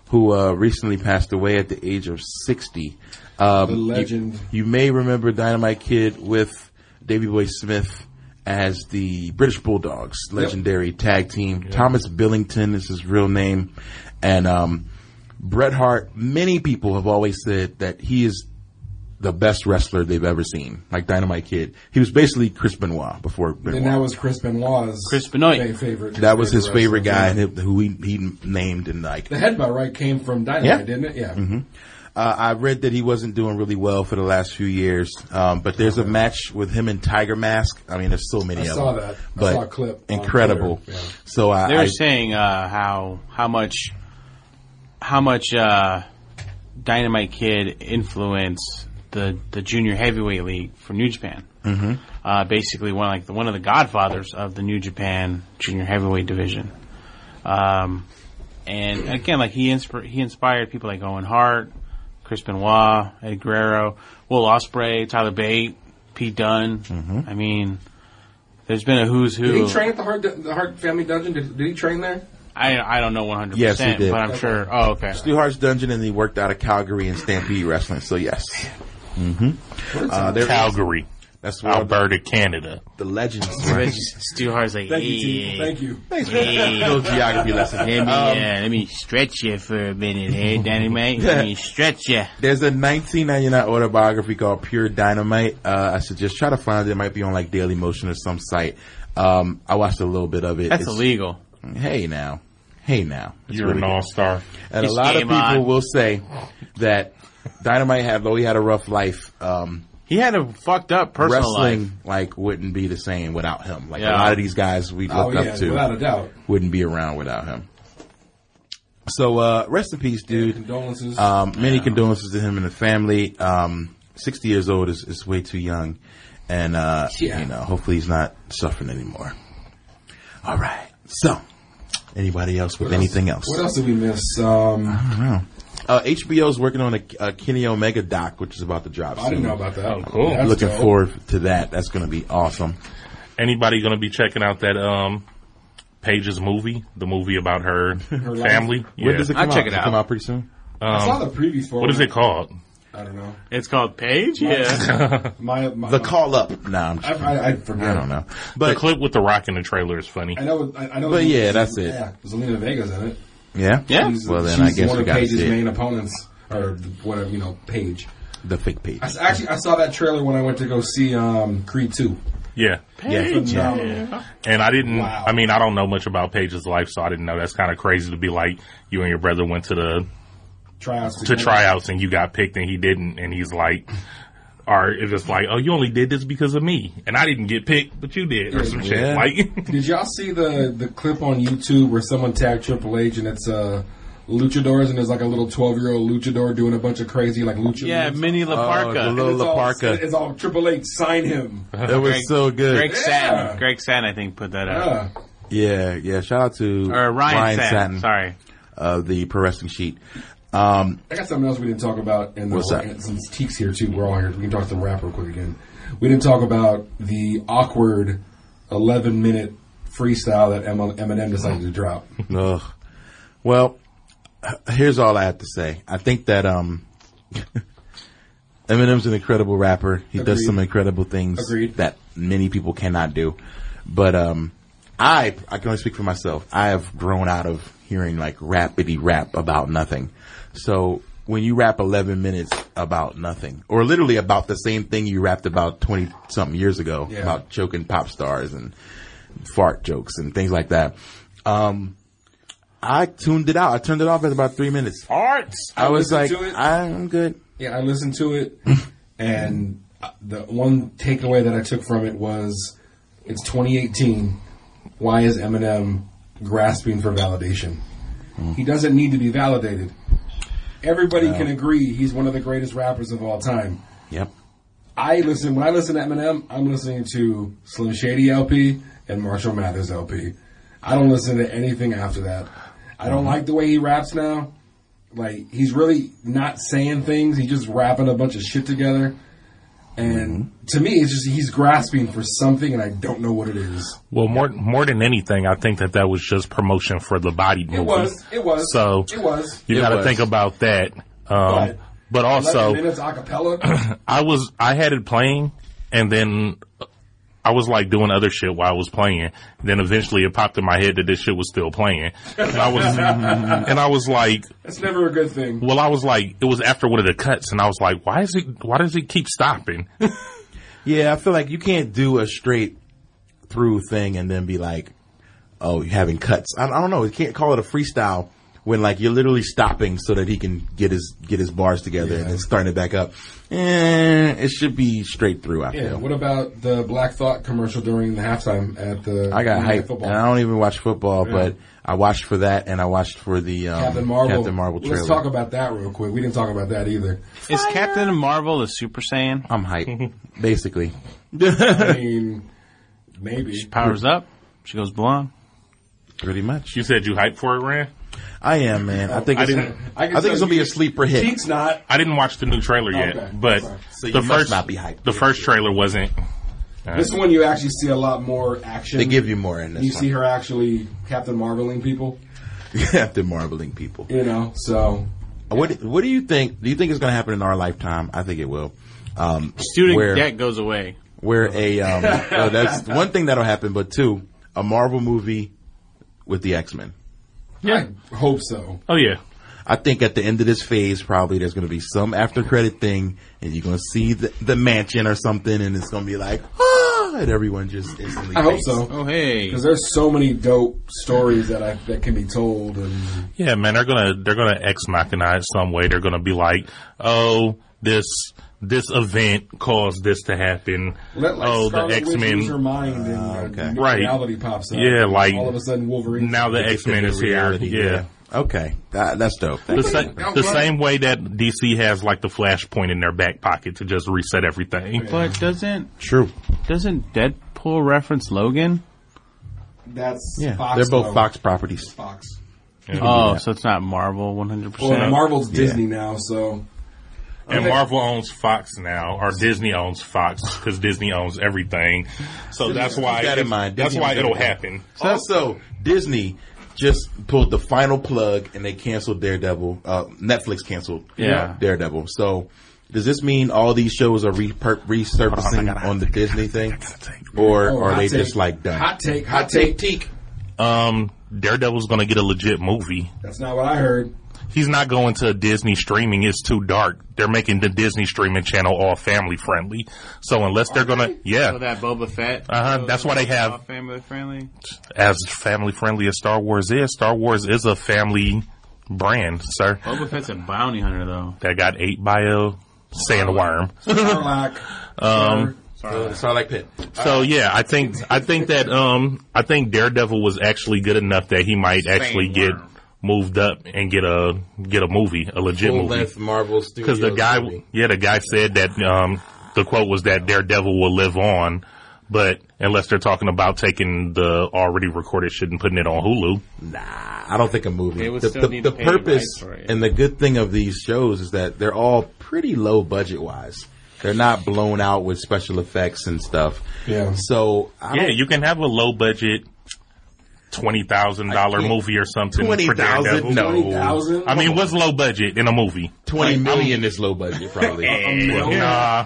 [SPEAKER 1] who uh, recently passed away at the age of sixty. Um,
[SPEAKER 3] The legend.
[SPEAKER 1] You, you may remember Dynamite Kid with Davey Boy Smith as the British Bulldogs legendary tag team. Thomas Billington is his real name, and um, Bret Hart. Many people have always said that he is the best wrestler they've ever seen, like Dynamite Kid. He was basically Chris Benoit before Benoit.
[SPEAKER 3] and that was Chris Benoit's
[SPEAKER 2] Chris Benoit.
[SPEAKER 3] fa- favorite.
[SPEAKER 1] that was his favorite
[SPEAKER 3] wrestler.
[SPEAKER 1] guy, and who he, he named and like.
[SPEAKER 3] The headbutt right came from Dynamite,
[SPEAKER 1] Yeah.
[SPEAKER 3] didn't it? Yeah.
[SPEAKER 1] Uh, I read that he wasn't doing really well for the last few years, um, but there's a match with him and Tiger Mask. I mean, there's so many
[SPEAKER 3] I
[SPEAKER 1] of
[SPEAKER 3] saw
[SPEAKER 1] them.
[SPEAKER 3] that. I
[SPEAKER 1] But
[SPEAKER 3] saw a clip on
[SPEAKER 1] Incredible.
[SPEAKER 3] Twitter, yeah.
[SPEAKER 1] So I,
[SPEAKER 2] They were
[SPEAKER 1] I
[SPEAKER 2] saying uh, how how much how much uh, Dynamite Kid influenced the the junior heavyweight league from New Japan. Mm-hmm. Uh, basically, one like the, one of the godfathers of the New Japan junior heavyweight division. Um, and again, like he inspir- he inspired people like Owen Hart, Chris Benoit, Eddie Guerrero, Will Osprey, Tyler Bate, Pete Dunne. I mean, there's been a who's who.
[SPEAKER 3] Did he train at the Hart, the Hart family dungeon? Did, did he train there?
[SPEAKER 2] I, I don't know 100%,
[SPEAKER 1] Yes, he did.
[SPEAKER 2] but I'm sure. Oh, okay.
[SPEAKER 1] Stu Hart's Dungeon, and he worked out of Calgary and Stampede Wrestling. So yes, mm-hmm. Uh, there is-
[SPEAKER 4] Calgary,
[SPEAKER 1] That's where the,
[SPEAKER 4] Alberta, Canada.
[SPEAKER 1] the legends.
[SPEAKER 2] I
[SPEAKER 1] Right?
[SPEAKER 2] bet you Stu Hart's like,
[SPEAKER 3] Thank you,
[SPEAKER 2] hey,
[SPEAKER 3] team. Thank you.
[SPEAKER 1] No geography lesson.
[SPEAKER 2] Let me,
[SPEAKER 1] Um,
[SPEAKER 2] uh, let me stretch you for a minute, hey, Dynamite. Let me stretch you.
[SPEAKER 1] There's a 1999 autobiography called Pure Dynamite. Uh, I suggest try to find it. It might be on like Daily Motion or some site. Um, I watched a little bit of it.
[SPEAKER 2] That's
[SPEAKER 1] It's-
[SPEAKER 2] illegal.
[SPEAKER 1] Hey now. Hey, now It's
[SPEAKER 4] You're
[SPEAKER 1] really
[SPEAKER 4] an
[SPEAKER 1] good.
[SPEAKER 4] all star.
[SPEAKER 1] And a
[SPEAKER 2] It's
[SPEAKER 1] lot of
[SPEAKER 2] game
[SPEAKER 1] people
[SPEAKER 2] on.
[SPEAKER 1] will say that Dynamite had, though he had a rough life, um,
[SPEAKER 2] He had a fucked up personal
[SPEAKER 1] wrestling
[SPEAKER 2] life.
[SPEAKER 1] like wouldn't be the same without him. Like a
[SPEAKER 2] Yeah.
[SPEAKER 1] lot of these guys we
[SPEAKER 3] Oh
[SPEAKER 1] looked
[SPEAKER 3] yeah,
[SPEAKER 1] up to
[SPEAKER 3] without a doubt.
[SPEAKER 1] wouldn't be around without him. So uh, rest in peace, dude.
[SPEAKER 3] Condolences.
[SPEAKER 1] Um, many condolences to him and the family. Um, Sixty years old is, is way too young, and uh,
[SPEAKER 3] Yeah.
[SPEAKER 1] you know hopefully he's not suffering anymore. All right. So, anybody else with
[SPEAKER 3] What
[SPEAKER 1] anything else?
[SPEAKER 3] What else did we miss? Um,
[SPEAKER 1] Uh, HBO's working on a, a Kenny Omega doc, which is about to drop.
[SPEAKER 3] I didn't
[SPEAKER 1] soon.
[SPEAKER 3] know about that.
[SPEAKER 4] Oh, cool.
[SPEAKER 3] That's
[SPEAKER 1] Looking
[SPEAKER 3] dope.
[SPEAKER 1] forward to that. That's going to be awesome.
[SPEAKER 4] Anybody going to be checking out that um Paige's movie, the movie about her,
[SPEAKER 3] life.
[SPEAKER 4] family? Um,
[SPEAKER 1] When does it
[SPEAKER 2] I'll
[SPEAKER 1] come out?
[SPEAKER 2] check it
[SPEAKER 1] Does
[SPEAKER 2] out.
[SPEAKER 1] Come out pretty soon.
[SPEAKER 3] I saw the previews for
[SPEAKER 4] What is it called?
[SPEAKER 3] I don't know.
[SPEAKER 2] It's called Paige. Yeah,
[SPEAKER 3] My, my
[SPEAKER 1] The call up. Nah, I'm
[SPEAKER 3] I,
[SPEAKER 1] just,
[SPEAKER 3] I, I forget.
[SPEAKER 1] I don't know.
[SPEAKER 4] The
[SPEAKER 1] But
[SPEAKER 4] clip with the rock in the trailer is funny.
[SPEAKER 3] I know. I, I know.
[SPEAKER 1] But yeah, that's it.
[SPEAKER 3] Yeah, Zelina Vega's in it.
[SPEAKER 1] yeah,
[SPEAKER 2] Yeah.
[SPEAKER 3] She's,
[SPEAKER 1] Well, then
[SPEAKER 3] she's
[SPEAKER 1] I guess
[SPEAKER 3] one
[SPEAKER 1] we
[SPEAKER 3] of
[SPEAKER 1] got to
[SPEAKER 3] Paige's
[SPEAKER 1] see it.
[SPEAKER 3] main opponents, or the- whatever you know, Paige.
[SPEAKER 1] the fake page.
[SPEAKER 3] I s actually I saw that trailer when I went to go see um, Creed Two.
[SPEAKER 4] Yeah.
[SPEAKER 1] Yeah,
[SPEAKER 3] Phenomenal.
[SPEAKER 4] And I didn't,
[SPEAKER 3] Wow.
[SPEAKER 4] I mean, I don't know much about Paige's life, so I didn't know. That's kind of crazy to be like, you and your brother went to the,
[SPEAKER 3] Tryouts
[SPEAKER 4] to
[SPEAKER 3] together.
[SPEAKER 4] tryouts and you got picked and he didn't. And he's like, or if it's like, oh, you only did this because of me. And I didn't get picked, but you did, or some
[SPEAKER 1] Yeah.
[SPEAKER 4] shit. Like,
[SPEAKER 3] Did y'all see the the clip on YouTube where someone tagged Triple H and it's uh, luchadors and there's like a little twelve year old luchador doing a bunch of crazy like lucha.
[SPEAKER 2] yeah.
[SPEAKER 3] moves?
[SPEAKER 2] Mini
[SPEAKER 1] Oh, the
[SPEAKER 2] Laparca.
[SPEAKER 1] little-
[SPEAKER 3] It's all-
[SPEAKER 1] Laparca.
[SPEAKER 3] It's all Triple H sign him.
[SPEAKER 1] That was so good.
[SPEAKER 2] Greg
[SPEAKER 3] Yeah.
[SPEAKER 2] Satin. Greg Satin, I think, put that up.
[SPEAKER 3] Yeah.
[SPEAKER 1] Yeah, yeah. Shout out to
[SPEAKER 2] Or Ryan, Satin.
[SPEAKER 1] Oh. Satin
[SPEAKER 2] Sorry.
[SPEAKER 1] of the Pro Wrestling Sheet. Um,
[SPEAKER 3] I got something else we didn't talk about, and
[SPEAKER 1] What's that?
[SPEAKER 3] and since Teek's here too, we're all here. We can talk some rap real quick again. We didn't talk about the awkward eleven minute freestyle that Em- Eminem decided to drop.
[SPEAKER 1] ugh. Well, h- here's all I have to say. I think that um, Eminem's an incredible rapper. He does
[SPEAKER 3] Agreed.
[SPEAKER 1] some incredible things
[SPEAKER 3] Agreed.
[SPEAKER 1] that many people cannot do. But um, I I can only speak for myself. I have grown out of hearing like rapidy rap about nothing. So when you rap 11 minutes about nothing, or literally about the same thing you rapped about 20 something years ago
[SPEAKER 3] Yeah.
[SPEAKER 1] about choking pop stars and fart jokes and things like that. Um, I tuned it out. I turned it off at about three minutes.
[SPEAKER 4] arts.
[SPEAKER 1] I was like,
[SPEAKER 3] listened to it.
[SPEAKER 1] I'm good.
[SPEAKER 3] Yeah, I listened to it, and uh, the one takeaway that I took from it was it's 2018. Why is Eminem grasping for validation?
[SPEAKER 1] Hmm.
[SPEAKER 3] He doesn't need to be validated. Everybody can agree he's one of the greatest rappers of all time.
[SPEAKER 1] Yep.
[SPEAKER 3] I listen when I listen to Eminem, I'm listening to Slim Shady LP and Marshall Mathers LP. I don't listen to anything after that. I don't like the way he raps now. Like he's really not saying things; he's just rapping a bunch of shit together. And to me, it's just he's grasping for something, and I don't know what it is.
[SPEAKER 4] Well, more, more than anything, I think that that was just promotion for the body movie.
[SPEAKER 3] It was, it was,
[SPEAKER 4] So,
[SPEAKER 3] it was.
[SPEAKER 4] you
[SPEAKER 1] It
[SPEAKER 4] got to
[SPEAKER 1] was.
[SPEAKER 4] think about that. Um,
[SPEAKER 3] But-
[SPEAKER 4] but
[SPEAKER 3] Eleven
[SPEAKER 4] also,
[SPEAKER 3] minutes acapella.
[SPEAKER 4] I was I had it playing, and then I was like doing other shit while I was playing. Then eventually it popped in my head that this shit was still playing, and I was and I was like,
[SPEAKER 3] That's never a good thing.
[SPEAKER 4] well, I was like, it was after one of the cuts, and I was like, why is it? Why does it keep stopping?
[SPEAKER 1] Yeah, I feel like you can't do a straight through thing and then be like, oh, you're having cuts. I, I don't know. You can't call it a freestyle when like you're literally stopping so that he can get his get his bars together and then starting it back up. Eh, it should be straight through. I
[SPEAKER 3] Yeah.
[SPEAKER 1] feel.
[SPEAKER 3] What about the Black Thought commercial during the halftime at the?
[SPEAKER 1] I got
[SPEAKER 3] Monday Night
[SPEAKER 1] hyped,
[SPEAKER 3] Football?
[SPEAKER 1] and I don't even watch football, but I watched for that, and I watched for the um,
[SPEAKER 3] Captain Marvel.
[SPEAKER 1] Captain Marvel trailer.
[SPEAKER 3] Let's talk about that real quick. We didn't talk about that either.
[SPEAKER 2] Is Captain Marvel a Super Saiyan?
[SPEAKER 1] I'm hyped, basically.
[SPEAKER 3] I mean, maybe.
[SPEAKER 2] Powers up. She goes blonde.
[SPEAKER 1] Pretty much.
[SPEAKER 4] You said you hyped for it, Ran.
[SPEAKER 1] I am, man. I think
[SPEAKER 4] I
[SPEAKER 1] it's,
[SPEAKER 4] didn't-
[SPEAKER 1] I,
[SPEAKER 3] I can
[SPEAKER 1] think it's
[SPEAKER 3] tell
[SPEAKER 1] gonna be
[SPEAKER 3] you-
[SPEAKER 1] a sleeper hit.
[SPEAKER 3] Pete's not.
[SPEAKER 4] I didn't watch the new trailer yet,
[SPEAKER 3] Okay.
[SPEAKER 4] but
[SPEAKER 1] So you
[SPEAKER 4] the
[SPEAKER 1] must
[SPEAKER 4] first
[SPEAKER 1] not be hyped.
[SPEAKER 4] the first trailer wasn't.
[SPEAKER 3] This one you actually see a lot more action.
[SPEAKER 1] They give you more in this
[SPEAKER 3] You
[SPEAKER 1] one.
[SPEAKER 3] see her actually Captain Marveling people.
[SPEAKER 1] Captain Marveling people.
[SPEAKER 3] You know, so
[SPEAKER 1] What What do you think? Do you think it's going to happen in our lifetime? I think it will. Um,
[SPEAKER 2] Student
[SPEAKER 1] where,
[SPEAKER 2] debt goes away.
[SPEAKER 1] Where a um, uh, that's one thing that'll happen, but two, a Marvel movie with the X Men.
[SPEAKER 4] Yeah.
[SPEAKER 3] I hope so.
[SPEAKER 4] Oh yeah.
[SPEAKER 1] I think at the end of this phase, probably there's going to be some after credit thing, and you're going to see the, the mansion or something, and it's going to be like, ah, good. Everyone just instantly.
[SPEAKER 3] I hope
[SPEAKER 1] hates.
[SPEAKER 3] so
[SPEAKER 2] Oh hey,
[SPEAKER 3] because there's so many dope stories that I that can be told and
[SPEAKER 4] Yeah, man, they're gonna they're gonna ex machina it some way. They're gonna be like, oh, this this event caused this to happen.
[SPEAKER 3] let like
[SPEAKER 4] oh,
[SPEAKER 3] Scarlet
[SPEAKER 4] the X
[SPEAKER 3] Witch use her
[SPEAKER 4] Men.
[SPEAKER 3] mind and uh,
[SPEAKER 1] Ah, okay.
[SPEAKER 3] new
[SPEAKER 4] Right.
[SPEAKER 3] reality pops up.
[SPEAKER 4] Yeah, like-
[SPEAKER 3] all of a sudden Wolverine.
[SPEAKER 4] Now the X Men is here.
[SPEAKER 1] Reality,
[SPEAKER 4] Yeah.
[SPEAKER 1] Okay. That, that's dope.
[SPEAKER 4] The,
[SPEAKER 1] Thank you.
[SPEAKER 4] sa- the same way that DC has like the flashpoint in their back pocket to just reset everything.
[SPEAKER 2] but doesn't
[SPEAKER 1] True.
[SPEAKER 2] doesn't Deadpool reference Logan?
[SPEAKER 3] that's
[SPEAKER 1] Yeah.
[SPEAKER 3] Fox,
[SPEAKER 1] They're both
[SPEAKER 3] though.
[SPEAKER 1] Fox properties.
[SPEAKER 3] Fox.
[SPEAKER 4] Uh,
[SPEAKER 2] Oh, so it's not Marvel one hundred
[SPEAKER 3] Well,
[SPEAKER 2] percent.
[SPEAKER 3] Marvel's
[SPEAKER 1] Yeah.
[SPEAKER 3] Disney now, so
[SPEAKER 4] And
[SPEAKER 3] Okay.
[SPEAKER 4] Marvel owns Fox now, or Disney owns Fox because Disney owns everything. So that's why
[SPEAKER 1] Keep that in mind.
[SPEAKER 4] that's
[SPEAKER 1] Disney
[SPEAKER 4] why
[SPEAKER 1] owns
[SPEAKER 4] it'll
[SPEAKER 1] everything.
[SPEAKER 4] happen.
[SPEAKER 1] Also, Disney just pulled the final plug and they canceled Daredevil. Uh, Netflix canceled
[SPEAKER 2] Yeah.
[SPEAKER 1] Daredevil. So, does this mean all these shows are repur- resurfacing on, the Disney thing? Or
[SPEAKER 3] Oh,
[SPEAKER 1] are
[SPEAKER 3] hot
[SPEAKER 1] they
[SPEAKER 3] take.
[SPEAKER 1] just like done?
[SPEAKER 3] Hot take, hot take, teak.
[SPEAKER 4] Um, Daredevil's gonna get a legit movie.
[SPEAKER 3] That's not what I heard.
[SPEAKER 4] He's not going to Disney streaming. It's too dark. They're making the Disney streaming channel all family friendly. So unless they're gonna,
[SPEAKER 2] So
[SPEAKER 4] yeah,
[SPEAKER 2] that Boba Fett.
[SPEAKER 4] Uh-huh, that's why they have-
[SPEAKER 2] All family friendly.
[SPEAKER 4] as family friendly as Star Wars is, Star Wars is a family brand, sir.
[SPEAKER 2] Boba Fett's a bounty hunter though.
[SPEAKER 4] That got ate by a sandworm.
[SPEAKER 3] Sherlock. um,
[SPEAKER 1] Uh, Starlight Pit.
[SPEAKER 4] So yeah, I think I think that um I think Daredevil was actually good enough that he might actually get
[SPEAKER 2] worm.
[SPEAKER 4] moved up and get a get a movie, a legit
[SPEAKER 1] Full
[SPEAKER 4] movie.
[SPEAKER 1] length Marvel Studios.
[SPEAKER 4] Because the guy,
[SPEAKER 1] movie.
[SPEAKER 4] yeah, the guy said that um, the quote was that Daredevil will live on, but unless they're talking about taking the already recorded shit and putting it on Hulu,
[SPEAKER 1] Nah, I don't think a movie.
[SPEAKER 2] They would
[SPEAKER 1] the
[SPEAKER 2] still
[SPEAKER 1] the-
[SPEAKER 2] need
[SPEAKER 1] the
[SPEAKER 2] to pay the
[SPEAKER 1] purpose
[SPEAKER 2] rights for it.
[SPEAKER 1] and the good thing of these shows is that they're all pretty low budget wise. They're not blown out with special effects and stuff.
[SPEAKER 3] Yeah.
[SPEAKER 1] So I
[SPEAKER 4] yeah,
[SPEAKER 1] don't
[SPEAKER 4] you can have a low budget. Twenty thousand dollar
[SPEAKER 1] can't-
[SPEAKER 4] movie or something. for
[SPEAKER 1] 20,000?
[SPEAKER 4] Daredevil.
[SPEAKER 1] No.
[SPEAKER 3] 20,000?
[SPEAKER 4] I mean, what's low budget in a movie?
[SPEAKER 1] Twenty million is low budget, probably.
[SPEAKER 4] Nah,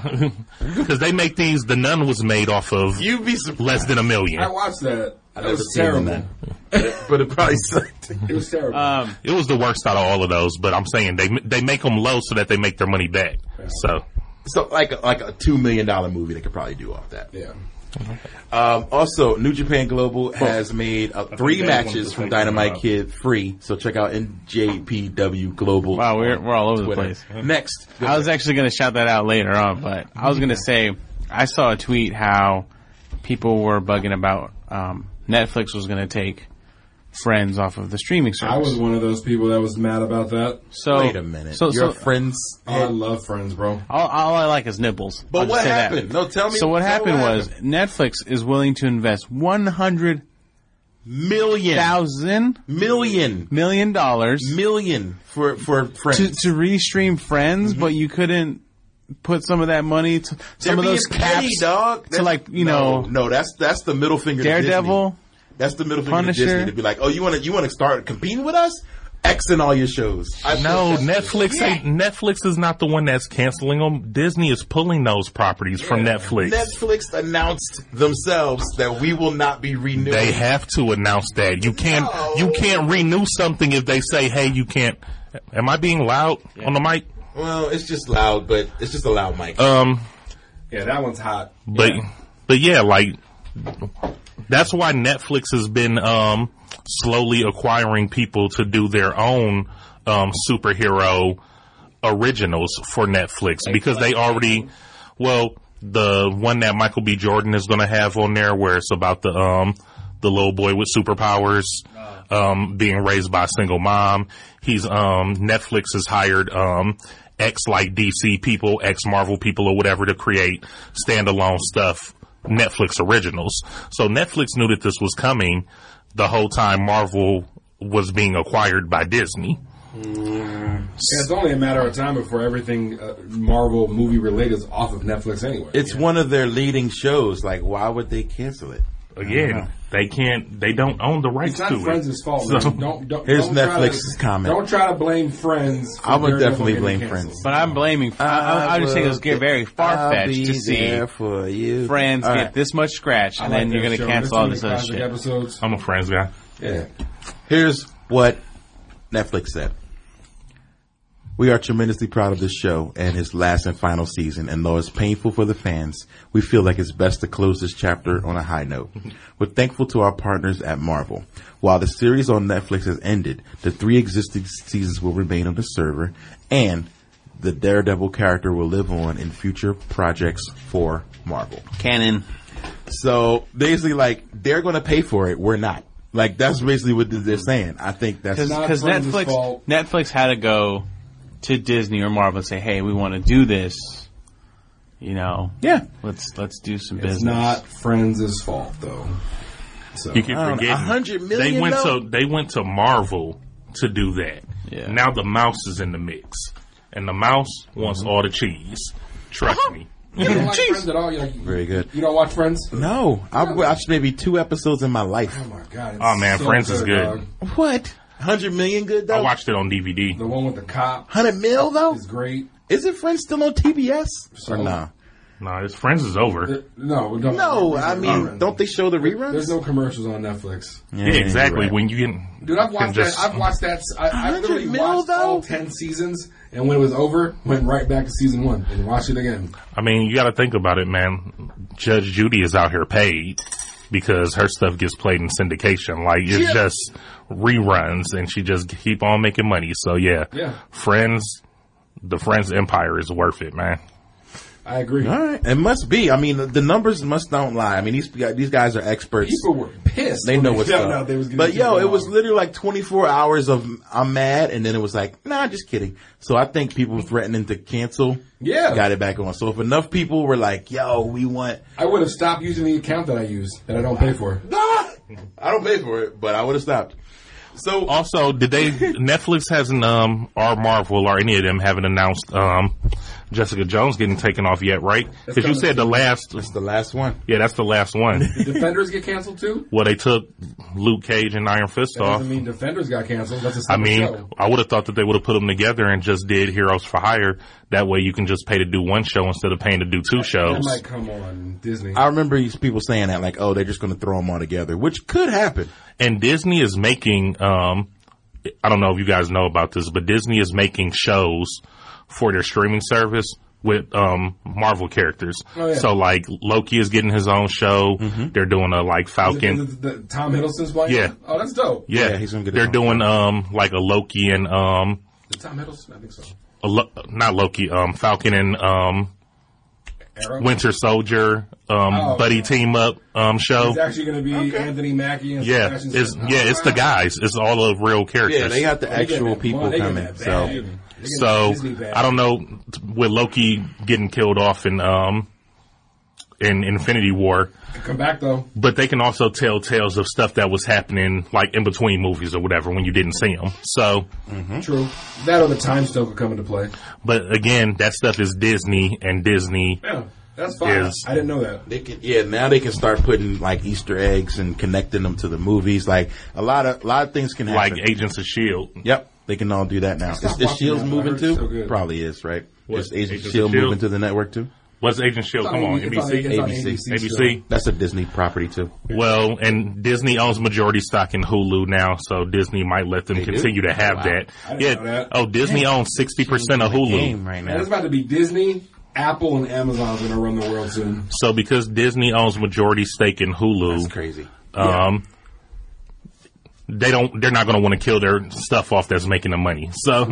[SPEAKER 4] because uh, they make these. The Nun was made off of
[SPEAKER 1] You'd be surprised.
[SPEAKER 4] less than a million.
[SPEAKER 3] I watched that. That
[SPEAKER 1] never
[SPEAKER 3] was
[SPEAKER 1] seen
[SPEAKER 3] terrible.
[SPEAKER 1] that. but it probably sucked.
[SPEAKER 3] It was terrible.
[SPEAKER 2] Um,
[SPEAKER 4] It was the worst out of all of those, but I'm saying they they make them low so that they make their money back. So
[SPEAKER 1] So like a, like a two million dollar movie they could probably do off that.
[SPEAKER 3] yeah.
[SPEAKER 1] Um, also, New Japan Global has made uh, three
[SPEAKER 4] they wanted
[SPEAKER 1] matches
[SPEAKER 4] to
[SPEAKER 1] from
[SPEAKER 4] take
[SPEAKER 1] Dynamite
[SPEAKER 4] them out.
[SPEAKER 1] Kid free. So check out NJPW Global.
[SPEAKER 2] wow, we're we're all over the
[SPEAKER 1] Twitter.
[SPEAKER 2] place.
[SPEAKER 1] Next,
[SPEAKER 2] I was actually going to shout that out later on, but I was going to say I saw a tweet how people were bugging about um, Netflix was going to take Friends off of the streaming service.
[SPEAKER 3] I was one of those people that was mad about that.
[SPEAKER 2] so
[SPEAKER 1] wait a minute.
[SPEAKER 2] So,
[SPEAKER 1] Your
[SPEAKER 2] so
[SPEAKER 1] friends.
[SPEAKER 3] I love Friends, bro.
[SPEAKER 2] all, all I like is nipples.
[SPEAKER 1] But
[SPEAKER 2] I'll just
[SPEAKER 1] what
[SPEAKER 2] say that.
[SPEAKER 1] happened? No, tell me.
[SPEAKER 2] So what
[SPEAKER 1] tell me
[SPEAKER 2] happened was Netflix is willing to invest one hundred
[SPEAKER 1] million,
[SPEAKER 2] thousand
[SPEAKER 1] million,
[SPEAKER 2] million dollars
[SPEAKER 1] million for for friends.
[SPEAKER 2] to to restream Friends, but you couldn't put some of that money to
[SPEAKER 1] Mm-hmm. They're
[SPEAKER 2] some of those
[SPEAKER 1] being petty,
[SPEAKER 2] caps
[SPEAKER 1] dog.
[SPEAKER 2] to like you
[SPEAKER 1] no,
[SPEAKER 2] know
[SPEAKER 1] no, that's that's the middle finger. to Disney.
[SPEAKER 2] Daredevil.
[SPEAKER 1] That's the middle finger to
[SPEAKER 2] Punisher.
[SPEAKER 1] Disney to be like, oh, you want to you want to start competing with us? X in all your shows. I
[SPEAKER 4] no,
[SPEAKER 1] think that's-
[SPEAKER 4] Netflix ain't, Netflix is not the one that's canceling them. Disney is pulling those properties from Netflix.
[SPEAKER 1] Netflix announced themselves that we will not be renewing.
[SPEAKER 4] they have to announce that you can't
[SPEAKER 1] No.
[SPEAKER 4] you can't renew something if they say, "Hey, you can't." Am I being loud on the mic?
[SPEAKER 1] well, it's just loud, but it's just a loud mic.
[SPEAKER 4] Um,
[SPEAKER 3] Yeah, that one's hot.
[SPEAKER 4] but but yeah, like that's why Netflix has been um slowly acquiring people to do their own um superhero originals for Netflix because they already well the one that Michael B Jordan is going to have on there where it's about the um the little boy with superpowers
[SPEAKER 3] Oh.
[SPEAKER 4] um being raised by a single mom he's um Netflix has hired um ex like DC people ex Marvel people or whatever to create standalone stuff Netflix originals so Netflix knew that this was coming the whole time Marvel was being acquired by Disney
[SPEAKER 3] Yeah, it's only a matter of time before everything uh, Marvel movie related is off of Netflix anyway.
[SPEAKER 1] it's one of their leading shows. Like, why would they cancel it?
[SPEAKER 4] again, they can't. They don't own the
[SPEAKER 3] It's
[SPEAKER 4] rights
[SPEAKER 3] not
[SPEAKER 4] to
[SPEAKER 3] Friends'
[SPEAKER 4] it.
[SPEAKER 3] fault.
[SPEAKER 4] So-
[SPEAKER 3] man. Don't, don't,
[SPEAKER 1] Here's
[SPEAKER 3] don't try
[SPEAKER 1] Netflix's
[SPEAKER 3] to,
[SPEAKER 1] comment.
[SPEAKER 3] Don't try to blame Friends. for
[SPEAKER 1] I would
[SPEAKER 3] Daredevil
[SPEAKER 1] definitely
[SPEAKER 3] getting
[SPEAKER 1] blame
[SPEAKER 3] canceled.
[SPEAKER 1] Friends.
[SPEAKER 2] But I'm blaming. I, I, I just think it was get very far
[SPEAKER 1] I'll be
[SPEAKER 2] fetched to see
[SPEAKER 1] there for you.
[SPEAKER 2] friends
[SPEAKER 1] All
[SPEAKER 2] get
[SPEAKER 1] right.
[SPEAKER 2] this much scratch,
[SPEAKER 3] I
[SPEAKER 2] and
[SPEAKER 3] like
[SPEAKER 2] then you're
[SPEAKER 3] that
[SPEAKER 2] going
[SPEAKER 3] show.
[SPEAKER 2] to
[SPEAKER 3] There's
[SPEAKER 2] cancel all
[SPEAKER 3] too
[SPEAKER 2] this
[SPEAKER 3] many
[SPEAKER 2] other
[SPEAKER 3] classic
[SPEAKER 2] shit.
[SPEAKER 3] Episodes.
[SPEAKER 4] I'm a Friends guy.
[SPEAKER 3] Yeah.
[SPEAKER 1] Here's what Netflix said. We are tremendously proud of this show and his last and final season, and though it's painful for the fans, we feel like it's best to close this chapter on a high note. We're thankful to our partners at Marvel. While the series on Netflix has ended, the three existing seasons will remain on the server, and the Daredevil character will live on in future projects for Marvel.
[SPEAKER 2] Canon.
[SPEAKER 1] So basically, like they're going to pay for it. We're not. Like that's basically what they're saying. I think that's
[SPEAKER 3] Not
[SPEAKER 2] Because
[SPEAKER 3] Friends'
[SPEAKER 2] Netflix,
[SPEAKER 3] fault.
[SPEAKER 2] Netflix had to go to Disney or Marvel and say, "Hey, we want to do this." You know,
[SPEAKER 1] yeah.
[SPEAKER 2] let's let's do some
[SPEAKER 3] It's
[SPEAKER 2] business.
[SPEAKER 3] not Friends' fault though. So
[SPEAKER 4] You keep
[SPEAKER 1] I don't know,
[SPEAKER 4] forgetting.
[SPEAKER 1] 100
[SPEAKER 4] They
[SPEAKER 1] million
[SPEAKER 4] went
[SPEAKER 1] though?
[SPEAKER 4] to they went to Marvel to do that.
[SPEAKER 2] Yeah.
[SPEAKER 4] Now the mouse is in the mix, and the mouse
[SPEAKER 3] Mm-hmm.
[SPEAKER 4] wants all the cheese. Trust
[SPEAKER 3] Uh-huh.
[SPEAKER 4] me.
[SPEAKER 3] you don't like Friends at all. You're like,
[SPEAKER 1] Very good.
[SPEAKER 3] You don't watch Friends?
[SPEAKER 1] No, I've watched maybe two episodes in my life.
[SPEAKER 3] Oh my god! it's
[SPEAKER 4] Oh, man,
[SPEAKER 3] so
[SPEAKER 4] Friends is good.
[SPEAKER 3] dog.
[SPEAKER 1] What? Hundred million good
[SPEAKER 4] I
[SPEAKER 1] though.
[SPEAKER 4] watched it on DVD.
[SPEAKER 3] The one with the cop
[SPEAKER 1] Hundred mil though.
[SPEAKER 3] is great.
[SPEAKER 1] Isn't Friends still on TBS? Or nah?
[SPEAKER 4] Nah, his friends is over.
[SPEAKER 3] Uh, No, no,
[SPEAKER 1] No, I mean, don't they show the reruns?
[SPEAKER 3] There's no commercials on Netflix.
[SPEAKER 4] Yeah,
[SPEAKER 1] you're
[SPEAKER 4] exactly.
[SPEAKER 1] right.
[SPEAKER 4] When you get
[SPEAKER 3] Dude, I've watched
[SPEAKER 4] can just-
[SPEAKER 3] that. I've watched that. I, I
[SPEAKER 1] 100
[SPEAKER 3] literally
[SPEAKER 1] mil,
[SPEAKER 3] watched all
[SPEAKER 1] though?
[SPEAKER 3] ten seasons, and when it was over, went right back to season one and watched it again.
[SPEAKER 4] I mean, you got to think about it, man. Judge Judy is out here paid because her stuff gets played in syndication. Like it's
[SPEAKER 3] Yeah.
[SPEAKER 4] just reruns, and she just keep on making money. So yeah,
[SPEAKER 3] Yeah.
[SPEAKER 4] Friends, the Friends empire is worth it, man.
[SPEAKER 3] I agree.
[SPEAKER 1] All right, it must be. I mean, the- the numbers must don't lie. I mean, these these guys are experts.
[SPEAKER 3] People were pissed.
[SPEAKER 1] They
[SPEAKER 3] when
[SPEAKER 1] know what's
[SPEAKER 3] found
[SPEAKER 1] up.
[SPEAKER 3] out they was getting
[SPEAKER 1] but yo,
[SPEAKER 3] taken
[SPEAKER 1] it was
[SPEAKER 3] off.
[SPEAKER 1] literally like 24 hours of I'm mad, and then it was like, nah, just kidding. So I think people threatening to cancel,
[SPEAKER 3] Yeah.
[SPEAKER 1] got it back on. So if enough people were like, yo, we want,
[SPEAKER 3] I would have stopped using the account that I use that I don't pay for.
[SPEAKER 1] nah, I don't pay for it, but I would have stopped. So oh,
[SPEAKER 4] Also, did they Netflix hasn't um or Marvel or any of them haven't announced um Jessica Jones getting taken off yet, right? Because you
[SPEAKER 3] coming.
[SPEAKER 4] said the last,
[SPEAKER 1] it's the last one.
[SPEAKER 4] yeah, that's the last one.
[SPEAKER 3] Defenders get canceled too.
[SPEAKER 4] well, they took Luke Cage and Iron Fist
[SPEAKER 3] That
[SPEAKER 4] off.
[SPEAKER 3] doesn't mean Defenders got canceled. That's a
[SPEAKER 4] I
[SPEAKER 3] separate
[SPEAKER 4] mean,
[SPEAKER 3] show.
[SPEAKER 4] I would have thought that they would have put them together and just did Heroes for Hire. That way, you can just pay to do one show instead of paying to do two
[SPEAKER 3] That
[SPEAKER 4] shows.
[SPEAKER 3] might come on Disney.
[SPEAKER 1] I remember these people saying that, like, oh, they're just going to throw them all together, which could happen.
[SPEAKER 4] and Disney is making um I don't know if you guys know about this, but Disney is making shows for their streaming service with um Marvel characters.
[SPEAKER 3] Oh, yeah.
[SPEAKER 4] So like Loki is getting his own show.
[SPEAKER 1] Mm-hmm.
[SPEAKER 4] They're doing a like Falcon.
[SPEAKER 3] Is it the- the- Tom Hiddleston's playing.
[SPEAKER 4] Yeah.
[SPEAKER 3] Oh, that's dope.
[SPEAKER 4] yeah,
[SPEAKER 1] Yeah, he's gonna get his
[SPEAKER 4] They're
[SPEAKER 1] own
[SPEAKER 4] doing um like a Loki and um
[SPEAKER 3] Is Tom Hiddleston, I think so.
[SPEAKER 4] a Lo- not Loki, um Falcon and um
[SPEAKER 3] Arrow.
[SPEAKER 4] Winter Soldier um
[SPEAKER 3] Oh,
[SPEAKER 4] buddy team up um show.
[SPEAKER 3] It's actually going to be Anthony Mackie and
[SPEAKER 4] Yeah,
[SPEAKER 3] Sebastian
[SPEAKER 4] it's
[SPEAKER 3] Stan.
[SPEAKER 4] yeah, it's the guys. It's all the real characters.
[SPEAKER 1] Yeah, they got the
[SPEAKER 3] They getting
[SPEAKER 1] actual
[SPEAKER 3] that
[SPEAKER 1] people
[SPEAKER 3] money. They getting
[SPEAKER 1] coming.
[SPEAKER 3] that
[SPEAKER 1] So
[SPEAKER 3] bag. They getting that
[SPEAKER 4] So
[SPEAKER 3] Disney bag.
[SPEAKER 4] I don't know with Loki getting killed off in um in Infinity War,
[SPEAKER 3] come back though.
[SPEAKER 4] but they can also tell tales of stuff that was happening like in between movies or whatever when you didn't see them. So,
[SPEAKER 1] Hmm?
[SPEAKER 3] True. That or the time stone could come into play.
[SPEAKER 4] but again, that stuff is Disney and Disney.
[SPEAKER 3] Yeah, that's fine.
[SPEAKER 4] Yes.
[SPEAKER 3] I didn't know that.
[SPEAKER 1] They can, yeah, now they can start putting like Easter eggs and connecting them to the movies. Like a lot of, a lot of things can
[SPEAKER 4] Like
[SPEAKER 1] happen.
[SPEAKER 4] Agents of Shield,
[SPEAKER 1] Yep, they can all do that now. Is, is
[SPEAKER 3] watching
[SPEAKER 1] Shields
[SPEAKER 3] that, but I
[SPEAKER 1] E moving
[SPEAKER 3] heard it's
[SPEAKER 1] too?
[SPEAKER 3] so good.
[SPEAKER 1] Probably is, right?
[SPEAKER 4] What,
[SPEAKER 1] Is Agent
[SPEAKER 4] Agents of
[SPEAKER 1] Shield
[SPEAKER 4] S.H.I.E.L.D.?
[SPEAKER 1] moving to the network too?
[SPEAKER 4] what's Agent Shield? E Come on,
[SPEAKER 3] It's on-
[SPEAKER 4] NBC,
[SPEAKER 3] it's on
[SPEAKER 1] ABC.
[SPEAKER 4] ABC.
[SPEAKER 1] That's a Disney property too.
[SPEAKER 4] Well, and Disney owns majority stock in Hulu now, so Disney might let them continue to have that.
[SPEAKER 3] I didn't
[SPEAKER 4] Yeah.
[SPEAKER 3] know that.
[SPEAKER 4] Oh, Disney owns sixty percent of Hulu.
[SPEAKER 1] Game right
[SPEAKER 3] Man,
[SPEAKER 1] now.
[SPEAKER 3] it's about to be Disney, Apple, and Amazon's going to run the world soon.
[SPEAKER 4] So because Disney owns majority stake in Hulu,
[SPEAKER 1] That's crazy.
[SPEAKER 4] um, they don't. They're not going to want to kill their stuff off that's making them money. So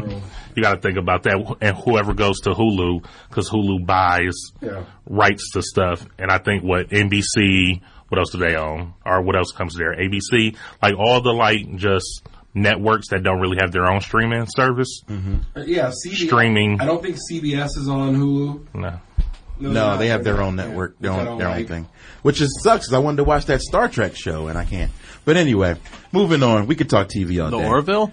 [SPEAKER 4] you got to think about that. And whoever goes to Hulu, because Hulu buys
[SPEAKER 3] Yeah.
[SPEAKER 4] rights to stuff, and I think what NBC, what else do they own, or what else comes there? ABC, like all the like just networks that don't really have their own streaming service.
[SPEAKER 1] Hmm.
[SPEAKER 3] Uh, Yeah, CBS.
[SPEAKER 4] Streaming.
[SPEAKER 3] I don't think CBS is on Hulu.
[SPEAKER 4] No.
[SPEAKER 3] they're
[SPEAKER 1] No,
[SPEAKER 3] not.
[SPEAKER 1] they have their
[SPEAKER 3] They're
[SPEAKER 1] own
[SPEAKER 3] not.
[SPEAKER 1] network,
[SPEAKER 3] Yeah,
[SPEAKER 1] their
[SPEAKER 3] which I
[SPEAKER 1] own,
[SPEAKER 3] don't
[SPEAKER 1] their own
[SPEAKER 3] like.
[SPEAKER 1] thing, which just sucks because I wanted to watch that Star Trek show and I can't. But anyway, moving on. We could talk TV all
[SPEAKER 2] The
[SPEAKER 1] day.
[SPEAKER 2] Orville.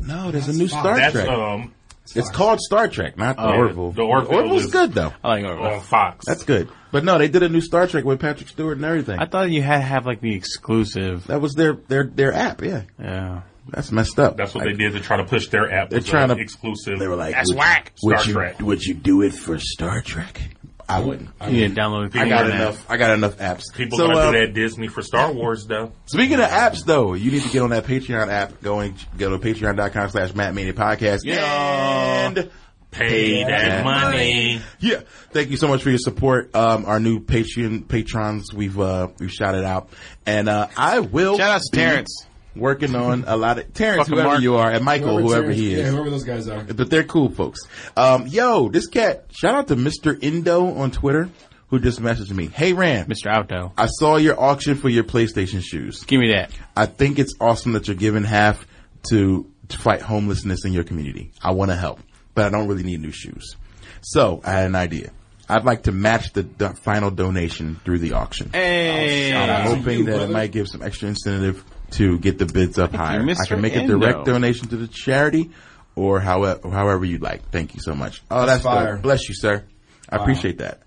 [SPEAKER 1] No, there's a new
[SPEAKER 3] Fox.
[SPEAKER 1] Star
[SPEAKER 4] That's
[SPEAKER 1] Trek.
[SPEAKER 4] um
[SPEAKER 1] it's called Star Trek, not the
[SPEAKER 4] yeah,
[SPEAKER 1] Orville.
[SPEAKER 4] the Orville
[SPEAKER 1] Orville's
[SPEAKER 4] is-
[SPEAKER 1] good though.
[SPEAKER 2] I like Orville.
[SPEAKER 4] on Fox.
[SPEAKER 1] That's good. But no, they did a new Star Trek with Patrick Stewart and everything.
[SPEAKER 2] I thought you had to have like the exclusive.
[SPEAKER 1] that was their their their app. Yeah,
[SPEAKER 2] Yeah.
[SPEAKER 1] that's messed up.
[SPEAKER 4] That's what
[SPEAKER 1] Like,
[SPEAKER 4] they did to try to push their app.
[SPEAKER 1] They're
[SPEAKER 4] was,
[SPEAKER 1] trying
[SPEAKER 4] uh,
[SPEAKER 1] to-
[SPEAKER 4] exclusive.
[SPEAKER 1] They were like,
[SPEAKER 4] "That's
[SPEAKER 1] would,
[SPEAKER 4] whack." Star
[SPEAKER 1] would you,
[SPEAKER 4] Trek.
[SPEAKER 1] Would you do it for Star Trek? I wouldn't. I,
[SPEAKER 2] Yeah, download.
[SPEAKER 4] I
[SPEAKER 1] got
[SPEAKER 4] Yeah.
[SPEAKER 1] enough. I got enough apps.
[SPEAKER 4] People
[SPEAKER 1] So,
[SPEAKER 4] gonna
[SPEAKER 1] uh,
[SPEAKER 4] do that Disney for Star Wars though.
[SPEAKER 1] Speaking of apps, though, you need to get on that Patreon app. Go and go to patreon.com slash Matt Mania Podcast.
[SPEAKER 4] Yeah.
[SPEAKER 1] And
[SPEAKER 4] Pay that money.
[SPEAKER 1] yeah, thank you so much for your support. Um, our new Patreon patrons, we've uh, we've shouted out, and uh, I will
[SPEAKER 2] Shout outs to
[SPEAKER 1] be
[SPEAKER 2] Terrence.
[SPEAKER 1] working on a lot of Terrence,
[SPEAKER 2] Fucking
[SPEAKER 1] whoever
[SPEAKER 2] Mark.
[SPEAKER 1] you are, and Michael, whoever he
[SPEAKER 3] Yeah,
[SPEAKER 1] is.
[SPEAKER 3] whoever those guys are.
[SPEAKER 1] But they're cool folks. Um, yo, this cat, shout out to Mr. Indo on Twitter, who just messaged me. Hey, Ram,
[SPEAKER 2] Mr. Auto.
[SPEAKER 1] I saw your auction for your PlayStation shoes.
[SPEAKER 2] Give me that.
[SPEAKER 1] I think it's awesome that you're giving half to, to fight homelessness in your community. I want to help, but I don't really need new shoes. So I had an idea. I'd like to match the do- final donation through the auction.
[SPEAKER 2] Hey.
[SPEAKER 1] I'm
[SPEAKER 3] out to
[SPEAKER 1] hoping
[SPEAKER 3] you,
[SPEAKER 1] that it
[SPEAKER 3] brother.
[SPEAKER 1] might give some extra incentive to get the bids up higher. I
[SPEAKER 2] Mr.
[SPEAKER 1] can make a
[SPEAKER 2] Endo.
[SPEAKER 1] direct donation to the charity or however, however you'd like. Thank you so much. Oh, that's,
[SPEAKER 3] fire.
[SPEAKER 1] dope. Bless you, sir. I appreciate that.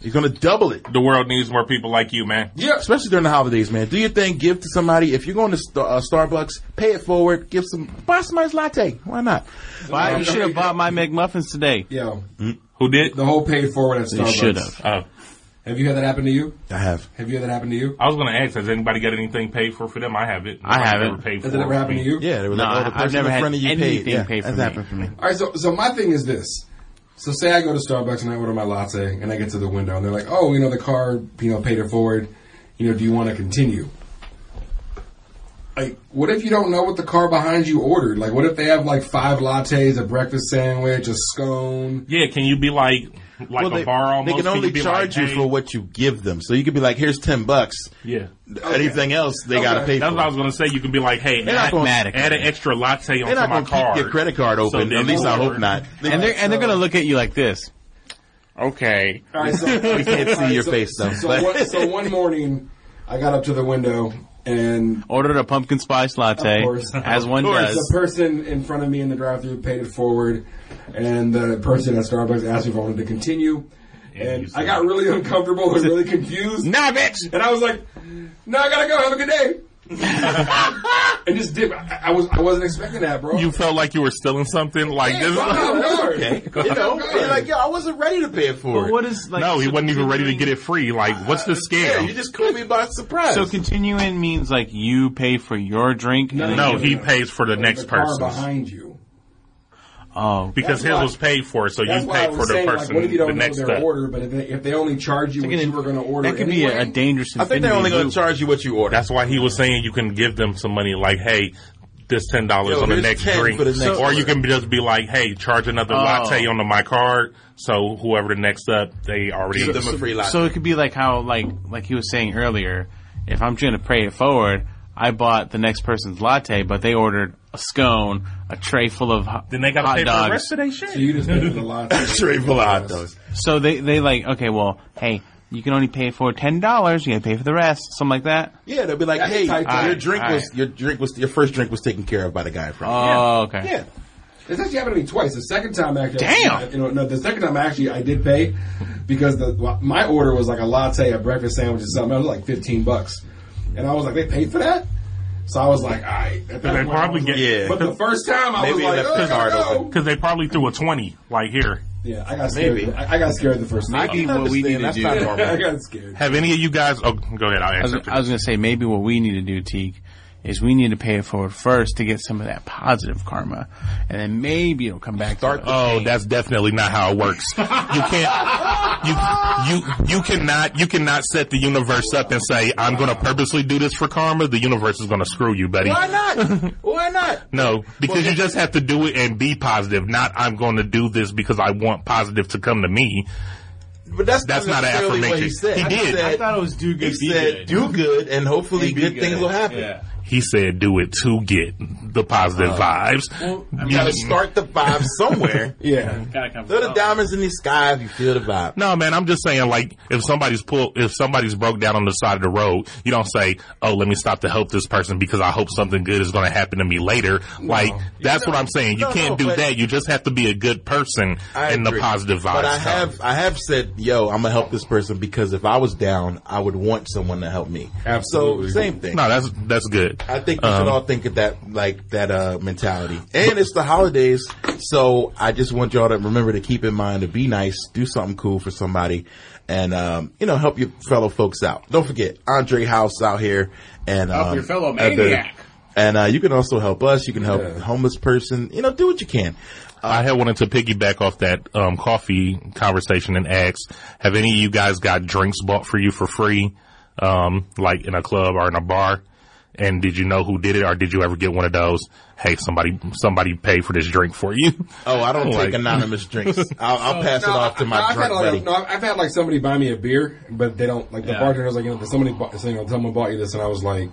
[SPEAKER 1] He's going to double it.
[SPEAKER 4] The world needs more people like you, man.
[SPEAKER 3] Yeah.
[SPEAKER 1] Especially during the holidays, man. Do your thing. Give to somebody. If you're going to Star- uh, Starbucks, pay it forward. Give some, buy somebody's latte. Why not?
[SPEAKER 2] Why you should have bought my McMuffins today.
[SPEAKER 3] Yo,
[SPEAKER 4] Who did?
[SPEAKER 3] the whole paid forward at Starbucks.
[SPEAKER 2] should have.
[SPEAKER 4] Oh,
[SPEAKER 3] Have you had that happen to you?
[SPEAKER 1] I have.
[SPEAKER 3] Have you had that happen to you?
[SPEAKER 4] I was going to ask. Has anybody got anything paid for for them? I have it.
[SPEAKER 2] I have it.
[SPEAKER 4] Never Paid
[SPEAKER 3] Has
[SPEAKER 4] for
[SPEAKER 3] it ever
[SPEAKER 4] it.
[SPEAKER 3] happened to you?
[SPEAKER 1] Oh, Yeah, there was
[SPEAKER 2] No,
[SPEAKER 1] like, oh, the
[SPEAKER 2] I've
[SPEAKER 1] person
[SPEAKER 2] never
[SPEAKER 1] in
[SPEAKER 2] had
[SPEAKER 1] front of you paid.
[SPEAKER 2] anything
[SPEAKER 1] Yeah,
[SPEAKER 2] paid for
[SPEAKER 1] that's
[SPEAKER 2] me.
[SPEAKER 1] happened for me.
[SPEAKER 3] All right, so so my thing is this. So say I go to Starbucks and I order my latte and I get to the window and they're like, "Oh, you know the card, you know, paid it forward. You know, do you want to continue?" Like, what if you don't know what the car behind you ordered? Like, what if they have like five lattes, a breakfast sandwich, a scone?
[SPEAKER 4] Yeah. Can you be like like
[SPEAKER 1] Well,
[SPEAKER 4] a bar
[SPEAKER 1] they,
[SPEAKER 4] almost?
[SPEAKER 1] they can only
[SPEAKER 4] you be
[SPEAKER 1] charge
[SPEAKER 4] like,
[SPEAKER 1] you
[SPEAKER 4] hey-
[SPEAKER 1] for what you give them. So you could be like, here's 10 bucks.
[SPEAKER 4] Yeah.
[SPEAKER 1] Anything else, they got to
[SPEAKER 3] Okay.
[SPEAKER 1] pay
[SPEAKER 4] That's
[SPEAKER 1] for.
[SPEAKER 4] what I was going to say. You can be like, hey,
[SPEAKER 1] They're not
[SPEAKER 4] add,
[SPEAKER 1] gonna-
[SPEAKER 4] add an extra latte
[SPEAKER 1] They're
[SPEAKER 4] onto
[SPEAKER 1] not
[SPEAKER 4] my
[SPEAKER 1] going to
[SPEAKER 4] card.
[SPEAKER 1] keep your credit card
[SPEAKER 4] So
[SPEAKER 1] open.
[SPEAKER 4] then
[SPEAKER 1] At least I
[SPEAKER 4] whoever-
[SPEAKER 1] hope not. They
[SPEAKER 2] And they're and they're gonna look at you like this. Okay.
[SPEAKER 3] All right, so, we
[SPEAKER 1] can't see your face, though,
[SPEAKER 3] So,
[SPEAKER 1] but-
[SPEAKER 3] one, so one morning, I got up to the window and
[SPEAKER 2] Ordered a pumpkin spice latte,
[SPEAKER 3] Of course.
[SPEAKER 2] as one
[SPEAKER 3] Of course,
[SPEAKER 2] does.
[SPEAKER 3] The person in front of me in the drive-through paid it forward, and the person at Starbucks asked me if I wanted to continue. And I got really uncomfortable and really confused,
[SPEAKER 2] Nah, bitch.
[SPEAKER 3] and I was like, "No, I gotta go. Have a good day." and just did. I, I was I wasn't expecting that, bro.
[SPEAKER 4] You felt like you were stealing something. Like this.
[SPEAKER 3] okay.
[SPEAKER 1] you know, you're like, yo, I wasn't ready to pay it forward.
[SPEAKER 2] What is like?
[SPEAKER 4] no, he
[SPEAKER 2] so
[SPEAKER 4] wasn't even ready to
[SPEAKER 2] continuing-
[SPEAKER 4] get it free. Like, what's the
[SPEAKER 1] yeah,
[SPEAKER 4] scam?
[SPEAKER 1] you just caught me by surprise.
[SPEAKER 2] So continuing means like you pay for your drink. and then
[SPEAKER 4] no,
[SPEAKER 2] you-
[SPEAKER 4] he pays for the next
[SPEAKER 3] the car
[SPEAKER 4] person
[SPEAKER 3] behind you.
[SPEAKER 2] Oh,
[SPEAKER 4] because
[SPEAKER 3] That's
[SPEAKER 4] his
[SPEAKER 3] why-
[SPEAKER 4] was paid for, so
[SPEAKER 3] That's
[SPEAKER 4] you
[SPEAKER 3] why I
[SPEAKER 4] paid for
[SPEAKER 3] was
[SPEAKER 4] the
[SPEAKER 3] saying, like,
[SPEAKER 4] person
[SPEAKER 3] what if you
[SPEAKER 4] the
[SPEAKER 3] don't know
[SPEAKER 4] next
[SPEAKER 3] their
[SPEAKER 4] step.
[SPEAKER 3] order? But if they, if they only charge you what you were going to order,
[SPEAKER 2] that could be a, a
[SPEAKER 3] anyway,
[SPEAKER 2] dangerous.
[SPEAKER 1] I think they're only going to charge you what you order.
[SPEAKER 4] That's why he was saying you can give them some money. Like, hey. This ten dollars
[SPEAKER 1] Yo,
[SPEAKER 4] on the
[SPEAKER 1] here's
[SPEAKER 4] next
[SPEAKER 1] 10
[SPEAKER 4] drink,
[SPEAKER 1] for the next
[SPEAKER 4] or
[SPEAKER 1] order.
[SPEAKER 4] you can be- just be like, "Hey, charge another
[SPEAKER 2] Oh.
[SPEAKER 4] latte onto my card." So whoever the next up, they already
[SPEAKER 1] Give them a free latte.
[SPEAKER 2] So it could be like how like like he was saying earlier. If I'm trying to pay it forward, I bought the next person's latte, but they ordered a scone, a tray full of hot,
[SPEAKER 4] then they got to
[SPEAKER 2] hot
[SPEAKER 4] pay for the
[SPEAKER 2] dogs.
[SPEAKER 4] rest of their shit.
[SPEAKER 3] you just paid for the latte.
[SPEAKER 1] Straight full of hot dogs.
[SPEAKER 2] So they they like okay, well, hey, you can only pay for ten dollars. You got to pay for the rest, something like that.
[SPEAKER 1] Yeah, they'll be like,
[SPEAKER 3] That's
[SPEAKER 1] "Hey,
[SPEAKER 3] the type of-
[SPEAKER 1] your drink
[SPEAKER 2] Alright,
[SPEAKER 1] was your drink was your first drink was taken care of by the guy in front." of
[SPEAKER 2] Oh, okay.
[SPEAKER 1] you. yeah,
[SPEAKER 3] This actually happened to me twice. The second time, actually,
[SPEAKER 2] Damn.
[SPEAKER 3] you know, no, the second time actually I did pay because the my order was like a latte, a breakfast sandwich, or something. It was like fifteen bucks, and I was like, they paid for that. So I was like, all right. At that
[SPEAKER 4] They
[SPEAKER 3] point, I
[SPEAKER 4] probably
[SPEAKER 3] was like-
[SPEAKER 4] get-
[SPEAKER 1] Yeah.
[SPEAKER 3] But the first time I
[SPEAKER 1] Maybe
[SPEAKER 3] was like,
[SPEAKER 1] they left
[SPEAKER 3] oh,
[SPEAKER 1] the
[SPEAKER 3] I gotta
[SPEAKER 1] card
[SPEAKER 3] go.
[SPEAKER 1] open.
[SPEAKER 4] Because they probably threw a 20, like here.
[SPEAKER 3] Yeah, I got scared.
[SPEAKER 1] Maybe.
[SPEAKER 3] I, I got scared the first
[SPEAKER 1] I
[SPEAKER 3] time.
[SPEAKER 1] can
[SPEAKER 2] what we
[SPEAKER 1] understand.
[SPEAKER 2] need to
[SPEAKER 1] That's
[SPEAKER 2] do.
[SPEAKER 1] not
[SPEAKER 3] I
[SPEAKER 1] normal.
[SPEAKER 3] got scared.
[SPEAKER 4] Have any of you guys, oh, go ahead, I'll
[SPEAKER 2] I was,
[SPEAKER 4] answer.
[SPEAKER 2] I was gonna say maybe what we need to do, Teague, is we need to pay it forward first to get some of that positive karma, and then maybe it'll come back.
[SPEAKER 1] Start
[SPEAKER 2] to
[SPEAKER 1] the-
[SPEAKER 2] us.
[SPEAKER 4] Oh, that's definitely not how it works. You can't, you, you, you cannot, you cannot set the universe up and say, I'm gonna purposely do this for karma. The universe is gonna screw you, buddy.
[SPEAKER 1] Why not? Why not?
[SPEAKER 4] No, because you just have to do it and be positive, not I'm gonna do this because I want positive to come to me.
[SPEAKER 1] But that's,
[SPEAKER 4] That's
[SPEAKER 1] not
[SPEAKER 4] not
[SPEAKER 1] necessarily
[SPEAKER 4] an
[SPEAKER 1] what he
[SPEAKER 4] affirmation.
[SPEAKER 1] said.
[SPEAKER 4] He did.
[SPEAKER 1] Said,
[SPEAKER 4] I
[SPEAKER 2] it was do
[SPEAKER 1] he said, "Do good, and hopefully good, things will happen."
[SPEAKER 4] He said do it to get the positive vibes.
[SPEAKER 1] Oh. You gotta start the vibe somewhere.
[SPEAKER 3] Yeah.
[SPEAKER 1] Throw the diamonds in the sky if you feel the vibe.
[SPEAKER 4] No, man, I'm just saying, like, if somebody's pull, if somebody's broke down on the side of the road, you don't say, "Oh, let me stop to help this person because I hope something good is going to happen to me later." Like, that's what I'm saying. You
[SPEAKER 1] No, no,
[SPEAKER 4] can't do
[SPEAKER 1] but-
[SPEAKER 4] that. You just have to be a good person
[SPEAKER 1] I
[SPEAKER 4] and the
[SPEAKER 1] agree.
[SPEAKER 4] positive vibes.
[SPEAKER 1] But I
[SPEAKER 4] come.
[SPEAKER 1] have I have said, "Yo, I'm gonna help this person because if I was down, I would want someone to help me."
[SPEAKER 3] Absolutely.
[SPEAKER 1] So same thing.
[SPEAKER 4] no, that's that's good. good.
[SPEAKER 1] I think we
[SPEAKER 4] Um,
[SPEAKER 1] should all think of that like that uh, mentality. And it's the holidays, so I just want y'all to remember to keep in mind to be nice, do something cool for somebody, and um, you know help your fellow folks out. Don't forget Andre House out here, and help
[SPEAKER 2] your fellow maniac.
[SPEAKER 1] and uh, you can also help us. You can help
[SPEAKER 3] Yeah.
[SPEAKER 1] homeless person. You know, do what you can.
[SPEAKER 4] I had wanted to piggyback off that um, coffee conversation and ask, have any of you guys got drinks bought for you for free, um, like in a club or in a bar? And did you know who did it, or did you ever get one of those? Hey, somebody, somebody paid for this drink for you.
[SPEAKER 1] Oh, I don't
[SPEAKER 4] Like-
[SPEAKER 1] take anonymous drinks. I'll, I'll pass it off to my
[SPEAKER 3] I've
[SPEAKER 1] drunk
[SPEAKER 3] had like,
[SPEAKER 1] buddy.
[SPEAKER 3] no, I've had like somebody buy me a beer, but they don't like the bartender was like, you know, somebody bought, you know, someone bought you this, and I was like,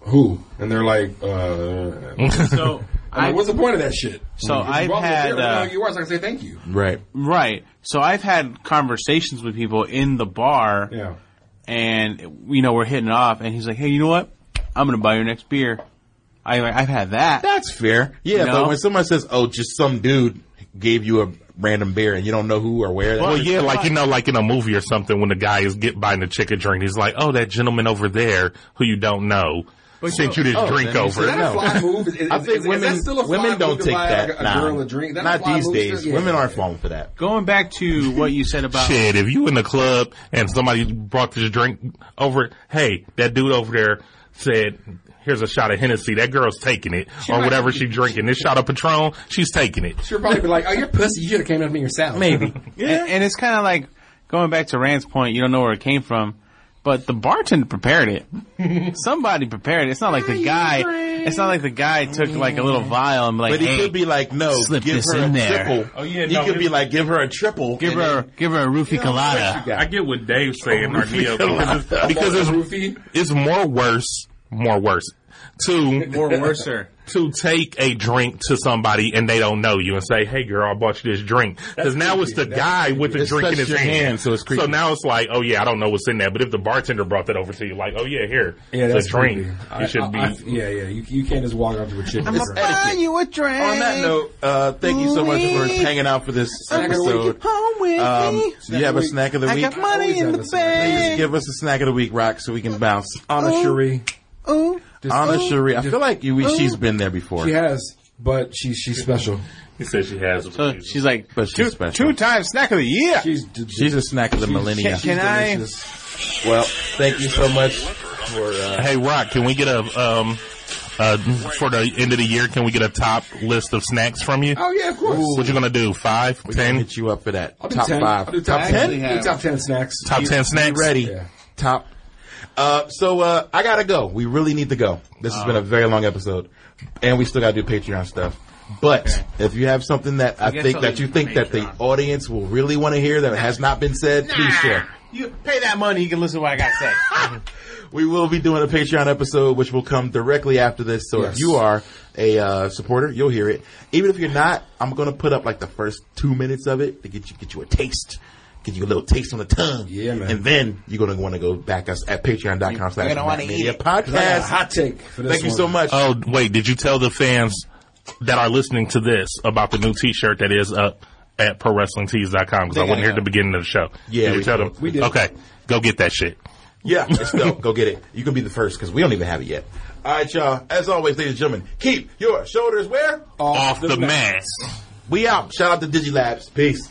[SPEAKER 3] who? And they're like, uh, I'm like,
[SPEAKER 2] So I
[SPEAKER 3] what's the point of that shit?
[SPEAKER 2] So
[SPEAKER 3] You just
[SPEAKER 2] I've
[SPEAKER 3] bought me a
[SPEAKER 2] had,
[SPEAKER 3] beer, I
[SPEAKER 2] uh,
[SPEAKER 3] know who you are, so I can say thank you.
[SPEAKER 1] Right.
[SPEAKER 2] right. So I've had conversations with people in the bar,
[SPEAKER 3] Yeah.
[SPEAKER 2] and you know we're hitting it off, and he's like, "Hey, you know what? I'm gonna buy your next beer." I I've had that.
[SPEAKER 1] That's fair. Yeah,
[SPEAKER 2] You know?
[SPEAKER 1] but when somebody says, "Oh, just some dude gave you a random beer and you don't know who or where," that
[SPEAKER 4] Well,
[SPEAKER 1] is-
[SPEAKER 4] yeah, like you know, like in a movie or something, when the guy is get buying the chicken drink, he's like, "Oh, that gentleman over there who you don't know sent you this
[SPEAKER 1] oh,
[SPEAKER 4] drink
[SPEAKER 1] then you
[SPEAKER 4] over."
[SPEAKER 1] said
[SPEAKER 3] Is that a fly move? Is, is,
[SPEAKER 1] I think
[SPEAKER 3] is, is
[SPEAKER 1] women
[SPEAKER 3] that still a fly
[SPEAKER 1] women
[SPEAKER 3] move
[SPEAKER 1] don't
[SPEAKER 3] to
[SPEAKER 1] take
[SPEAKER 3] buy,
[SPEAKER 1] that.
[SPEAKER 3] Like a
[SPEAKER 1] nah.
[SPEAKER 3] girl a drink. Is that a
[SPEAKER 1] Not
[SPEAKER 3] fly
[SPEAKER 1] these
[SPEAKER 3] move
[SPEAKER 1] days.
[SPEAKER 3] still? Yeah.
[SPEAKER 1] Women aren't falling for that.
[SPEAKER 2] Going back to what you said about
[SPEAKER 4] Shit, if you in the club and somebody brought this drink over, hey, that dude over there said, here's a shot of Hennessy. That girl's taking it. or
[SPEAKER 2] might-
[SPEAKER 4] whatever she drinking. This shot of Patron, she's taking it.
[SPEAKER 3] She'll probably be like, "Oh, you're pussy. You should have came up me yourself." Maybe.
[SPEAKER 2] And, and it's kind of like going back to Rand's point. You don't know where it came from, but the bartender prepared it. Somebody prepared it. It's not like the guy. It's not like the guy took like a little vial and be like,
[SPEAKER 1] But he
[SPEAKER 2] hey,
[SPEAKER 1] could be like, no,
[SPEAKER 2] slip
[SPEAKER 1] give
[SPEAKER 2] this
[SPEAKER 1] her a
[SPEAKER 2] in there.
[SPEAKER 1] triple.
[SPEAKER 4] Oh, yeah,
[SPEAKER 1] he
[SPEAKER 4] no,
[SPEAKER 1] could be
[SPEAKER 4] it's-
[SPEAKER 1] like, give her a triple.
[SPEAKER 2] give
[SPEAKER 1] and
[SPEAKER 2] her
[SPEAKER 1] then-
[SPEAKER 2] give her a roofie colada.
[SPEAKER 4] I get what Dave's saying, or Neil, because it's, Oh, because it's,
[SPEAKER 3] roofie.
[SPEAKER 4] it's more worse, more worse to,
[SPEAKER 2] Or worser.
[SPEAKER 4] to take a drink to somebody and they don't know you and say, hey girl, I bought you this drink. Cause now it's the guy with the
[SPEAKER 1] It's
[SPEAKER 4] drink in
[SPEAKER 1] touched
[SPEAKER 4] his
[SPEAKER 1] your
[SPEAKER 4] hand.
[SPEAKER 1] hand, so it's creepy.
[SPEAKER 4] So now it's like, oh yeah, I don't know what's in there. But if the bartender brought that over to you, like, oh yeah, here,
[SPEAKER 3] Yeah,
[SPEAKER 4] it's
[SPEAKER 3] that's
[SPEAKER 4] a drink.
[SPEAKER 3] creepy.
[SPEAKER 4] You should
[SPEAKER 3] I,
[SPEAKER 4] be.
[SPEAKER 3] I, I, yeah, yeah. You, you can't just walk up to a chick.
[SPEAKER 1] It's etiquette.
[SPEAKER 2] you a drink.
[SPEAKER 1] On that note, uh, thank you so much for hanging out for this
[SPEAKER 3] of the
[SPEAKER 1] episode.
[SPEAKER 3] week.
[SPEAKER 2] home with
[SPEAKER 1] Um,
[SPEAKER 2] me.
[SPEAKER 1] do you have a
[SPEAKER 3] week.
[SPEAKER 1] snack of the
[SPEAKER 2] I
[SPEAKER 1] week?
[SPEAKER 2] got money in the
[SPEAKER 3] always have a
[SPEAKER 1] Please
[SPEAKER 2] bag.
[SPEAKER 1] give us a snack of the week, Rock, so we can bounce.
[SPEAKER 3] Anna Cherie.
[SPEAKER 2] Ooh.
[SPEAKER 1] Anna Cherie. I feel like you, she's been there before.
[SPEAKER 3] She has, but she's she's special.
[SPEAKER 4] He said she has.
[SPEAKER 2] So she's like
[SPEAKER 1] But she's
[SPEAKER 2] two,
[SPEAKER 1] special.
[SPEAKER 2] two times snack of the year.
[SPEAKER 3] She's
[SPEAKER 1] She's a snack of the millennium.
[SPEAKER 2] Can I?
[SPEAKER 1] Well, thank you so much for uh,
[SPEAKER 4] hey, Rock, can we get a um uh for the end of the year? Can we get a top list of snacks from you?
[SPEAKER 3] Oh yeah, of course.
[SPEAKER 4] What you gonna do? Five, ten,
[SPEAKER 1] hit you up for that
[SPEAKER 3] I'll do
[SPEAKER 1] top
[SPEAKER 3] ten.
[SPEAKER 1] five,
[SPEAKER 3] I'll do top, ten.
[SPEAKER 2] ten?
[SPEAKER 3] I'll do top ten snacks.
[SPEAKER 4] top ten snacks.
[SPEAKER 1] ready,
[SPEAKER 3] Yeah.
[SPEAKER 1] top. Uh, so uh, I gotta go. We really need to go. This has been a very long episode, and we still gotta do Patreon stuff. But if you have something that I
[SPEAKER 2] Forget
[SPEAKER 1] think that
[SPEAKER 2] something
[SPEAKER 1] you think that the
[SPEAKER 2] Patreon.
[SPEAKER 1] audience will really want to hear that has not been said, please share.
[SPEAKER 2] You pay that money, you can listen to what I got to say.
[SPEAKER 1] We will be doing a Patreon episode, which will come directly after this. So if
[SPEAKER 3] Yes.
[SPEAKER 1] you are a uh, supporter, you'll hear it. Even if you're not, I'm gonna put up like the first two minutes of it to get you get you a taste, get you a little taste on the tongue.
[SPEAKER 3] Yeah, man.
[SPEAKER 1] And then you're gonna want to go back us at patreon.com slash
[SPEAKER 2] You're gonna wanna
[SPEAKER 1] Mac
[SPEAKER 2] eat
[SPEAKER 1] media
[SPEAKER 2] it. uh,
[SPEAKER 3] I got a
[SPEAKER 1] podcast.
[SPEAKER 3] hot take for this
[SPEAKER 1] Thank you so
[SPEAKER 3] one.
[SPEAKER 1] much.
[SPEAKER 4] Oh wait, did you tell the fans that are listening to this about the new T-shirt that is up at ProWrestlingTees.com? Because I wasn't here at the beginning of the show.
[SPEAKER 1] Yeah,
[SPEAKER 4] did you
[SPEAKER 1] we
[SPEAKER 4] tell
[SPEAKER 1] did.
[SPEAKER 4] them.
[SPEAKER 3] We did.
[SPEAKER 4] Okay, go get that shit.
[SPEAKER 1] Yeah, let's go. go get it. You can be the first because we don't even have it yet. All right, y'all. As always, ladies and gentlemen, keep your shoulders where
[SPEAKER 3] Uh,
[SPEAKER 4] Off the mask.
[SPEAKER 1] we out. Shout out to Digilabs. Peace.